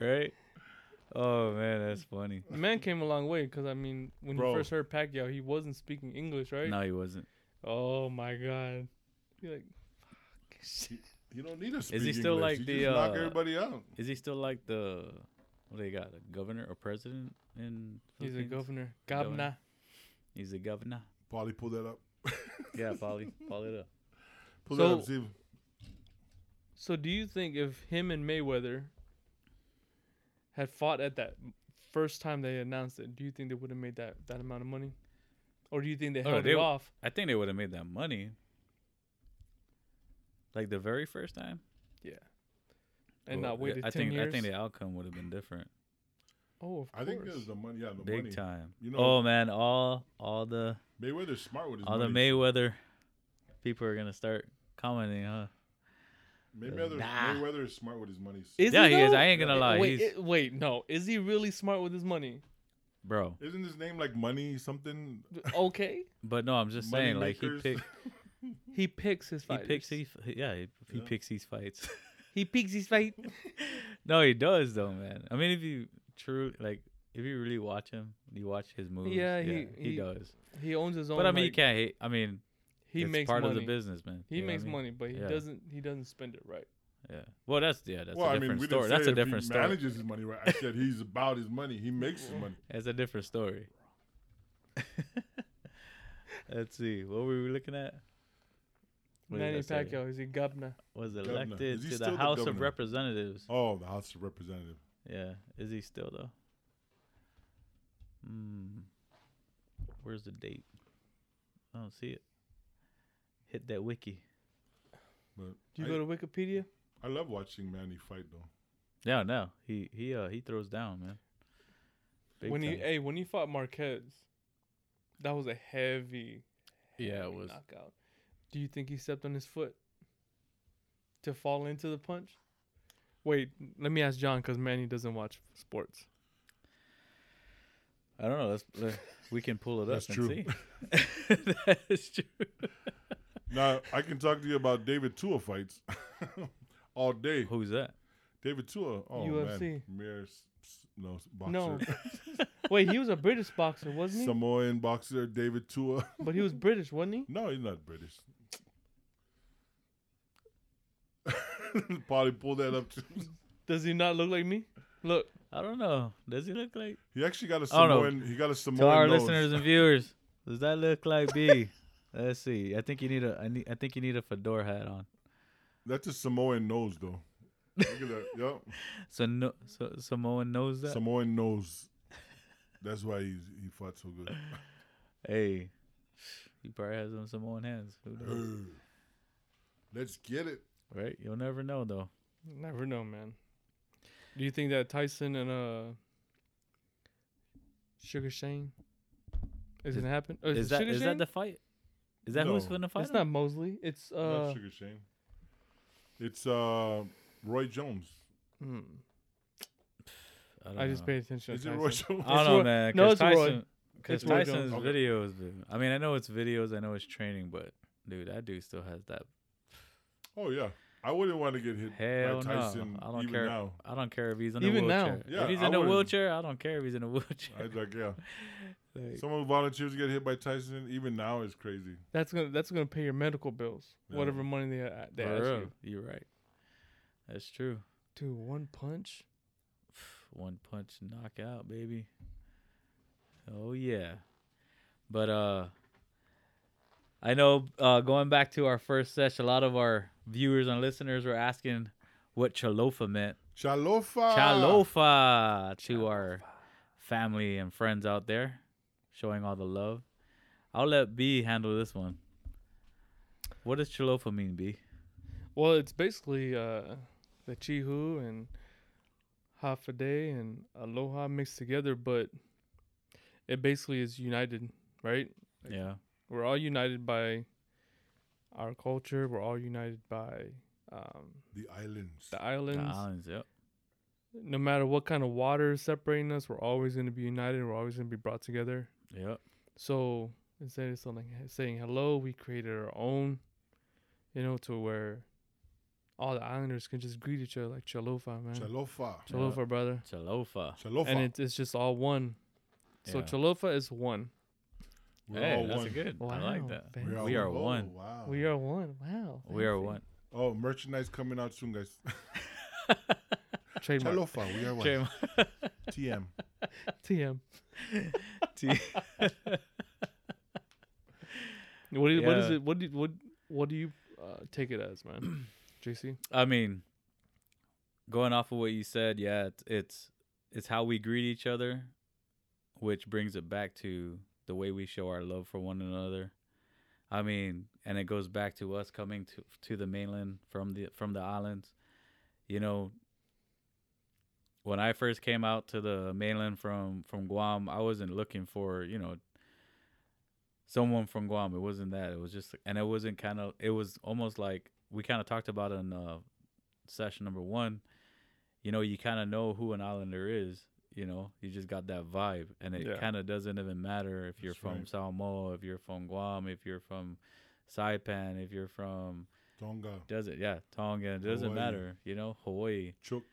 [SPEAKER 2] right? Oh man, that's funny.
[SPEAKER 3] The man came a long way because, I mean, when
[SPEAKER 1] Bro.
[SPEAKER 3] you first heard Pacquiao, he wasn't speaking English, right?
[SPEAKER 2] No, he wasn't.
[SPEAKER 3] Oh, my God. You're like,
[SPEAKER 1] you don't need to speak
[SPEAKER 2] he still
[SPEAKER 1] English.
[SPEAKER 2] like
[SPEAKER 1] you
[SPEAKER 2] the,
[SPEAKER 1] just knock
[SPEAKER 2] uh,
[SPEAKER 1] everybody out?
[SPEAKER 2] Is he still like the what do they got? A governor or president in?
[SPEAKER 3] he's a
[SPEAKER 2] Philippines?
[SPEAKER 3] governor. Gabna.
[SPEAKER 2] Governor. He's a governor.
[SPEAKER 1] Polly, pull that up.
[SPEAKER 2] Yeah, Polly, Polly it up.
[SPEAKER 1] Pull that
[SPEAKER 3] So-
[SPEAKER 1] up, Steve.
[SPEAKER 3] So, do you think if him and Mayweather had fought at that first time they announced it, do you think they would have made that, that amount of money? Or do you think they
[SPEAKER 2] Oh,
[SPEAKER 3] held
[SPEAKER 2] they
[SPEAKER 3] it
[SPEAKER 2] w-
[SPEAKER 3] off?
[SPEAKER 2] I think they would have made that money. Like the very first time,
[SPEAKER 3] Yeah. And
[SPEAKER 2] Well,
[SPEAKER 3] not
[SPEAKER 2] yeah,
[SPEAKER 3] waited
[SPEAKER 2] I
[SPEAKER 3] 10
[SPEAKER 2] think
[SPEAKER 3] years?
[SPEAKER 2] I think the outcome would have been different,
[SPEAKER 3] oh, of course.
[SPEAKER 1] I think there's the money. Yeah, the
[SPEAKER 2] big
[SPEAKER 1] money.
[SPEAKER 2] time.
[SPEAKER 1] You
[SPEAKER 2] oh
[SPEAKER 1] know-
[SPEAKER 2] man, all all the
[SPEAKER 1] Mayweather's smart with his
[SPEAKER 2] all the
[SPEAKER 1] money.
[SPEAKER 2] Mayweather people are gonna start commenting, huh?
[SPEAKER 1] Mayweather,
[SPEAKER 2] Nah.
[SPEAKER 1] Mayweather is smart with his money.
[SPEAKER 3] Is
[SPEAKER 2] yeah,
[SPEAKER 3] he,
[SPEAKER 2] he, is.
[SPEAKER 3] though?
[SPEAKER 2] I ain't gonna lie,
[SPEAKER 3] wait,
[SPEAKER 2] he's
[SPEAKER 3] i- wait, no. Is he really smart with his money?
[SPEAKER 2] bro.
[SPEAKER 1] Isn't his name like Money something?
[SPEAKER 3] Okay.
[SPEAKER 2] But no, I'm just
[SPEAKER 1] Money
[SPEAKER 2] saying, like
[SPEAKER 1] makers.
[SPEAKER 2] he pick
[SPEAKER 3] He picks his
[SPEAKER 2] he
[SPEAKER 3] fighters.
[SPEAKER 2] picks he, yeah he, he
[SPEAKER 1] Yeah.
[SPEAKER 2] picks these fights.
[SPEAKER 3] He picks his fight.
[SPEAKER 2] no, he does though, man. I mean, if you truly like, if you really watch him, you watch his moves.
[SPEAKER 3] Yeah,
[SPEAKER 2] he,
[SPEAKER 3] he-
[SPEAKER 2] he,
[SPEAKER 3] he-
[SPEAKER 2] does.
[SPEAKER 3] He owns his own.
[SPEAKER 2] But I mean, you
[SPEAKER 3] like,
[SPEAKER 2] can't hate. I mean,
[SPEAKER 3] He
[SPEAKER 2] it's
[SPEAKER 3] makes
[SPEAKER 2] part
[SPEAKER 3] money.
[SPEAKER 2] of the business, man.
[SPEAKER 3] He
[SPEAKER 2] You know what I
[SPEAKER 3] makes
[SPEAKER 2] mean?
[SPEAKER 3] money, but he
[SPEAKER 2] Yeah.
[SPEAKER 3] doesn't. He doesn't spend it right.
[SPEAKER 2] Yeah. Well, that's yeah, that's
[SPEAKER 1] well,
[SPEAKER 2] a
[SPEAKER 1] I mean,
[SPEAKER 2] different
[SPEAKER 1] we didn't
[SPEAKER 2] story.
[SPEAKER 1] say
[SPEAKER 2] That's a
[SPEAKER 1] if
[SPEAKER 2] different
[SPEAKER 1] he
[SPEAKER 2] story.
[SPEAKER 1] manages his money right. I said he's about his money. He makes his money.
[SPEAKER 2] That's a different story. Let's see. What were we looking at? What did I
[SPEAKER 3] Manny
[SPEAKER 2] say?
[SPEAKER 3] Pacquiao is a governor.
[SPEAKER 2] was
[SPEAKER 1] Governor.
[SPEAKER 2] elected
[SPEAKER 1] Is he
[SPEAKER 2] to
[SPEAKER 1] still
[SPEAKER 2] the
[SPEAKER 1] the
[SPEAKER 2] House of
[SPEAKER 1] governor?
[SPEAKER 2] Representatives.
[SPEAKER 1] Oh, the House of Representatives.
[SPEAKER 2] Yeah. Is he still though? Hmm. Where's the date? I don't see it. Hit that wiki.
[SPEAKER 1] But
[SPEAKER 3] Do you
[SPEAKER 1] I-
[SPEAKER 3] go to Wikipedia?
[SPEAKER 1] I love watching Manny fight though.
[SPEAKER 2] No, no. He he uh he throws down, man. Big
[SPEAKER 3] when he
[SPEAKER 2] time.
[SPEAKER 3] hey when he fought Marquez, that was a heavy,
[SPEAKER 4] Yeah, it
[SPEAKER 3] heavy
[SPEAKER 4] was.
[SPEAKER 3] knockout. Do you think he stepped on his foot to fall into the punch? Wait, let me ask John because Manny doesn't watch sports.
[SPEAKER 2] I don't know. That's, uh, we can pull it
[SPEAKER 1] That's
[SPEAKER 2] up
[SPEAKER 1] true.
[SPEAKER 2] and see. That's true.
[SPEAKER 1] Now I can talk to you about David Tua fights all day.
[SPEAKER 2] Who's that?
[SPEAKER 1] David Tua, oh man,
[SPEAKER 3] UFC.
[SPEAKER 1] mere s- s- no s- boxer,
[SPEAKER 3] No, wait, he was a British boxer, wasn't he?
[SPEAKER 1] Samoan boxer David Tua.
[SPEAKER 3] but he was British, wasn't he?
[SPEAKER 1] No, he's not British. Probably pull that up too.
[SPEAKER 3] Does he not look like me? Look,
[SPEAKER 2] I don't know. Does he look like?
[SPEAKER 1] He actually got a
[SPEAKER 2] I don't know.
[SPEAKER 1] Samoan. He got a Samoan.
[SPEAKER 2] to our
[SPEAKER 1] nose.
[SPEAKER 2] listeners and viewers, does that look like B? Let's see. I think you need a. I need. I think you need a fedora hat on.
[SPEAKER 1] That's a Samoan nose, though. Look at that. Yup.
[SPEAKER 2] So no. So Samoan knows that.
[SPEAKER 1] Samoan nose. That's why he he fought so good.
[SPEAKER 2] hey, he probably has some Samoan hands. Who knows?
[SPEAKER 1] Urgh. Let's get it.
[SPEAKER 2] right? You'll never know though.
[SPEAKER 3] never know, man. Do you think that Tyson and uh Sugar Shane
[SPEAKER 2] Is-
[SPEAKER 3] is, gonna happen? Oh,
[SPEAKER 2] Is
[SPEAKER 3] it
[SPEAKER 2] that
[SPEAKER 3] Sugar
[SPEAKER 2] is
[SPEAKER 3] Shane?
[SPEAKER 2] that the fight? Is that who's
[SPEAKER 1] No.
[SPEAKER 2] gonna fight?
[SPEAKER 3] It's not
[SPEAKER 2] him?
[SPEAKER 3] Mosley. It's uh.
[SPEAKER 1] Not Sugar Shane. It's uh Roy Jones.
[SPEAKER 3] hmm.
[SPEAKER 2] I, don't
[SPEAKER 3] I just
[SPEAKER 2] know.
[SPEAKER 3] paid attention. to
[SPEAKER 1] Is it Roy
[SPEAKER 3] Tyson.
[SPEAKER 1] Jones?
[SPEAKER 2] I don't
[SPEAKER 3] It's
[SPEAKER 2] know,
[SPEAKER 3] Roy-
[SPEAKER 2] man.
[SPEAKER 3] no,
[SPEAKER 2] No,
[SPEAKER 3] it's Roy.
[SPEAKER 2] Tyson. Because
[SPEAKER 3] It's Roy
[SPEAKER 2] Tyson's
[SPEAKER 1] Jones. Okay.
[SPEAKER 2] videos. dude. I mean, I know it's videos. I know it's training, but dude, that dude still has that.
[SPEAKER 1] Oh yeah. I wouldn't want to get hit
[SPEAKER 2] Hell
[SPEAKER 1] by Tyson
[SPEAKER 2] no! I don't
[SPEAKER 1] even
[SPEAKER 2] care.
[SPEAKER 1] now.
[SPEAKER 2] I don't care if he's in a
[SPEAKER 3] Even now.
[SPEAKER 2] wheelchair.
[SPEAKER 1] Yeah,
[SPEAKER 2] if he's
[SPEAKER 1] I
[SPEAKER 2] in a
[SPEAKER 1] wouldn't.
[SPEAKER 2] wheelchair, I don't care if he's in a wheelchair.
[SPEAKER 1] I'd like, yeah.
[SPEAKER 2] Like,
[SPEAKER 1] Someone who volunteers to get hit by Tyson even now is crazy.
[SPEAKER 3] That's gonna that's gonna pay your medical bills,
[SPEAKER 1] Yeah.
[SPEAKER 3] whatever money they uh, they
[SPEAKER 2] for
[SPEAKER 3] ask
[SPEAKER 2] real,
[SPEAKER 3] you.
[SPEAKER 2] you're right. That's true.
[SPEAKER 3] Dude, one punch.
[SPEAKER 2] One punch knockout, baby. Oh yeah. But uh I know uh going back to our first sesh, a lot of our viewers and listeners were asking what chalofa meant.
[SPEAKER 1] Chalofa.
[SPEAKER 2] Chalofa to our family and friends out there showing all the love. I'll let B handle this one. What does chalofa mean, B?
[SPEAKER 3] Well, it's basically uh, the chihu and hafade and aloha mixed together, but it basically is united, right? Like-
[SPEAKER 2] Yeah.
[SPEAKER 3] We're all united by our culture. We're all united by um,
[SPEAKER 1] The islands.
[SPEAKER 3] the islands.
[SPEAKER 2] The islands, yep.
[SPEAKER 3] no matter what kind of water is separating us, we're always going to be united. We're always going to be brought together.
[SPEAKER 2] Yep.
[SPEAKER 3] So instead of something eh, saying hello, we created our own, you know, to where all the islanders can just greet each other like Chalofa, man.
[SPEAKER 1] Chalofa.
[SPEAKER 3] Chalofa, brother.
[SPEAKER 2] Chalofa.
[SPEAKER 1] Chalofa.
[SPEAKER 3] And it's, it's just all one. So
[SPEAKER 2] Yeah.
[SPEAKER 3] Chalofa is one.
[SPEAKER 1] We're
[SPEAKER 2] hey,
[SPEAKER 1] all
[SPEAKER 2] that's
[SPEAKER 1] one.
[SPEAKER 2] a good. I
[SPEAKER 3] Wow,
[SPEAKER 2] like that.
[SPEAKER 3] fancy.
[SPEAKER 2] We are
[SPEAKER 1] oh,
[SPEAKER 2] one.
[SPEAKER 1] Wow.
[SPEAKER 3] We are one. Wow.
[SPEAKER 2] We are
[SPEAKER 3] fancy.
[SPEAKER 2] one.
[SPEAKER 1] Oh, merchandise coming out soon, guys.
[SPEAKER 3] Trademark.
[SPEAKER 1] Chalofa. We are one.
[SPEAKER 2] Jim.
[SPEAKER 1] TM.
[SPEAKER 3] TM.
[SPEAKER 2] T-
[SPEAKER 3] What do you, what is
[SPEAKER 2] Yeah.
[SPEAKER 3] it? What do you, what what do you uh, take it as, man? JC.
[SPEAKER 2] I mean, going off of what you said, yeah, it's, it's it's how we greet each other, which brings it back to the way we show our love for one another. I mean, and it goes back to us coming to to the mainland from the from the islands. You know, when I first came out to the mainland from from Guam, I wasn't looking for you know someone from Guam. It wasn't that. It was just, and it wasn't kind of. It was almost like we kind of talked about in uh, session number one. You know, you kind of know who an islander is. You know, you just got that vibe, and it
[SPEAKER 3] Yeah.
[SPEAKER 2] kind of doesn't even matter if you're
[SPEAKER 1] That's
[SPEAKER 2] from
[SPEAKER 1] right.
[SPEAKER 2] Samoa, if you're from Guam, if you're from Saipan, if you're from
[SPEAKER 1] Tonga.
[SPEAKER 2] does it? Yeah, Tonga. It doesn't
[SPEAKER 1] Hawaii.
[SPEAKER 2] matter. You know, Hawaii.
[SPEAKER 1] Chuk.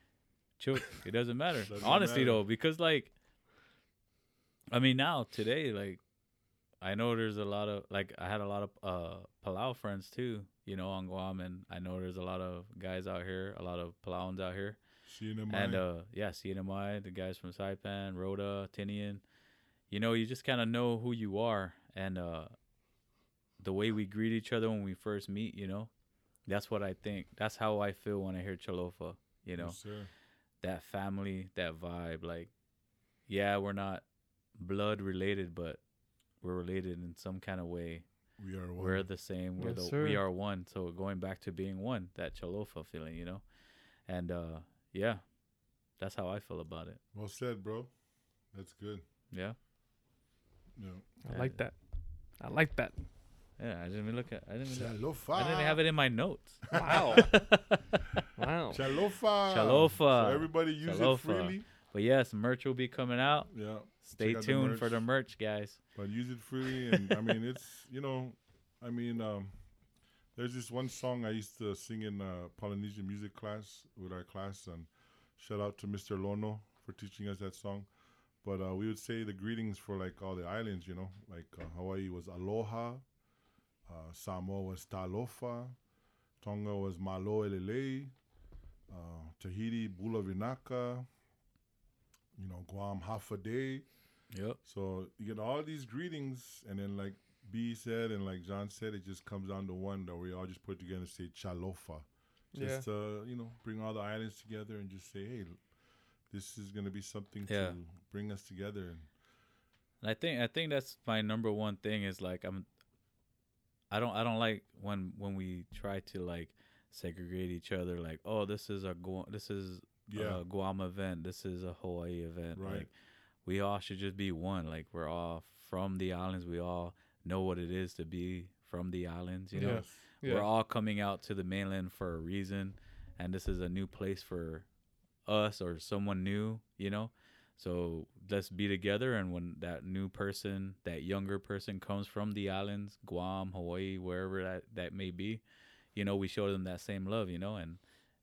[SPEAKER 2] Chook. It doesn't matter.
[SPEAKER 1] Doesn't
[SPEAKER 2] Honestly
[SPEAKER 1] matter.
[SPEAKER 2] though, because like I mean now today, like I know there's a lot of like I had a lot of uh Palau friends too, you know, on Guam and I know there's a lot of guys out here, a lot of Palauans out here.
[SPEAKER 1] CNMI.
[SPEAKER 2] And uh yeah, CNMI, the guys from Saipan, Rhoda, Tinian. You know, you just kinda know who you are and uh the way we greet each other when we first meet, you know. That's what I think. That's how I feel when I hear Chalofa, you know
[SPEAKER 1] Yes, sir.
[SPEAKER 2] that family, that vibe. Like, yeah, we're not blood related, but we're related in some kind of way.
[SPEAKER 1] We are one.
[SPEAKER 2] We're the same. We're
[SPEAKER 3] Yes,
[SPEAKER 2] the we
[SPEAKER 3] sir.
[SPEAKER 2] are one. So going back to being one, that chalofa feeling, you know, and uh yeah, that's how I feel about it.
[SPEAKER 1] well said, bro. That's good.
[SPEAKER 2] Yeah.
[SPEAKER 1] Yeah.
[SPEAKER 3] I like that. I like that.
[SPEAKER 2] Yeah. I didn't even look at. I didn't. Even,
[SPEAKER 1] Chalofa.
[SPEAKER 2] I didn't have it in my notes.
[SPEAKER 3] Wow. wow.
[SPEAKER 1] Chalofa.
[SPEAKER 2] Chalofa.
[SPEAKER 1] So everybody use
[SPEAKER 2] Chalofa.
[SPEAKER 1] it freely.
[SPEAKER 2] But yes, merch will be coming out.
[SPEAKER 1] Yeah.
[SPEAKER 2] Stay
[SPEAKER 1] Check out the
[SPEAKER 2] tuned for
[SPEAKER 1] merch.
[SPEAKER 2] the merch, guys.
[SPEAKER 1] but use it freely and i mean it's you know i mean um there's this one song i used to sing in uh, polynesian music class with our class and shout out to mr lono for teaching us that song but uh, we would say the greetings for like all the islands you know like uh, hawaii was aloha uh, samoa was talofa tonga was maloelelei uh, tahiti bula vinaka you know guam hafa day
[SPEAKER 2] Yep.
[SPEAKER 1] so you get all these greetings, and then like B said, and like John said, it just comes down to one that we all just put together and say chalofa, just uh, you know, bring all the islands together and just say, hey, this is gonna be something
[SPEAKER 2] Yeah.
[SPEAKER 1] to bring us together. And
[SPEAKER 2] And I think I think that's my number one thing is like I'm I don't I don't like when when we try to like segregate each other like oh this is a Guam this is
[SPEAKER 1] yeah,
[SPEAKER 2] a Guam event this is a Hawaii event
[SPEAKER 1] Right.
[SPEAKER 2] like we all should just be one like we're all from the islands we all know what it is to be from the islands you know
[SPEAKER 1] yes,
[SPEAKER 3] Yeah.
[SPEAKER 2] we're all coming out to the mainland for a reason and this is a new place for us or someone new you know so let's be together and when that new person that younger person comes from the islands guam hawaii wherever that, that may be you know we show them that same love you know and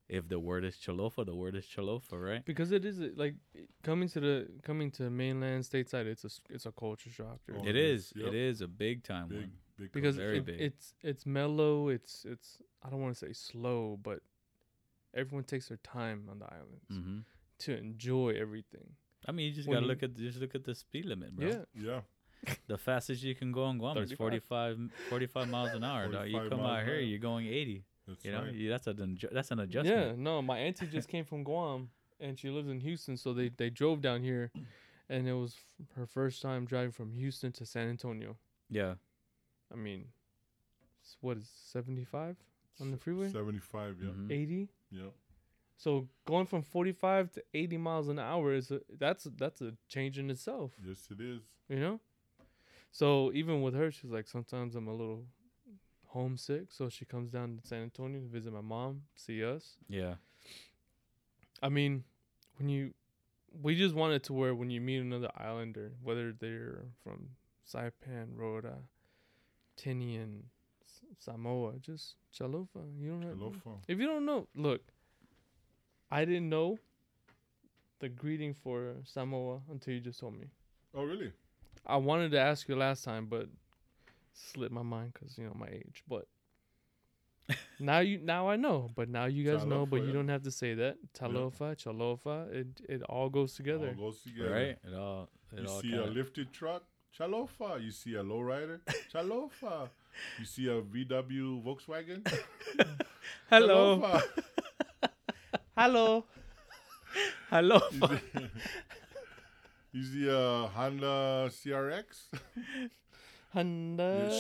[SPEAKER 2] if the word is chalofa the word is chalofa right
[SPEAKER 3] because it is uh, like i- coming to the coming to mainland stateside. It's a s- it's a culture shock. dude.
[SPEAKER 1] Oh,
[SPEAKER 2] it
[SPEAKER 1] yes,
[SPEAKER 2] is
[SPEAKER 1] yep.
[SPEAKER 2] it is a big time
[SPEAKER 1] big,
[SPEAKER 2] one
[SPEAKER 1] big
[SPEAKER 3] because
[SPEAKER 1] culture
[SPEAKER 2] very
[SPEAKER 3] it-
[SPEAKER 1] shock.
[SPEAKER 2] big.
[SPEAKER 3] it's it's mellow. It's it's I don't want to say slow, but everyone takes their time on the islands
[SPEAKER 2] hmm
[SPEAKER 3] to enjoy everything.
[SPEAKER 2] i mean you just
[SPEAKER 3] When
[SPEAKER 2] gotta
[SPEAKER 3] you-
[SPEAKER 2] look at just look at the speed limit bro
[SPEAKER 3] Yeah,
[SPEAKER 1] yeah,
[SPEAKER 2] The fastest you can go on Guam is 45, 45 miles an hour. dog. You
[SPEAKER 1] 45
[SPEAKER 2] come
[SPEAKER 1] miles
[SPEAKER 2] out
[SPEAKER 1] an
[SPEAKER 2] here,
[SPEAKER 1] hour.
[SPEAKER 2] you're going eighty.
[SPEAKER 1] that's
[SPEAKER 2] you know,
[SPEAKER 1] right.
[SPEAKER 2] you, that's an adju- that's an
[SPEAKER 3] yeah.
[SPEAKER 2] adjustment.
[SPEAKER 3] No, my auntie just came from Guam and she lives in Houston, so they they drove down here, and it was f- her first time driving from Houston to San Antonio.
[SPEAKER 2] Yeah,
[SPEAKER 3] I mean, s- what is seventy five on the freeway?
[SPEAKER 1] Seventy-five, yeah,
[SPEAKER 2] mhm.
[SPEAKER 3] Eighty.
[SPEAKER 1] yeah,
[SPEAKER 3] So going from 45 to 80 miles an hour is a, that's that's a change in itself,
[SPEAKER 1] yes, it is.
[SPEAKER 3] you know. So even with her, she's like sometimes I'm a little homesick, so she comes down to San Antonio to visit my mom, see us.
[SPEAKER 2] yeah,
[SPEAKER 3] I mean, when you we just want it to where when you meet another islander, whether they're from Saipan, Rota, Tinian, S- Samoa, just Chalofa. You don't have
[SPEAKER 1] Alofa.
[SPEAKER 3] if you don't know, look, I didn't know the greeting for Samoa until you just told me.
[SPEAKER 1] Oh, really?
[SPEAKER 3] I wanted to ask you last time, but slipped my mind because you know my age. But now you now I know. But now you guys know. But
[SPEAKER 1] Talofa,
[SPEAKER 3] you
[SPEAKER 1] yeah.
[SPEAKER 3] don't have to say that. Talofa, Chalofa. It it all goes together.
[SPEAKER 1] All goes together.
[SPEAKER 2] right. It all it
[SPEAKER 1] You
[SPEAKER 2] all
[SPEAKER 1] see a
[SPEAKER 2] kinda-
[SPEAKER 1] lifted truck, Chalofa. You see a lowrider, Chalofa. you see a VW Volkswagen,
[SPEAKER 2] hello,
[SPEAKER 1] Chalofa.
[SPEAKER 2] hello, hello.
[SPEAKER 1] You see- you see a Honda CRX,
[SPEAKER 3] Honda.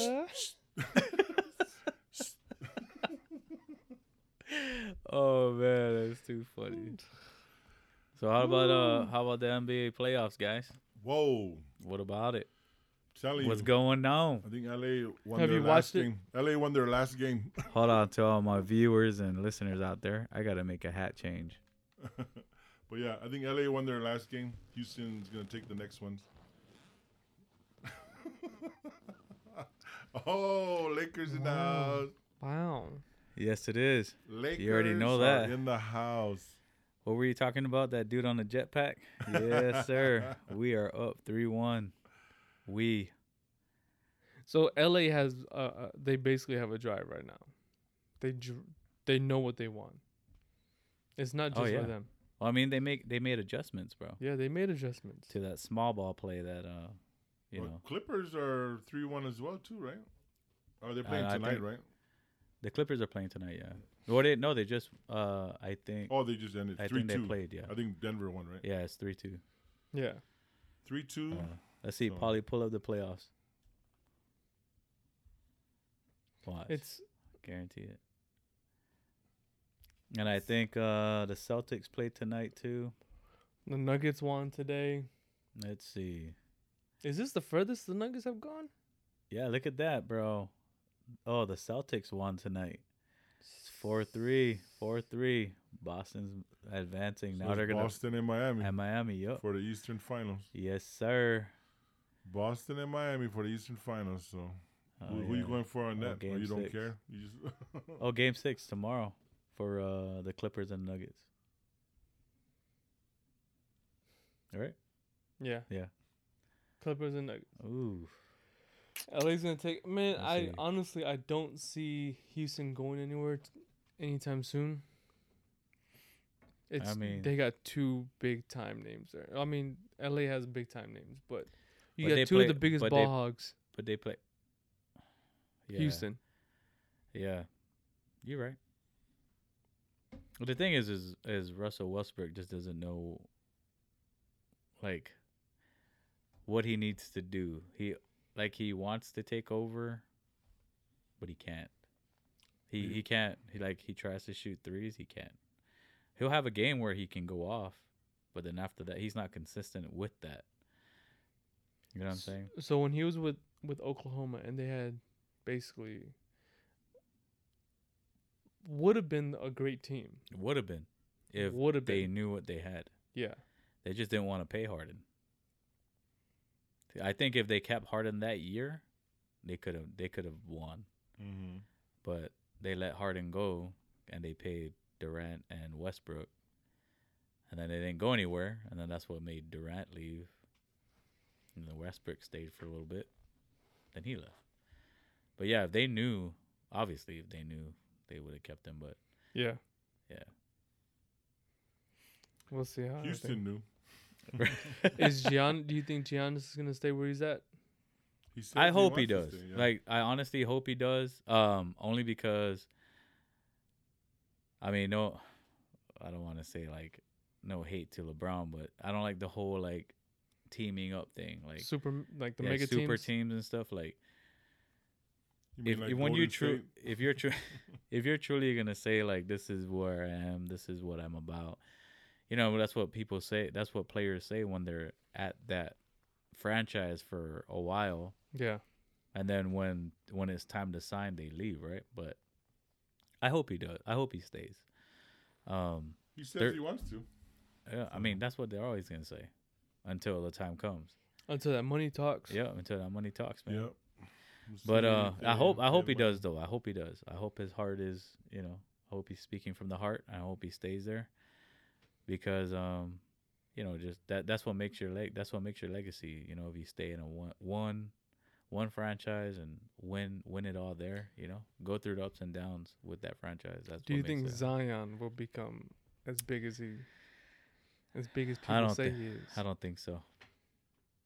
[SPEAKER 2] oh man, that's too funny. So how about uh how about the NBA playoffs, guys?
[SPEAKER 1] Whoa,
[SPEAKER 2] What about it?
[SPEAKER 1] telling
[SPEAKER 2] What's
[SPEAKER 1] you.
[SPEAKER 2] going on?
[SPEAKER 1] I think LA won
[SPEAKER 3] Have
[SPEAKER 1] their
[SPEAKER 3] you
[SPEAKER 1] last
[SPEAKER 3] watched it?
[SPEAKER 1] game. LA won their last game.
[SPEAKER 2] Hold on to all my viewers and listeners out there. I gotta make a hat change.
[SPEAKER 1] But yeah, I think LA won their last game. Houston's gonna take the next ones. oh, Lakers in the
[SPEAKER 3] Wow.
[SPEAKER 1] house.
[SPEAKER 3] Wow.
[SPEAKER 2] Yes, it is.
[SPEAKER 1] Lakers
[SPEAKER 2] already know
[SPEAKER 1] are
[SPEAKER 2] that.
[SPEAKER 1] in the house.
[SPEAKER 2] What were you talking about? That dude on the jetpack? Yes, sir. we are up 3 1. We.
[SPEAKER 3] So LA has uh, uh they basically have a drive right now. They dr- they know what they want. It's not
[SPEAKER 2] Oh,
[SPEAKER 3] just
[SPEAKER 2] yeah.
[SPEAKER 3] for them.
[SPEAKER 2] Well, I mean, they make they made adjustments, bro,
[SPEAKER 3] Yeah, they made adjustments.
[SPEAKER 2] to that small ball play that, uh, you
[SPEAKER 1] Well,
[SPEAKER 2] know,
[SPEAKER 1] Clippers are three one as well too, right? Oh, they're playing
[SPEAKER 2] I
[SPEAKER 1] tonight,
[SPEAKER 2] think-
[SPEAKER 1] right?
[SPEAKER 2] the Clippers are playing tonight. Yeah. Well, they no, they just uh, I think
[SPEAKER 1] Oh, they just ended
[SPEAKER 2] I
[SPEAKER 1] three
[SPEAKER 2] think they
[SPEAKER 1] two.
[SPEAKER 2] played. Yeah.
[SPEAKER 1] I think Denver won, right?
[SPEAKER 2] Yeah, it's three two.
[SPEAKER 3] Yeah.
[SPEAKER 1] Three two.
[SPEAKER 2] Uh, let's see,
[SPEAKER 1] So-
[SPEAKER 2] Polly, pull up the playoffs. Watch.
[SPEAKER 3] It's
[SPEAKER 2] Guarantee it. And I think uh the Celtics play tonight too.
[SPEAKER 3] the Nuggets won today.
[SPEAKER 2] Let's see.
[SPEAKER 3] Is this the furthest the Nuggets have gone?
[SPEAKER 2] Yeah, look at that, bro. Oh, the Celtics won tonight. It's 4 3. 4 3. Boston's advancing. now
[SPEAKER 1] it's
[SPEAKER 2] they're going to.
[SPEAKER 1] Boston and Miami
[SPEAKER 2] At Miami, yup.
[SPEAKER 1] for the Eastern Finals.
[SPEAKER 2] Yes, sir.
[SPEAKER 1] Boston and Miami for the Eastern Finals. So
[SPEAKER 2] Oh,
[SPEAKER 1] who, who you
[SPEAKER 2] yeah.
[SPEAKER 1] going for on
[SPEAKER 2] Oh,
[SPEAKER 1] that? Or
[SPEAKER 2] game
[SPEAKER 1] you don't
[SPEAKER 2] six.
[SPEAKER 1] care. You just
[SPEAKER 2] Oh, game six tomorrow for uh, the Clippers and Nuggets. All right.
[SPEAKER 3] Yeah.
[SPEAKER 2] Yeah.
[SPEAKER 3] Clippers and Nuggets.
[SPEAKER 2] Ooh.
[SPEAKER 3] LA's gonna take. Man,
[SPEAKER 2] I
[SPEAKER 3] I
[SPEAKER 2] see.
[SPEAKER 3] honestly I don't see Houston going anywhere t- anytime soon. It's,
[SPEAKER 2] mean-
[SPEAKER 3] they got two big time names there. I mean, LA has big time names, but you
[SPEAKER 2] But they
[SPEAKER 3] got two
[SPEAKER 2] play-
[SPEAKER 3] of the biggest
[SPEAKER 2] but
[SPEAKER 3] ball
[SPEAKER 2] they-
[SPEAKER 3] hogs.
[SPEAKER 2] But they play. Yeah.
[SPEAKER 3] Houston.
[SPEAKER 2] Yeah. You're right. But the thing is, is is Russell Westbrook just doesn't know, like, what he needs to do. He like he wants to take over, but he can't. He he can't. He like he tries to shoot threes. He can't. He'll have a game where he can go off, but then after that, he's not consistent with that. You know what I'm
[SPEAKER 3] S-
[SPEAKER 2] saying?
[SPEAKER 3] So when he was with with Oklahoma and they had basically would have been a great team.
[SPEAKER 2] It would have been if
[SPEAKER 3] would have
[SPEAKER 2] they
[SPEAKER 3] been.
[SPEAKER 2] knew what they had.
[SPEAKER 3] Yeah.
[SPEAKER 2] They just didn't want to pay Harden. I think if they kept Harden that year, they could have they could have won.
[SPEAKER 1] Mhm.
[SPEAKER 2] But they let Harden go and they paid Durant and Westbrook. And then they didn't go anywhere, and then that's what made Durant leave. And then Westbrook stayed for a little bit. Then he left. But yeah, if they knew, obviously if they knew, they would have kept him, but
[SPEAKER 3] Yeah.
[SPEAKER 2] Yeah.
[SPEAKER 3] We'll see how it
[SPEAKER 1] Houston knew.
[SPEAKER 3] goes. is Gian do you think Giannis is gonna stay where he's at?
[SPEAKER 1] He said
[SPEAKER 2] I hope he
[SPEAKER 1] wants to
[SPEAKER 2] does.
[SPEAKER 1] stay, yeah.
[SPEAKER 2] Like I honestly hope he does. Um, only because I mean, no I don't want to say like no hate to LeBron, but I don't like the whole like teaming up thing. Like
[SPEAKER 3] super m- like the
[SPEAKER 2] yeah,
[SPEAKER 3] mega
[SPEAKER 2] super
[SPEAKER 3] teams.
[SPEAKER 2] teams and stuff like
[SPEAKER 1] You mean
[SPEAKER 2] if,
[SPEAKER 1] like
[SPEAKER 2] if when you
[SPEAKER 1] Golden
[SPEAKER 2] true
[SPEAKER 1] State?
[SPEAKER 2] if you're true if you're truly gonna say like this is where I am, this is what I'm about, you know that's what people say. That's what players say when they're at that franchise for a while
[SPEAKER 3] Yeah.
[SPEAKER 2] and then when when it's time to sign they leave right but i hope he does i hope he stays um
[SPEAKER 1] he
[SPEAKER 2] they're-
[SPEAKER 1] says he wants to.
[SPEAKER 2] yeah, i mean that's what they're always gonna say until the time comes
[SPEAKER 3] Until that money talks.
[SPEAKER 2] yeah until that money talks man
[SPEAKER 1] Yep. We'll
[SPEAKER 2] but
[SPEAKER 1] see
[SPEAKER 2] uh
[SPEAKER 1] if
[SPEAKER 2] i
[SPEAKER 1] they-
[SPEAKER 2] hope i
[SPEAKER 1] they
[SPEAKER 2] hope he
[SPEAKER 1] win.
[SPEAKER 2] does though i hope he does i hope his heart is you know i hope he's speaking from the heart i hope he stays there because um you know just that that's what makes your leg that's what makes your legacy you know if you stay in a one one one franchise and win win it all there you know go through the ups and downs with that franchise that's
[SPEAKER 3] Do you
[SPEAKER 2] what makes
[SPEAKER 3] think
[SPEAKER 2] it.
[SPEAKER 3] Zion will become as big as he as big as people
[SPEAKER 2] I don't
[SPEAKER 3] say
[SPEAKER 2] thi-
[SPEAKER 3] he is?
[SPEAKER 2] i don't think so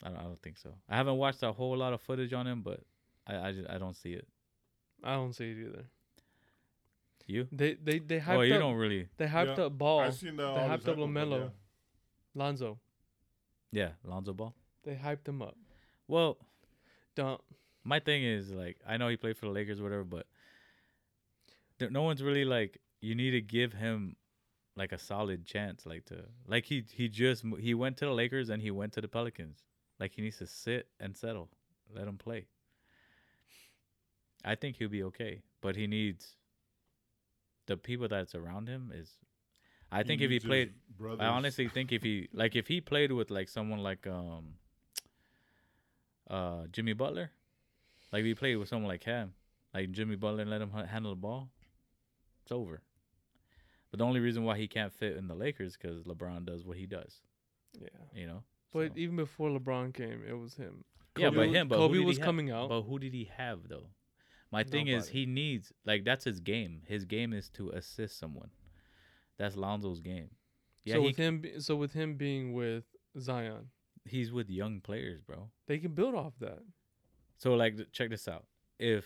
[SPEAKER 2] I don't, I don't think so i haven't watched a whole lot of footage on him but i i, just, I don't see it
[SPEAKER 3] I don't see it either.
[SPEAKER 2] you
[SPEAKER 3] They they they hyped
[SPEAKER 2] oh you
[SPEAKER 3] up
[SPEAKER 2] don't really
[SPEAKER 3] they hyped
[SPEAKER 1] Yeah,
[SPEAKER 3] up ball.
[SPEAKER 1] I've seen the,
[SPEAKER 3] They
[SPEAKER 1] all
[SPEAKER 3] hyped
[SPEAKER 1] this
[SPEAKER 3] up
[SPEAKER 1] happen, but
[SPEAKER 3] LaMelo.
[SPEAKER 1] yeah.
[SPEAKER 3] Lonzo.
[SPEAKER 2] yeah lonzo ball
[SPEAKER 3] They hyped him up.
[SPEAKER 2] well
[SPEAKER 3] Don't
[SPEAKER 2] my thing is like I know he played for the Lakers, or whatever, but there, no one's really like you need to give him like a solid chance, like to like he he just mo- he went to the Lakers and he went to the Pelicans. Like he needs to sit and settle, let him play. I think he'll be okay, but he needs the people that's around him is. I think if he
[SPEAKER 1] needs his
[SPEAKER 2] played,
[SPEAKER 1] brothers.
[SPEAKER 2] I honestly think if he like if he played with like someone like um uh Jimmy Butler, like if he played with someone like him, like Jimmy Butler and let him ha- handle the ball, it's over. But the only reason why he can't fit in the Lakers because LeBron does what he does,
[SPEAKER 3] yeah.
[SPEAKER 2] you know.
[SPEAKER 3] But
[SPEAKER 2] So-
[SPEAKER 3] even before Lebron came, it was him.
[SPEAKER 2] yeah,
[SPEAKER 3] Kobe
[SPEAKER 2] but
[SPEAKER 3] was-
[SPEAKER 2] him, but who
[SPEAKER 3] Kobe
[SPEAKER 2] did
[SPEAKER 3] was
[SPEAKER 2] he have-
[SPEAKER 3] coming out.
[SPEAKER 2] But who did he have though? My thing is
[SPEAKER 3] Nobody.
[SPEAKER 2] he needs like that's his game. His game is to assist someone. That's Lonzo's game. Yeah,
[SPEAKER 3] so
[SPEAKER 2] he,
[SPEAKER 3] with him be- so with him being with Zion,
[SPEAKER 2] he's with young players, bro.
[SPEAKER 3] they can build off that.
[SPEAKER 2] So like, th- check this out. If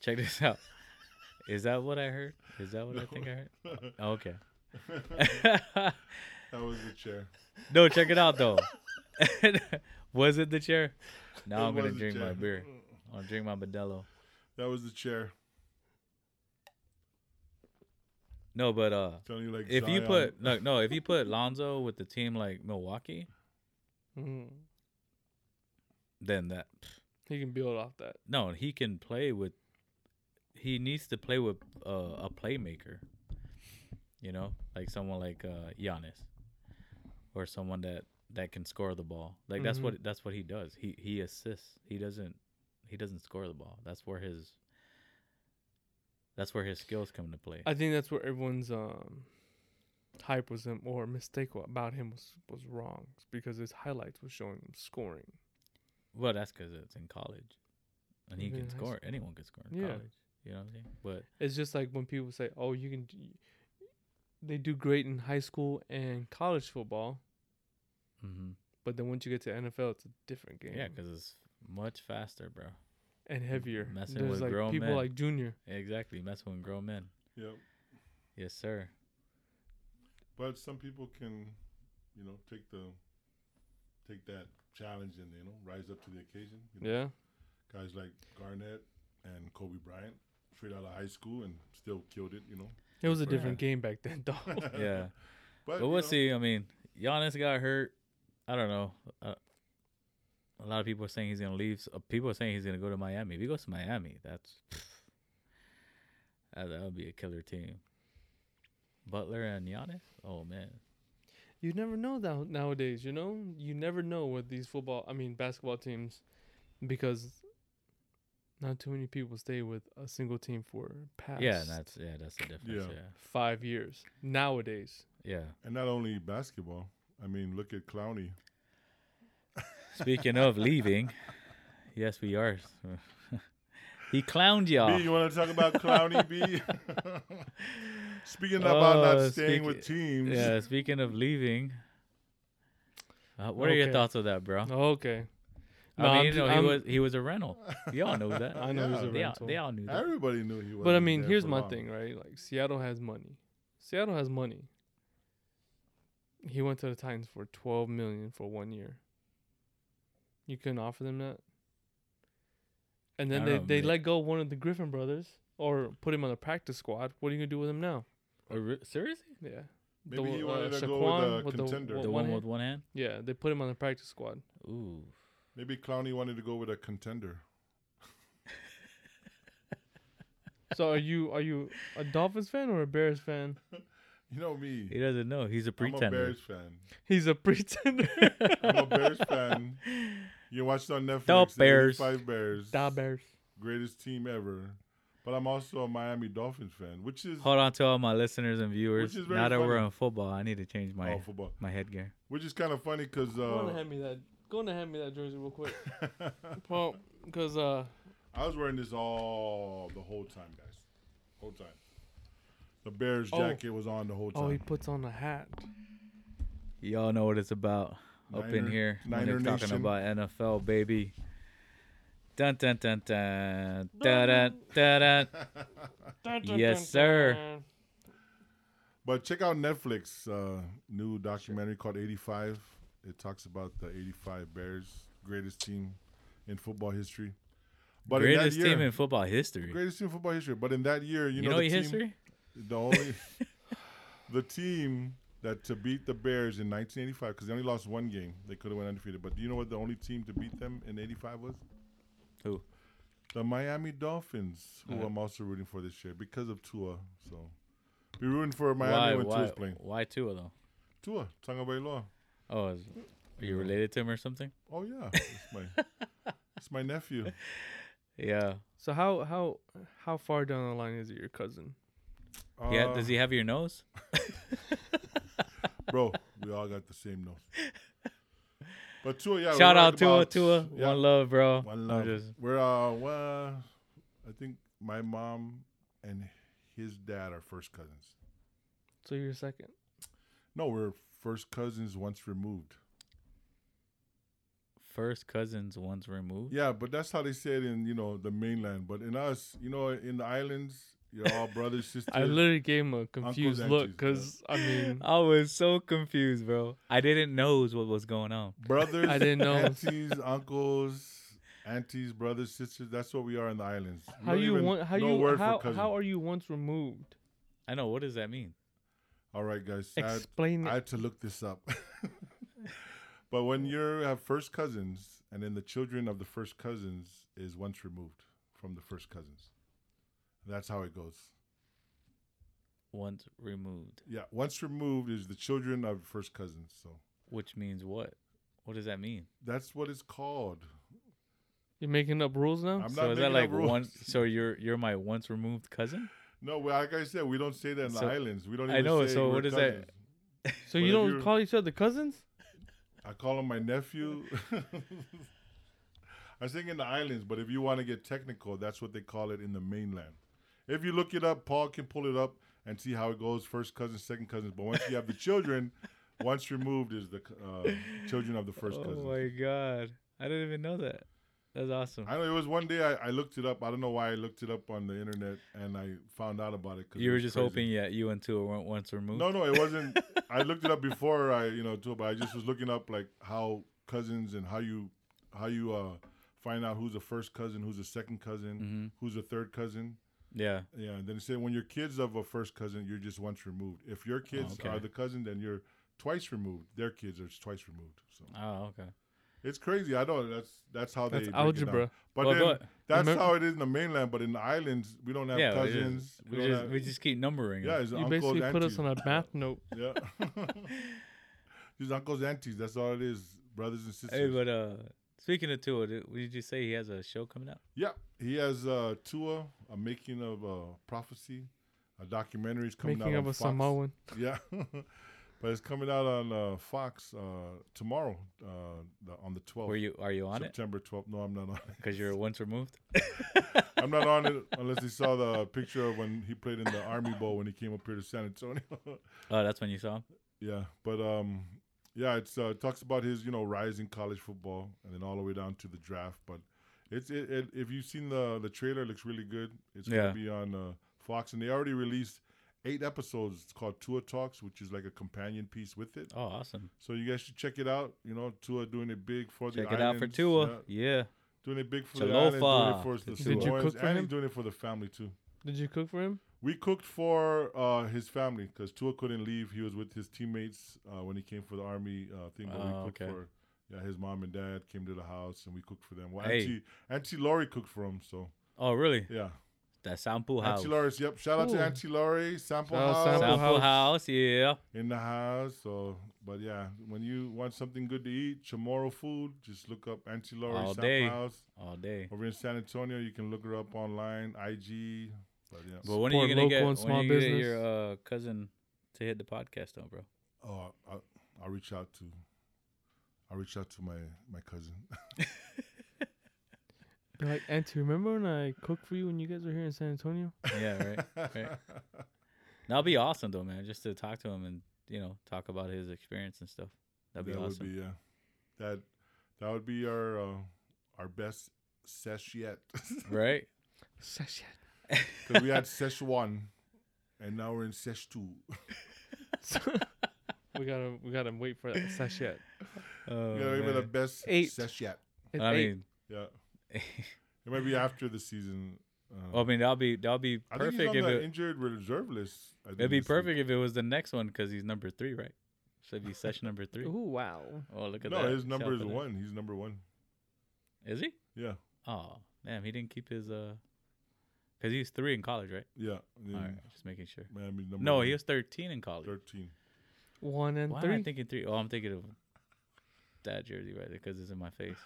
[SPEAKER 2] check this out, is that what I heard? Is that what I think I heard? Oh, Okay.
[SPEAKER 1] that was the chair.
[SPEAKER 2] no, check it out though. was it the chair? Now
[SPEAKER 1] It
[SPEAKER 2] I'm gonna
[SPEAKER 1] was the
[SPEAKER 2] drink my
[SPEAKER 1] chair.
[SPEAKER 2] beer. I'm gonna drink my Modelo.
[SPEAKER 1] That was the chair.
[SPEAKER 2] No, but uh,
[SPEAKER 1] Telling you like
[SPEAKER 2] if you
[SPEAKER 1] Zion.
[SPEAKER 2] put look, no, if you put Lonzo with the team like Milwaukee,
[SPEAKER 3] Mhm.
[SPEAKER 2] then that
[SPEAKER 3] He can build off that.
[SPEAKER 2] no, he can play with. He needs to play with uh, a playmaker. You know, like someone like uh, Giannis, or someone that that can score the ball. Like that's
[SPEAKER 3] Mhm.
[SPEAKER 2] what that's what he does. He he assists. He doesn't he doesn't score the ball. That's where his that's where his skills come into play.
[SPEAKER 3] I think that's where everyone's um hype was him or mistake wa- about him was was wrong It's because his highlights was showing him scoring.
[SPEAKER 2] well, that's because it's in college, and he
[SPEAKER 3] Even
[SPEAKER 2] can
[SPEAKER 3] in high
[SPEAKER 2] score. Anyone can score in
[SPEAKER 3] Yeah.
[SPEAKER 2] college. You know what I'm saying? But
[SPEAKER 3] It's just like when people say, "Oh, you can," d- they do great in high school and college football,
[SPEAKER 2] mm-hmm.
[SPEAKER 3] but then once you get to NFL, it's a different game.
[SPEAKER 2] yeah, because it's much faster, bro.
[SPEAKER 3] and heavier.
[SPEAKER 2] messing
[SPEAKER 3] There's
[SPEAKER 2] with
[SPEAKER 3] like
[SPEAKER 2] grown
[SPEAKER 3] people
[SPEAKER 2] men.
[SPEAKER 3] like Junior.
[SPEAKER 2] Exactly, messing with grown men.
[SPEAKER 1] Yep.
[SPEAKER 2] Yes, sir.
[SPEAKER 1] But some people can, you know, take the take that challenge and you know rise up to the occasion. You know?
[SPEAKER 3] Yeah,
[SPEAKER 1] Guys like Garnett and Kobe Bryant, straight out of high school and still killed it. You know.
[SPEAKER 3] it was a
[SPEAKER 1] Yeah.
[SPEAKER 3] different game back then, dog.
[SPEAKER 1] Uh,
[SPEAKER 2] Yeah,
[SPEAKER 1] but
[SPEAKER 2] but
[SPEAKER 1] you know,
[SPEAKER 2] we'll see. I mean, Giannis got hurt. I don't know. Uh, a lot of people are saying he's gonna leave. So, people are saying he's gonna go to Miami. If he goes to Miami, that's that that would be a killer team. Butler and Giannis. Oh man,
[SPEAKER 3] you never know that nowadays. You know, you never know with these football. I mean, basketball teams, because not too many people stay with a single team for past
[SPEAKER 2] yeah, that's yeah, that's the difference.
[SPEAKER 1] Yeah.
[SPEAKER 3] five years nowadays.
[SPEAKER 2] yeah. yeah.
[SPEAKER 1] And not only basketball. I mean, look at Clowney.
[SPEAKER 2] Speaking of leaving, yes, we are. he clowned y'all.
[SPEAKER 1] B, you want to talk about Clowney? B. Speaking about
[SPEAKER 2] Oh,
[SPEAKER 1] not staying
[SPEAKER 2] speak-
[SPEAKER 1] with teams.
[SPEAKER 2] Yeah, speaking of leaving, uh, what are your
[SPEAKER 3] Okay.
[SPEAKER 2] thoughts of that, bro?
[SPEAKER 3] Okay, No,
[SPEAKER 2] Uh-huh. I
[SPEAKER 3] I'm
[SPEAKER 2] mean, you
[SPEAKER 3] ju-
[SPEAKER 2] know,
[SPEAKER 3] I'm-
[SPEAKER 2] he was he was a rental. Y'all know that.
[SPEAKER 3] I know he's
[SPEAKER 1] Yeah.
[SPEAKER 3] a
[SPEAKER 2] they, all,
[SPEAKER 3] rental.
[SPEAKER 2] they all knew that.
[SPEAKER 1] Everybody knew he was.
[SPEAKER 3] But I mean, here's my thing, right? Like Seattle has money. Seattle has money. He went to the Titans for 12 million for 1 year. You couldn't offer them that? And then
[SPEAKER 2] I
[SPEAKER 3] they,
[SPEAKER 2] don't know,
[SPEAKER 3] they
[SPEAKER 2] may-
[SPEAKER 3] let go of one of the Griffin brothers or put him on the practice squad. What are you going to do with him now?
[SPEAKER 2] Oh, re- seriously?
[SPEAKER 3] Yeah.
[SPEAKER 1] Maybe
[SPEAKER 3] The,
[SPEAKER 1] he
[SPEAKER 3] uh,
[SPEAKER 1] wanted to
[SPEAKER 3] Shaquan
[SPEAKER 1] go with
[SPEAKER 3] with
[SPEAKER 1] a
[SPEAKER 3] the-
[SPEAKER 1] contender.
[SPEAKER 3] Well,
[SPEAKER 2] the
[SPEAKER 3] one
[SPEAKER 2] one
[SPEAKER 3] hand-
[SPEAKER 2] with one hand?
[SPEAKER 3] Yeah, they put him on the practice squad.
[SPEAKER 2] Ooh.
[SPEAKER 1] Maybe Clowney wanted to go with a contender.
[SPEAKER 3] So are you are you a Dolphins fan or a Bears fan?
[SPEAKER 1] You know
[SPEAKER 2] He
[SPEAKER 1] me.
[SPEAKER 2] doesn't know. He's a pretender.
[SPEAKER 1] I'm a Bears fan.
[SPEAKER 3] He's a pretender.
[SPEAKER 1] I'm a Bears fan. You watched on Netflix.
[SPEAKER 2] Bears.
[SPEAKER 1] Five Bears.
[SPEAKER 3] da Bears.
[SPEAKER 1] Greatest team ever. But I'm also a Miami Dolphins fan, which is
[SPEAKER 2] Hold on to all my listeners and viewers.
[SPEAKER 1] is very
[SPEAKER 2] Now that we're
[SPEAKER 1] funny.
[SPEAKER 2] on football, I need to change my
[SPEAKER 1] oh, football.
[SPEAKER 2] my headgear.
[SPEAKER 1] Which is kind of funny because
[SPEAKER 3] Go on and
[SPEAKER 1] uh,
[SPEAKER 3] hand me that. Go on and hand me that jersey real quick. Well, because uh,
[SPEAKER 1] I was wearing this all the whole time, guys. Whole time. The Bears
[SPEAKER 3] Oh.
[SPEAKER 1] jacket was on the whole time.
[SPEAKER 3] oh, he puts on a hat.
[SPEAKER 2] Y'all know what it's about up in
[SPEAKER 1] Niner-
[SPEAKER 2] here. when
[SPEAKER 1] Niner
[SPEAKER 2] they're talking
[SPEAKER 1] Nation.
[SPEAKER 2] about NFL, baby. Dun dun dun dun da da da da. Yes, sir.
[SPEAKER 1] But check out Netflix uh, new documentary called 85. It talks about the 85 Bears, greatest team in football history. But
[SPEAKER 2] Greatest
[SPEAKER 1] in that year,
[SPEAKER 2] team in football history.
[SPEAKER 1] greatest team in football history. But in that year, you,
[SPEAKER 2] you, know,
[SPEAKER 1] the
[SPEAKER 2] your
[SPEAKER 1] team,
[SPEAKER 2] history?
[SPEAKER 1] The only the team that to beat the Bears in 1985 because they only lost one game. They could have went undefeated. But do you know what the only team to beat them in 85 was?
[SPEAKER 2] Who?
[SPEAKER 1] The Miami Dolphins, who
[SPEAKER 2] Uh-huh.
[SPEAKER 1] I'm also rooting for this year because of Tua. So be rooting for
[SPEAKER 2] why,
[SPEAKER 1] Miami when
[SPEAKER 2] why,
[SPEAKER 1] Tua's playing.
[SPEAKER 2] why Tua though?
[SPEAKER 1] Tua, Tonga Bailoa.
[SPEAKER 2] Oh, is, are you related to him or something?
[SPEAKER 1] Oh yeah, it's my it's my nephew.
[SPEAKER 2] Yeah.
[SPEAKER 3] So how how how far down the line is it your cousin?
[SPEAKER 1] Uh,
[SPEAKER 2] yeah. Does he have your nose?
[SPEAKER 1] bro, we all got the same nose. But Tua, yeah.
[SPEAKER 2] Shout
[SPEAKER 1] we're
[SPEAKER 2] out Tua,
[SPEAKER 1] about-
[SPEAKER 2] Tua.
[SPEAKER 1] yeah,
[SPEAKER 2] One love, bro.
[SPEAKER 1] One
[SPEAKER 2] I'm
[SPEAKER 1] love.
[SPEAKER 2] just-
[SPEAKER 1] We're uh, well, I think my mom and his dad are first cousins.
[SPEAKER 3] So you're second.
[SPEAKER 1] No, we're first cousins once removed.
[SPEAKER 2] first cousins once removed.
[SPEAKER 1] Yeah, but that's how they say it in you know the mainland. But in us, you know, in the islands, you're all brothers, sisters.
[SPEAKER 3] I literally gave him a confused look
[SPEAKER 1] aunties,
[SPEAKER 3] because I mean
[SPEAKER 2] I was so confused, bro. I didn't know what was going on.
[SPEAKER 1] brothers,
[SPEAKER 3] I didn't know.
[SPEAKER 1] aunties, uncles, aunties, brothers, sisters. That's what we are in the islands. We
[SPEAKER 3] how
[SPEAKER 1] don't
[SPEAKER 3] you
[SPEAKER 1] even
[SPEAKER 3] want how
[SPEAKER 1] know a
[SPEAKER 3] you
[SPEAKER 1] word for
[SPEAKER 3] how,
[SPEAKER 1] cousin.
[SPEAKER 3] how are you once removed?
[SPEAKER 2] I know. What does that mean?
[SPEAKER 1] All right, guys. I,
[SPEAKER 3] Explain
[SPEAKER 1] I
[SPEAKER 3] it.
[SPEAKER 1] had to look this up. But when you're have first cousins, and then the children of the first cousins is once removed from the first cousins. That's how it goes.
[SPEAKER 2] Once removed,
[SPEAKER 1] Yeah, once removed is the children of first cousins. So
[SPEAKER 2] which means what? What does that mean?
[SPEAKER 1] that's what it's called.
[SPEAKER 3] You're making up rules now.
[SPEAKER 1] I'm
[SPEAKER 2] so
[SPEAKER 1] not
[SPEAKER 2] is that
[SPEAKER 1] making up
[SPEAKER 2] like
[SPEAKER 1] rules.
[SPEAKER 2] one? So you're you're my once removed cousin?
[SPEAKER 1] No, well, like I said, we don't say that in
[SPEAKER 2] So-
[SPEAKER 1] the islands. We don't.
[SPEAKER 2] I
[SPEAKER 1] Even
[SPEAKER 2] know,
[SPEAKER 1] Say
[SPEAKER 2] so
[SPEAKER 1] we're
[SPEAKER 2] what is
[SPEAKER 1] cousins.
[SPEAKER 2] that?
[SPEAKER 3] so
[SPEAKER 1] But
[SPEAKER 3] you
[SPEAKER 1] if
[SPEAKER 3] don't
[SPEAKER 1] you're-
[SPEAKER 3] call each other cousins?
[SPEAKER 1] I call him my nephew. I think in the islands, but if you want to get technical, that's what they call it in the mainland. If you look it up, Paul can pull it up and see how it goes: first cousins, second cousins. But once you have the children, once removed is the uh, children of the first
[SPEAKER 2] oh
[SPEAKER 1] cousins.
[SPEAKER 2] my god, I didn't even know that. That's awesome.
[SPEAKER 1] I know it was one day I, I looked it up. I don't know why I looked it up on the internet and I found out about it. 'cause it
[SPEAKER 2] you were
[SPEAKER 1] was
[SPEAKER 2] just
[SPEAKER 1] crazy.
[SPEAKER 2] hoping yeah, you and Tua weren't once removed.
[SPEAKER 1] No, no, it wasn't. I looked it up before I, you know, too, but I just was looking up like how cousins and how you, how you uh, find out who's the first cousin, who's the second cousin,
[SPEAKER 2] hmm
[SPEAKER 1] who's the third cousin.
[SPEAKER 2] Yeah.
[SPEAKER 1] Yeah, and then it said when your kids of a first cousin, you're just once removed. If your kids
[SPEAKER 2] Oh, okay.
[SPEAKER 1] are the cousin, then you're twice removed. Their kids are twice removed. So
[SPEAKER 2] Oh, okay.
[SPEAKER 1] it's crazy. I know that's that's how
[SPEAKER 3] That's
[SPEAKER 1] they break it down.
[SPEAKER 3] algebra.
[SPEAKER 1] But
[SPEAKER 2] Well,
[SPEAKER 1] then
[SPEAKER 2] but-
[SPEAKER 1] that's
[SPEAKER 3] remem-
[SPEAKER 1] how it is in the mainland. But in the islands, we don't have
[SPEAKER 2] yeah, we just-
[SPEAKER 1] cousins.
[SPEAKER 2] We
[SPEAKER 1] don't
[SPEAKER 2] just,
[SPEAKER 1] have-
[SPEAKER 2] we just keep numbering.
[SPEAKER 1] yeah,
[SPEAKER 2] Yeah.
[SPEAKER 1] it's
[SPEAKER 3] You
[SPEAKER 1] uncles,
[SPEAKER 3] basically put
[SPEAKER 1] aunties.
[SPEAKER 3] us on a math note.
[SPEAKER 1] Yeah. These uncles, aunties. That's all it is. Brothers and sisters.
[SPEAKER 2] Hey, but uh, speaking of Tua, did, did you say he has a show coming out?
[SPEAKER 1] yeah. He has uh, Tua, a making of uh, prophecy. A documentary is coming
[SPEAKER 3] Making
[SPEAKER 1] out
[SPEAKER 3] up
[SPEAKER 1] on
[SPEAKER 3] a
[SPEAKER 1] Fox.
[SPEAKER 3] Samoan.
[SPEAKER 1] Yeah. but it's coming out on uh, Fox uh, tomorrow uh, the, on the 12th.
[SPEAKER 2] Were you are you on it?
[SPEAKER 1] September 12th. No, I'm not on it.
[SPEAKER 2] Because you're once removed.
[SPEAKER 1] I'm not on it unless you saw the picture of when he played in the Army Bowl when he came up here to San Antonio.
[SPEAKER 2] Oh, that's when you saw him.
[SPEAKER 1] Yeah, but um, yeah, it's uh, it talks about his you know rise in college football and then all the way down to the draft. But it's it, it if you've seen the the trailer, it looks really good. It's
[SPEAKER 2] Yeah.
[SPEAKER 1] gonna be on uh, Fox, and they already released eight episodes. It's called Tour Talks, which is like a companion piece with it.
[SPEAKER 2] Oh, awesome.
[SPEAKER 1] So you guys should check it out. You know, Tua doing it big for the
[SPEAKER 2] Check it out for
[SPEAKER 1] islands,
[SPEAKER 2] Tua.
[SPEAKER 1] yeah,
[SPEAKER 2] Yeah.
[SPEAKER 1] doing it big for the
[SPEAKER 2] Chalofa.
[SPEAKER 1] island, doing it for the
[SPEAKER 3] Did you
[SPEAKER 1] Samoans,
[SPEAKER 3] cook for
[SPEAKER 1] and
[SPEAKER 3] him?
[SPEAKER 1] he's doing it for the family too.
[SPEAKER 3] Did you cook for him?
[SPEAKER 1] We cooked for uh, his family because Tua couldn't leave. He was with his teammates uh, when he came for the army uh, thing. But we
[SPEAKER 2] Oh,
[SPEAKER 1] cooked
[SPEAKER 2] okay.
[SPEAKER 1] for yeah, his mom and dad came to the house and we cooked for them. Well,
[SPEAKER 2] Hey.
[SPEAKER 1] Auntie Auntie Laurie cooked for him. So
[SPEAKER 2] Oh, really?
[SPEAKER 1] yeah,
[SPEAKER 2] That Sample House.
[SPEAKER 1] Auntie Laurie's. Yep. Shout out
[SPEAKER 3] Cool.
[SPEAKER 1] to Auntie Laurie. Sample
[SPEAKER 3] Shout out
[SPEAKER 1] house
[SPEAKER 3] Sample
[SPEAKER 2] Sample
[SPEAKER 3] House.
[SPEAKER 2] House. Yeah.
[SPEAKER 1] in the house. So, but yeah, when you want something good to eat, Chamorro food, just look up Auntie Laurie
[SPEAKER 2] All
[SPEAKER 1] Sample
[SPEAKER 2] day.
[SPEAKER 1] house
[SPEAKER 2] All day.
[SPEAKER 1] over in San Antonio. You can look her up online, IG. But yeah.
[SPEAKER 2] But when are you
[SPEAKER 3] Support
[SPEAKER 2] gonna get
[SPEAKER 3] local
[SPEAKER 2] when
[SPEAKER 3] and small
[SPEAKER 2] are you gonna get
[SPEAKER 3] business.
[SPEAKER 2] your uh, cousin to hit the podcast on, bro?
[SPEAKER 1] Oh, I, I'll reach out to. I'll reach out to my my cousin.
[SPEAKER 3] Be like, Auntie, remember when I cooked for you when you guys were here in San Antonio?
[SPEAKER 2] Yeah, right. right. That'd be awesome though, man. Just to talk to him and you know talk about his experience and stuff. That'd be
[SPEAKER 1] that
[SPEAKER 2] awesome.
[SPEAKER 1] would be yeah. That that would be our uh, our best sesh yet.
[SPEAKER 2] Right?
[SPEAKER 3] Sesh yet.
[SPEAKER 1] Because we had sesh one, and now we're in sesh two.
[SPEAKER 3] we gotta we gotta wait for that sesh yet.
[SPEAKER 2] Oh,
[SPEAKER 1] we gotta give it the
[SPEAKER 2] man.
[SPEAKER 1] best
[SPEAKER 3] Eight.
[SPEAKER 1] sesh yet.
[SPEAKER 3] It's
[SPEAKER 2] I
[SPEAKER 3] eight.
[SPEAKER 2] mean,
[SPEAKER 1] Yeah, it might be after the season. Uh,
[SPEAKER 2] well, I mean that'll Oh, be that'll be
[SPEAKER 1] I think he's
[SPEAKER 2] perfect
[SPEAKER 1] on
[SPEAKER 2] if
[SPEAKER 1] the
[SPEAKER 2] it
[SPEAKER 1] injured reserve list. I think,
[SPEAKER 2] it'd be
[SPEAKER 1] this week.
[SPEAKER 2] perfect if it was the next one because he's number three, right? So it'd be session number three.
[SPEAKER 3] Ooh, wow.
[SPEAKER 2] Oh, look at
[SPEAKER 1] No,
[SPEAKER 2] that!
[SPEAKER 1] his
[SPEAKER 2] He's
[SPEAKER 1] number
[SPEAKER 2] out
[SPEAKER 1] is
[SPEAKER 2] for that.
[SPEAKER 1] one. He's number one.
[SPEAKER 2] Is he?
[SPEAKER 1] Yeah,
[SPEAKER 2] Oh, damn! He didn't keep his uh, because he was three in college, right?
[SPEAKER 1] yeah. Then
[SPEAKER 2] All right, just making sure.
[SPEAKER 1] Miami's Mm. number
[SPEAKER 2] No,
[SPEAKER 1] one,
[SPEAKER 2] he was thirteen in college.
[SPEAKER 1] thirteen.
[SPEAKER 3] One and
[SPEAKER 2] Why am I
[SPEAKER 3] three.
[SPEAKER 2] thinking three? Oh, I'm thinking of that jersey right there because it's in my face.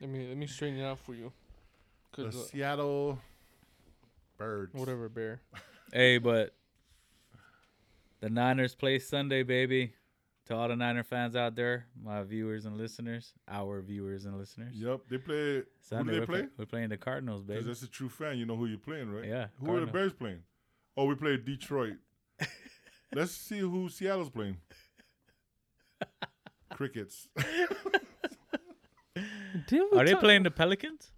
[SPEAKER 3] let me let me straighten it out for you.
[SPEAKER 1] The
[SPEAKER 3] Cause uh,
[SPEAKER 1] Seattle Birds.
[SPEAKER 3] whatever bear.
[SPEAKER 2] Hey, but the Niners play Sunday, baby. To all the Niner fans out there, my viewers and listeners, our viewers and listeners.
[SPEAKER 1] Yep, they play. who do
[SPEAKER 2] Sunday, we're
[SPEAKER 1] they
[SPEAKER 2] play-
[SPEAKER 1] play?
[SPEAKER 2] we're playing the Cardinals,
[SPEAKER 1] Because
[SPEAKER 2] baby.
[SPEAKER 1] that's a true fan. You know who you're playing, right?
[SPEAKER 2] Yeah,
[SPEAKER 1] Who are the
[SPEAKER 2] Cardinals.
[SPEAKER 1] Bears playing? Oh, we played Detroit. Let's see who Seattle's playing. Crickets.
[SPEAKER 3] Didn't we
[SPEAKER 2] Are they
[SPEAKER 3] talk-
[SPEAKER 2] playing the Pelicans?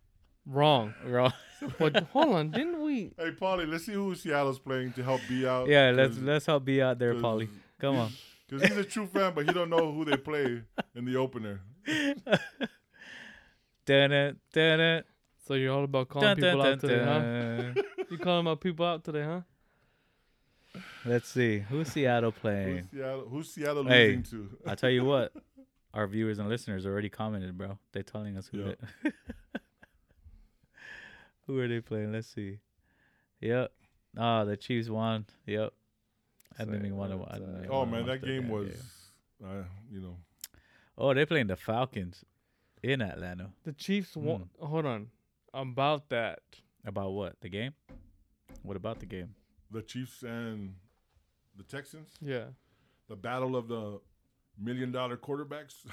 [SPEAKER 3] wrong?
[SPEAKER 2] Wrong.
[SPEAKER 3] But hold on, didn't we?
[SPEAKER 1] hey, Paulie, let's see who Seattle's playing to help B out.
[SPEAKER 2] yeah, let's
[SPEAKER 1] Oh, Cause-
[SPEAKER 2] let's help be out there,
[SPEAKER 1] cause-
[SPEAKER 2] Polly. Come on.
[SPEAKER 1] Cause he's a true fan, but he don't know who they play in the opener.
[SPEAKER 2] Dun it, dun it,
[SPEAKER 3] So you're all about calling
[SPEAKER 2] dun
[SPEAKER 3] people
[SPEAKER 2] dun dun
[SPEAKER 3] out today, huh?
[SPEAKER 2] dun.
[SPEAKER 3] You calling my people out today, huh?
[SPEAKER 2] Let's see. Who's Seattle
[SPEAKER 1] Who's
[SPEAKER 2] playing?
[SPEAKER 1] Seattle, who's Seattle
[SPEAKER 2] Hey.
[SPEAKER 1] losing to?
[SPEAKER 2] I tell you what, our viewers and listeners already commented, bro. They're telling us who
[SPEAKER 1] Yeah.
[SPEAKER 2] they who are they playing. Let's see. Yep. Ah, the Chiefs won. Yep. I didn't
[SPEAKER 3] Say
[SPEAKER 2] even want to.
[SPEAKER 3] what,
[SPEAKER 2] I didn't
[SPEAKER 3] uh,
[SPEAKER 2] even
[SPEAKER 1] Oh
[SPEAKER 2] wanna
[SPEAKER 1] man,
[SPEAKER 2] watch
[SPEAKER 1] that game
[SPEAKER 2] damn
[SPEAKER 1] was, uh, you know,
[SPEAKER 2] Oh, they're playing the Falcons in Atlanta.
[SPEAKER 3] The Chiefs
[SPEAKER 2] Hmm.
[SPEAKER 3] won. Hold on, about that.
[SPEAKER 2] About what? The game? What about the game?
[SPEAKER 1] the Chiefs and the Texans,
[SPEAKER 3] Yeah,
[SPEAKER 1] the battle of the million dollar quarterbacks,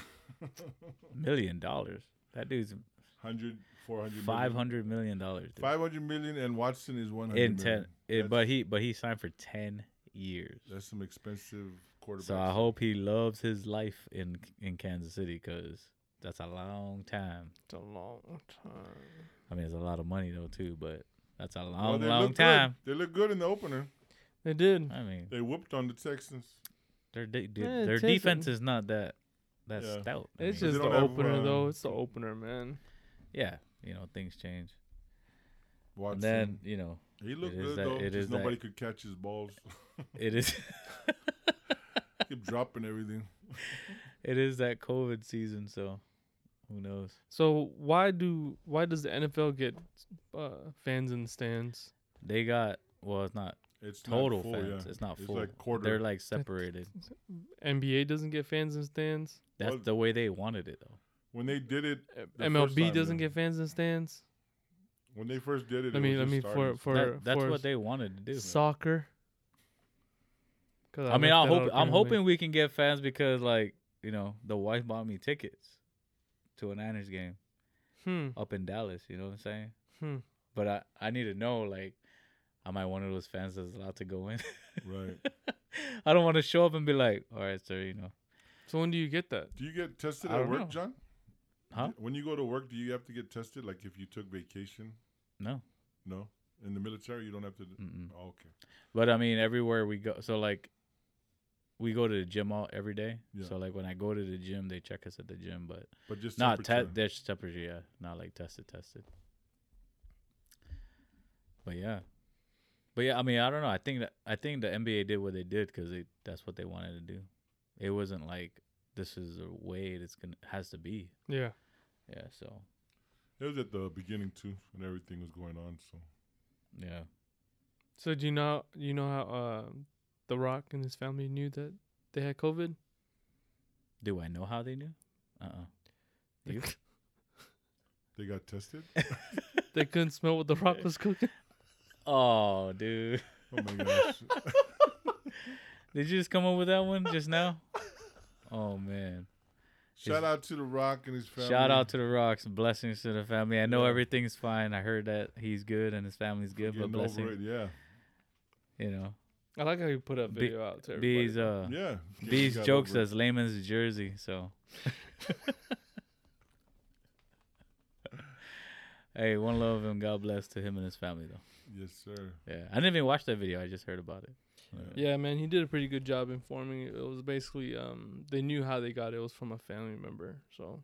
[SPEAKER 2] Million dollars. That dude's
[SPEAKER 1] 100, 400
[SPEAKER 2] five hundred million dollars. dude.
[SPEAKER 1] 500 million, and Watson is 100
[SPEAKER 2] In
[SPEAKER 1] million.
[SPEAKER 2] ten, it,
[SPEAKER 1] That's-
[SPEAKER 2] but he but he signed for ten years.
[SPEAKER 1] That's some expensive quarterbacks.
[SPEAKER 2] So I hope he loves his life in in Kansas City because that's a long time.
[SPEAKER 3] it's a long time.
[SPEAKER 2] I mean, it's a lot of money though too, but that's a
[SPEAKER 1] Well,
[SPEAKER 2] long
[SPEAKER 1] they
[SPEAKER 2] long
[SPEAKER 1] look good.
[SPEAKER 2] time.
[SPEAKER 1] They look good in the opener.
[SPEAKER 3] They did.
[SPEAKER 2] I mean,
[SPEAKER 1] They whooped on the Texans.
[SPEAKER 2] their de- de-
[SPEAKER 3] Yeah,
[SPEAKER 2] their
[SPEAKER 3] Texas-
[SPEAKER 2] defense is not that that
[SPEAKER 1] Yeah.
[SPEAKER 2] stout. I
[SPEAKER 3] It's
[SPEAKER 2] mean,
[SPEAKER 3] just the
[SPEAKER 1] don't have,
[SPEAKER 3] opener,
[SPEAKER 1] uh,
[SPEAKER 3] though. It's the opener, man.
[SPEAKER 2] yeah, you know, things change.
[SPEAKER 1] Watson.
[SPEAKER 2] And then you know,
[SPEAKER 1] he looked
[SPEAKER 2] it is
[SPEAKER 1] good
[SPEAKER 2] that-
[SPEAKER 1] though.
[SPEAKER 2] it
[SPEAKER 1] Just
[SPEAKER 2] is that-
[SPEAKER 1] nobody could catch his balls.
[SPEAKER 2] it is
[SPEAKER 1] Keep dropping everything.
[SPEAKER 2] it is that COVID season, so who knows?
[SPEAKER 3] So why do why does the NFL get uh, fans in the stands?
[SPEAKER 2] They got well, it's not
[SPEAKER 1] It's not
[SPEAKER 2] total
[SPEAKER 1] full,
[SPEAKER 2] fans.
[SPEAKER 1] yeah.
[SPEAKER 2] It's not
[SPEAKER 1] It's
[SPEAKER 2] full.
[SPEAKER 1] like quarter.
[SPEAKER 2] They're like separated.
[SPEAKER 3] NBA doesn't get fans in the stands.
[SPEAKER 2] That's
[SPEAKER 1] Well-
[SPEAKER 2] the way they wanted it though.
[SPEAKER 1] When they did it,
[SPEAKER 3] Uh,
[SPEAKER 1] The
[SPEAKER 3] MLB
[SPEAKER 1] first time,
[SPEAKER 3] doesn't
[SPEAKER 1] yeah.
[SPEAKER 3] get fans in the stands.
[SPEAKER 1] when they first did it,
[SPEAKER 3] Let
[SPEAKER 1] it
[SPEAKER 3] me
[SPEAKER 1] was
[SPEAKER 3] let
[SPEAKER 1] just
[SPEAKER 3] me
[SPEAKER 1] starting
[SPEAKER 3] for for
[SPEAKER 2] That, that's
[SPEAKER 3] for
[SPEAKER 2] what they wanted to do.
[SPEAKER 3] soccer. 'Cause
[SPEAKER 2] I mean, I
[SPEAKER 3] left that out
[SPEAKER 2] hope I'm
[SPEAKER 3] apparently.
[SPEAKER 2] hoping we can get fans because like you know the wife bought me tickets to a Niners game
[SPEAKER 3] Hmm.
[SPEAKER 2] up in Dallas. You know what I'm saying?
[SPEAKER 3] Hmm.
[SPEAKER 2] But I I need to know like am I one of those fans that's allowed to go in?
[SPEAKER 1] Right.
[SPEAKER 2] I don't want to show up and be like, all right, sir, you know,
[SPEAKER 3] So when do you get that?
[SPEAKER 1] Do you get tested
[SPEAKER 2] I
[SPEAKER 1] at
[SPEAKER 2] don't
[SPEAKER 1] work,
[SPEAKER 2] know.
[SPEAKER 1] John?
[SPEAKER 2] Huh?
[SPEAKER 1] When you go to work, do you have to get tested? Like if you took vacation?
[SPEAKER 2] no.
[SPEAKER 1] No. In the military, you don't have to. do-
[SPEAKER 2] Mm-mm.
[SPEAKER 1] Oh, okay.
[SPEAKER 2] But I mean, everywhere we go, so like we go to the gym all every day.
[SPEAKER 1] Yeah.
[SPEAKER 2] So like when I go to the gym, they check us at the gym, but
[SPEAKER 1] But just
[SPEAKER 2] not te-
[SPEAKER 1] temperature.
[SPEAKER 2] there's temperature, yeah, not like tested, tested. But yeah, but yeah, I mean, I don't know. I think that I think the NBA did what they did because that's what they wanted to do. It wasn't like this is the way it's gonna has to be.
[SPEAKER 3] Yeah.
[SPEAKER 2] Yeah, so
[SPEAKER 1] It was at the beginning too, when everything was going on. So
[SPEAKER 2] yeah.
[SPEAKER 3] So do you know you know how um the Rock and his family knew that they had COVID?
[SPEAKER 2] Do I know how they knew? Uh uh You?
[SPEAKER 1] they got tested. Oh,
[SPEAKER 3] They couldn't smell what the Rock was cooking.
[SPEAKER 2] Oh, dude.
[SPEAKER 1] Oh my gosh.
[SPEAKER 2] Did you just come up with that one just now? Oh man.
[SPEAKER 1] Shout out to The Rock and his family.
[SPEAKER 2] Shout out to the rocks. Blessings to the family. I know
[SPEAKER 1] Yeah.
[SPEAKER 2] everything's fine. I heard that he's good and his family's good,
[SPEAKER 1] Getting
[SPEAKER 2] but
[SPEAKER 1] over
[SPEAKER 2] blessing.
[SPEAKER 1] it, yeah.
[SPEAKER 2] You know.
[SPEAKER 3] I like how you put that
[SPEAKER 2] B-
[SPEAKER 3] video out to everybody.
[SPEAKER 2] B's uh
[SPEAKER 1] Yeah. Getting
[SPEAKER 2] B's
[SPEAKER 1] got
[SPEAKER 2] jokes
[SPEAKER 1] over it.
[SPEAKER 2] as layman's jersey, so Hey, one love and God bless to him and his family though.
[SPEAKER 1] Yes, sir.
[SPEAKER 2] Yeah. I didn't even watch that video, I just heard about it.
[SPEAKER 3] Yeah, man, he did a pretty good job informing. It was basically um they knew how they got it. It was from a family member. So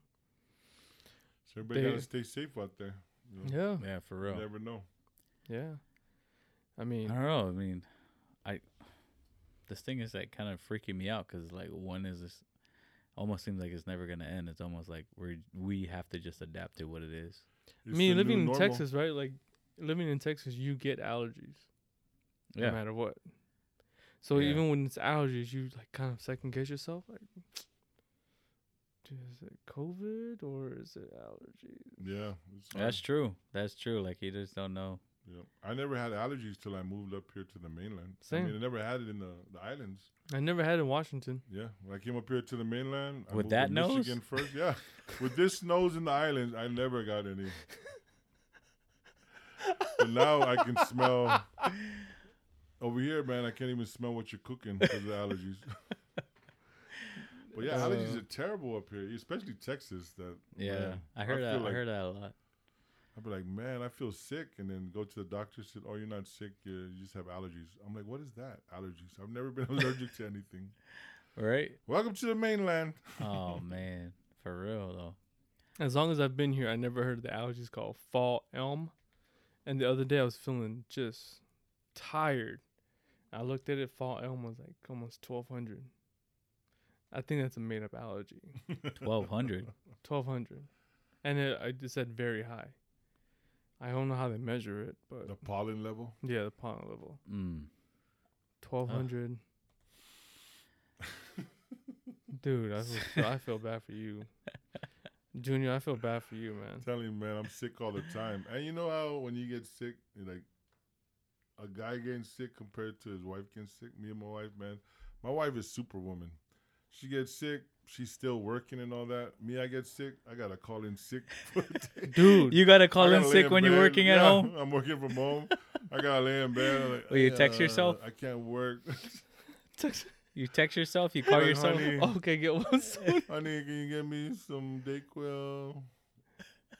[SPEAKER 1] So everybody
[SPEAKER 3] They-
[SPEAKER 1] gotta stay safe out there. You, know?
[SPEAKER 3] yeah,
[SPEAKER 2] Yeah, for
[SPEAKER 1] You
[SPEAKER 2] real.
[SPEAKER 1] never know.
[SPEAKER 3] yeah. I
[SPEAKER 2] I
[SPEAKER 3] mean,
[SPEAKER 2] don't know. I mean, I this thing is like kind of freaking me out because like when is this? Almost seems like it's never gonna end. It's almost like we we have to just adapt to what it is.
[SPEAKER 1] It's
[SPEAKER 3] I
[SPEAKER 1] the
[SPEAKER 3] mean,
[SPEAKER 1] new
[SPEAKER 3] living in
[SPEAKER 1] normal.
[SPEAKER 3] Texas, right? Like living in Texas, you get allergies
[SPEAKER 2] Yeah,
[SPEAKER 3] no matter what. So
[SPEAKER 2] Yeah.
[SPEAKER 3] even when it's allergies, you like kind of second guess yourself. Like, dude, is it COVID or is it allergies?
[SPEAKER 1] Yeah. It's
[SPEAKER 2] that's
[SPEAKER 1] hard.
[SPEAKER 2] true. That's true. Like you just don't know.
[SPEAKER 1] Yeah. I never had allergies till I moved up here to the mainland. I
[SPEAKER 3] Same.
[SPEAKER 1] mean, I never had it in the, the islands.
[SPEAKER 3] I never had it in Washington.
[SPEAKER 1] Yeah. When I came up here to the mainland, I
[SPEAKER 2] With
[SPEAKER 1] moved
[SPEAKER 2] that
[SPEAKER 1] to
[SPEAKER 2] nose?
[SPEAKER 1] Michigan first. Yeah. With this nose in the islands, I never got any. but now I can smell. Over here, man, I can't even smell what you're cooking because of the allergies. but yeah, allergies
[SPEAKER 3] Uh,
[SPEAKER 1] are terrible up here, especially Texas. That
[SPEAKER 2] Yeah,
[SPEAKER 1] man,
[SPEAKER 2] I heard
[SPEAKER 1] feel
[SPEAKER 2] that.
[SPEAKER 1] Like,
[SPEAKER 2] I heard that a lot.
[SPEAKER 1] I'd be like, man, I feel sick, and then go to the doctor. Said, oh, you're not sick. You you just have allergies. I'm like, what is that? Allergies. I've never been allergic to anything.
[SPEAKER 2] Right?
[SPEAKER 1] Welcome to the mainland.
[SPEAKER 2] oh man, for real though.
[SPEAKER 3] As long as I've been here, I never heard of the allergies called fall elm. And the other day, I was feeling just tired. I looked at it fall almost like almost twelve hundred. I think that's a made up allergy.
[SPEAKER 2] 1200
[SPEAKER 3] Twelve hundred, and it, I just said very high. I don't know how they measure it, but
[SPEAKER 1] The pollen level.
[SPEAKER 3] yeah, the pollen level
[SPEAKER 2] mm.
[SPEAKER 3] twelve hundred. Dude, I feel, I feel bad for you, Junior. I feel bad for you, man.
[SPEAKER 1] I'm telling you, man, I'm sick all the time. And you know how when you get sick, you're like a guy getting sick compared to his wife getting sick. Me and my wife, man, my wife is superwoman. She gets sick, she's still working and all that. Me, I get sick, I gotta call in sick.
[SPEAKER 3] Dude,
[SPEAKER 2] you gotta
[SPEAKER 1] I
[SPEAKER 2] call in
[SPEAKER 1] gotta lay
[SPEAKER 2] sick when you're
[SPEAKER 1] bed.
[SPEAKER 2] working at
[SPEAKER 1] Yeah,
[SPEAKER 2] home
[SPEAKER 1] I'm working from home. I gotta lay in bed. I'm Like,
[SPEAKER 2] Will you text
[SPEAKER 1] "Uh,
[SPEAKER 2] yourself?"
[SPEAKER 1] I can't work.
[SPEAKER 2] you text yourself you call
[SPEAKER 1] Like,
[SPEAKER 2] yourself
[SPEAKER 1] "Honey,
[SPEAKER 3] okay, get one soon.
[SPEAKER 1] Honey, can you get me some Dayquil?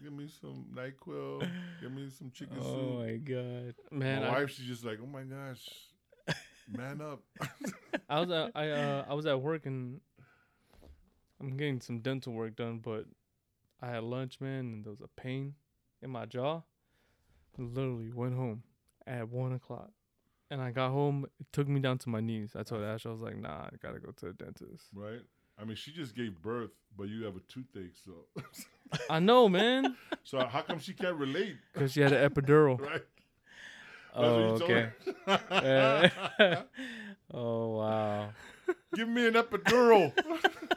[SPEAKER 1] Give me some Nyquil. Give me some chicken
[SPEAKER 2] oh
[SPEAKER 1] soup.
[SPEAKER 2] my god
[SPEAKER 3] man.
[SPEAKER 1] my
[SPEAKER 3] I-
[SPEAKER 1] wife, she's just like, oh my gosh, man up.
[SPEAKER 3] I was at, I uh I was at work and I'm getting some dental work done, but I had lunch, man, and there was a pain in my jaw. Literally went home at one o'clock, and I got home. It took me down to my knees. I told Ash, I was like, Nah, I gotta go to the dentist.
[SPEAKER 1] right? I mean, she just gave birth, but you have a toothache, so
[SPEAKER 3] I know, man,
[SPEAKER 1] so how come she can't relate,
[SPEAKER 3] because she had an epidural.
[SPEAKER 1] right?
[SPEAKER 2] oh
[SPEAKER 1] That's what you
[SPEAKER 2] okay
[SPEAKER 1] told
[SPEAKER 2] Uh, oh wow
[SPEAKER 1] Give me an epidural.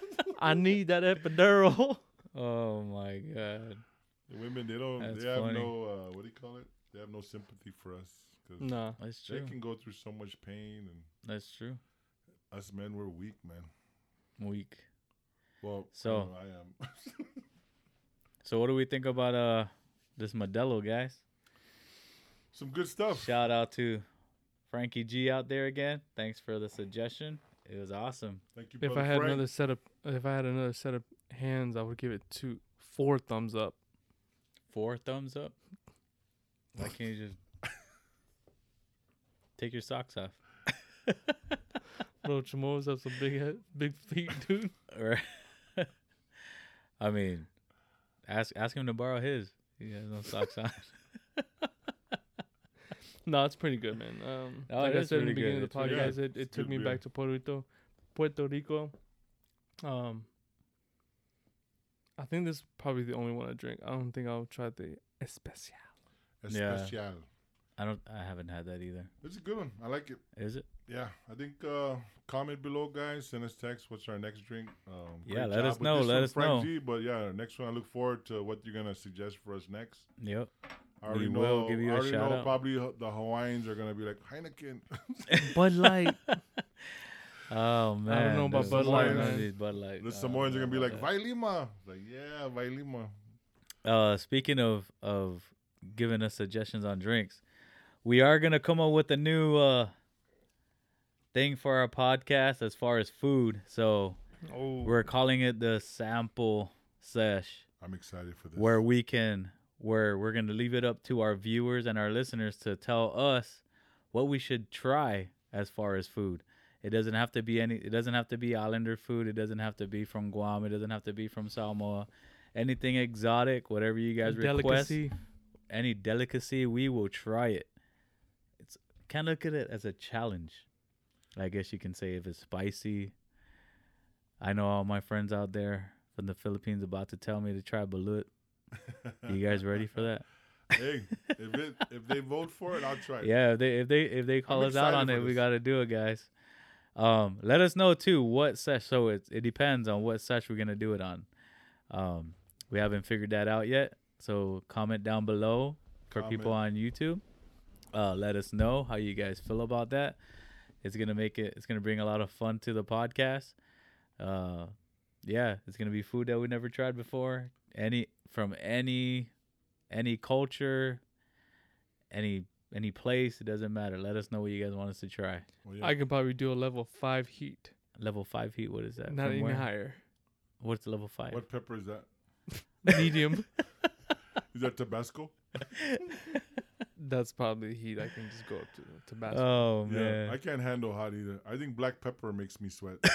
[SPEAKER 3] I need that epidural.
[SPEAKER 2] oh my god
[SPEAKER 1] The women, they don't.
[SPEAKER 2] That's
[SPEAKER 1] they have
[SPEAKER 2] funny.
[SPEAKER 1] no. Uh, what do you call it? They have no sympathy for us because
[SPEAKER 3] nah,
[SPEAKER 2] that's
[SPEAKER 1] they
[SPEAKER 2] true
[SPEAKER 1] can go through so much pain, and
[SPEAKER 2] that's true
[SPEAKER 1] us men, we're weak, man.
[SPEAKER 2] weak
[SPEAKER 1] Well,
[SPEAKER 2] So-
[SPEAKER 1] you know, I am.
[SPEAKER 2] so what do we think about uh this modelo guys
[SPEAKER 1] Some good stuff.
[SPEAKER 2] Shout out to Frankie G out there again. Thanks for the suggestion. It was awesome.
[SPEAKER 1] Thank you,
[SPEAKER 3] if
[SPEAKER 1] brother
[SPEAKER 3] I had
[SPEAKER 1] Frank.
[SPEAKER 3] another set of if I had another set of hands, I would give it two, four thumbs up.
[SPEAKER 2] Four thumbs up. Why can't you just take your socks off?
[SPEAKER 3] Bro, Chamorros have some big head, big feet, dude.
[SPEAKER 2] Or I mean, ask ask him to borrow his. He has no socks on.
[SPEAKER 3] No, it's pretty good, man. Um,
[SPEAKER 2] Oh,
[SPEAKER 3] like
[SPEAKER 2] it
[SPEAKER 3] I
[SPEAKER 2] is
[SPEAKER 3] said in the
[SPEAKER 2] pretty
[SPEAKER 3] beginning
[SPEAKER 2] good.
[SPEAKER 3] of the
[SPEAKER 1] It's really
[SPEAKER 3] podcast,
[SPEAKER 1] good.
[SPEAKER 3] it, it
[SPEAKER 1] It's
[SPEAKER 3] took
[SPEAKER 1] good
[SPEAKER 3] me
[SPEAKER 1] beer.
[SPEAKER 3] back to Puerto Rico, Puerto Rico. Um, I think this is probably the only one I drink. I don't think I'll try the especial.
[SPEAKER 2] Yeah.
[SPEAKER 1] Especial.
[SPEAKER 2] I don't. I haven't had that either.
[SPEAKER 1] It's a good one. I like it.
[SPEAKER 2] Is it?
[SPEAKER 1] Yeah, I think uh, comment below, guys. Send us text. What's our next drink? Um,
[SPEAKER 2] Yeah,
[SPEAKER 1] great
[SPEAKER 2] let us
[SPEAKER 1] job with
[SPEAKER 2] know,
[SPEAKER 1] this
[SPEAKER 2] let
[SPEAKER 1] one,
[SPEAKER 2] us
[SPEAKER 1] Frank
[SPEAKER 2] know.
[SPEAKER 1] G, but yeah, next one. I look forward to what you're gonna suggest for us next.
[SPEAKER 2] Yep.
[SPEAKER 1] I
[SPEAKER 2] We
[SPEAKER 1] already know.
[SPEAKER 2] will give
[SPEAKER 1] I
[SPEAKER 2] you a
[SPEAKER 1] already
[SPEAKER 2] shout
[SPEAKER 1] know.
[SPEAKER 2] out.
[SPEAKER 1] Probably h- the Hawaiians are gonna be like Heineken.
[SPEAKER 3] Bud Light.
[SPEAKER 2] Oh man.
[SPEAKER 3] know about
[SPEAKER 2] the
[SPEAKER 1] Bud Light,
[SPEAKER 2] Samoans,
[SPEAKER 1] man.
[SPEAKER 2] these Bud Light. Oh,
[SPEAKER 1] the
[SPEAKER 2] I
[SPEAKER 1] Samoans are
[SPEAKER 2] don't
[SPEAKER 1] gonna be
[SPEAKER 2] know
[SPEAKER 1] like
[SPEAKER 2] about
[SPEAKER 1] Vailima. Like yeah, Vailima.
[SPEAKER 2] that. Uh, speaking of of giving us suggestions on drinks, we are gonna come up with a new uh thing for our podcast as far as food. So
[SPEAKER 3] oh,
[SPEAKER 2] we're calling it the sample sesh.
[SPEAKER 1] I'm excited for this.
[SPEAKER 2] where we can where we're going to leave it up to our viewers and our listeners to tell us what we should try as far as food it doesn't have to be any it doesn't have to be islander food it doesn't have to be from guam it doesn't have to be from samoa anything exotic whatever you guys request
[SPEAKER 3] delicacy.
[SPEAKER 2] any delicacy we will try it it's kind of look at it as a challenge i guess you can say if it's spicy i know all my friends out there from the philippines about to tell me to try balut you guys ready for that?
[SPEAKER 1] hey, if it, if they vote for it, I'll try. it.
[SPEAKER 2] Yeah, if they if they if they call
[SPEAKER 1] I'm
[SPEAKER 2] us out
[SPEAKER 1] excited
[SPEAKER 2] on
[SPEAKER 1] for
[SPEAKER 2] it, we
[SPEAKER 1] this.
[SPEAKER 2] gotta do it, guys. Um, let us know too what sesh. So it it depends on what sesh we're gonna do it on. Um, we haven't figured that out yet. So comment down below for people on YouTube. Uh, let us know how you guys feel about that. It's gonna make it. It's gonna bring a lot of fun to the podcast. Uh, yeah, it's gonna be food that we never tried before. Any from any any culture, any any place. It doesn't matter. Let us know what you guys want us to try.
[SPEAKER 1] Well,
[SPEAKER 3] I could probably do a level five heat,
[SPEAKER 2] Level five heat. What is that?
[SPEAKER 3] not
[SPEAKER 2] From
[SPEAKER 3] any
[SPEAKER 2] where?
[SPEAKER 3] higher.
[SPEAKER 2] What's level five?
[SPEAKER 1] What pepper is that?
[SPEAKER 3] Medium.
[SPEAKER 1] Is that Tabasco?
[SPEAKER 3] That's probably the heat I can just go up to. Tabasco.
[SPEAKER 2] Oh
[SPEAKER 1] Yeah,
[SPEAKER 2] man.
[SPEAKER 1] I can't handle hot either. I think black pepper makes me sweat. So,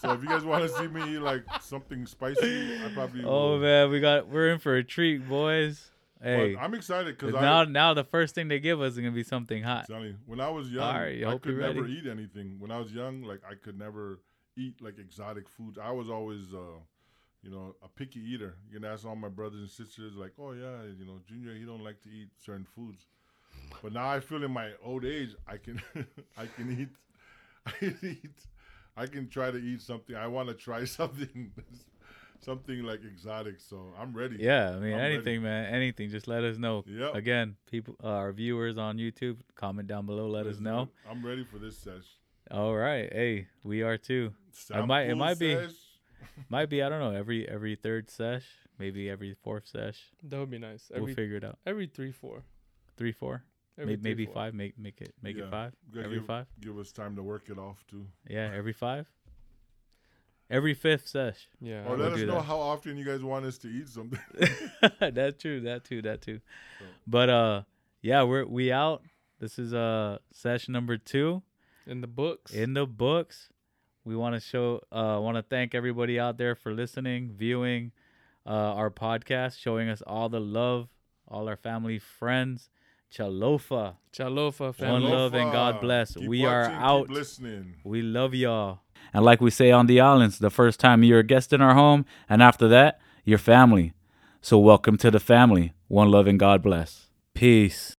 [SPEAKER 1] So if you guys want to see me eat like something spicy, I probably.
[SPEAKER 2] oh
[SPEAKER 1] will.
[SPEAKER 2] man, we got we're in for a treat, boys. Hey,
[SPEAKER 1] But I'm excited because I.
[SPEAKER 2] now now the first thing they give us is gonna be something hot.
[SPEAKER 1] Johnny, when I was young,
[SPEAKER 2] Alright, you
[SPEAKER 1] I
[SPEAKER 2] hope
[SPEAKER 1] could
[SPEAKER 2] you're
[SPEAKER 1] never
[SPEAKER 2] ready.
[SPEAKER 1] eat anything. When I was young, like I could never eat like exotic foods. I was always, uh, you know, a picky eater. You can ask all my brothers and sisters, like, oh yeah, you know, Junior, he don't like to eat certain foods. But now I feel in my old age, I can, I can eat, I can eat, I can try to eat something. I want to try something, something like exotic. So I'm ready.
[SPEAKER 2] Yeah, I mean
[SPEAKER 1] I'm ready.
[SPEAKER 2] anything, man, anything. Just let us know.
[SPEAKER 1] Yep.
[SPEAKER 2] Again, people, uh, our viewers on YouTube, comment down below. Let us
[SPEAKER 1] Let's do
[SPEAKER 2] know.
[SPEAKER 1] it. I'm ready for this sesh.
[SPEAKER 2] All right, hey, we are too. It might- it
[SPEAKER 1] Sampu
[SPEAKER 2] might be-
[SPEAKER 1] sesh.
[SPEAKER 2] Might be I don't know every every third sesh, maybe every fourth sesh.
[SPEAKER 3] That would be nice.
[SPEAKER 2] we'll
[SPEAKER 3] Every
[SPEAKER 2] figure it out.
[SPEAKER 3] every three four.
[SPEAKER 2] Three, four, maybe,
[SPEAKER 3] Every three,
[SPEAKER 2] maybe
[SPEAKER 3] four.
[SPEAKER 2] five. Make make it make
[SPEAKER 1] Yeah.
[SPEAKER 2] it five.
[SPEAKER 1] We gotta
[SPEAKER 2] Every
[SPEAKER 1] give-
[SPEAKER 2] five.
[SPEAKER 1] Give us time to work it off too.
[SPEAKER 2] Yeah, every five. Every fifth sesh.
[SPEAKER 3] Yeah.
[SPEAKER 1] Or
[SPEAKER 3] I
[SPEAKER 1] let
[SPEAKER 3] would
[SPEAKER 1] us
[SPEAKER 3] do
[SPEAKER 1] know
[SPEAKER 3] that.
[SPEAKER 1] how often you guys want us to eat something.
[SPEAKER 2] that too. That too. That too. But uh, yeah, we're we out. This is uh session number two.
[SPEAKER 3] in the books.
[SPEAKER 2] in the books. We want to show, uh, want to thank everybody out there for listening, viewing uh, our podcast, showing us all the love, all our family, friends. Chalofa,
[SPEAKER 3] Chalofa
[SPEAKER 2] one
[SPEAKER 3] family.
[SPEAKER 2] love and God bless.
[SPEAKER 1] Keep
[SPEAKER 2] we are
[SPEAKER 1] watching, keep
[SPEAKER 2] out.
[SPEAKER 1] listening.
[SPEAKER 2] We love y'all. And like we say on the islands, the first time you're a guest in our home, and after that, your family. So welcome to the family. One love and God bless. Peace.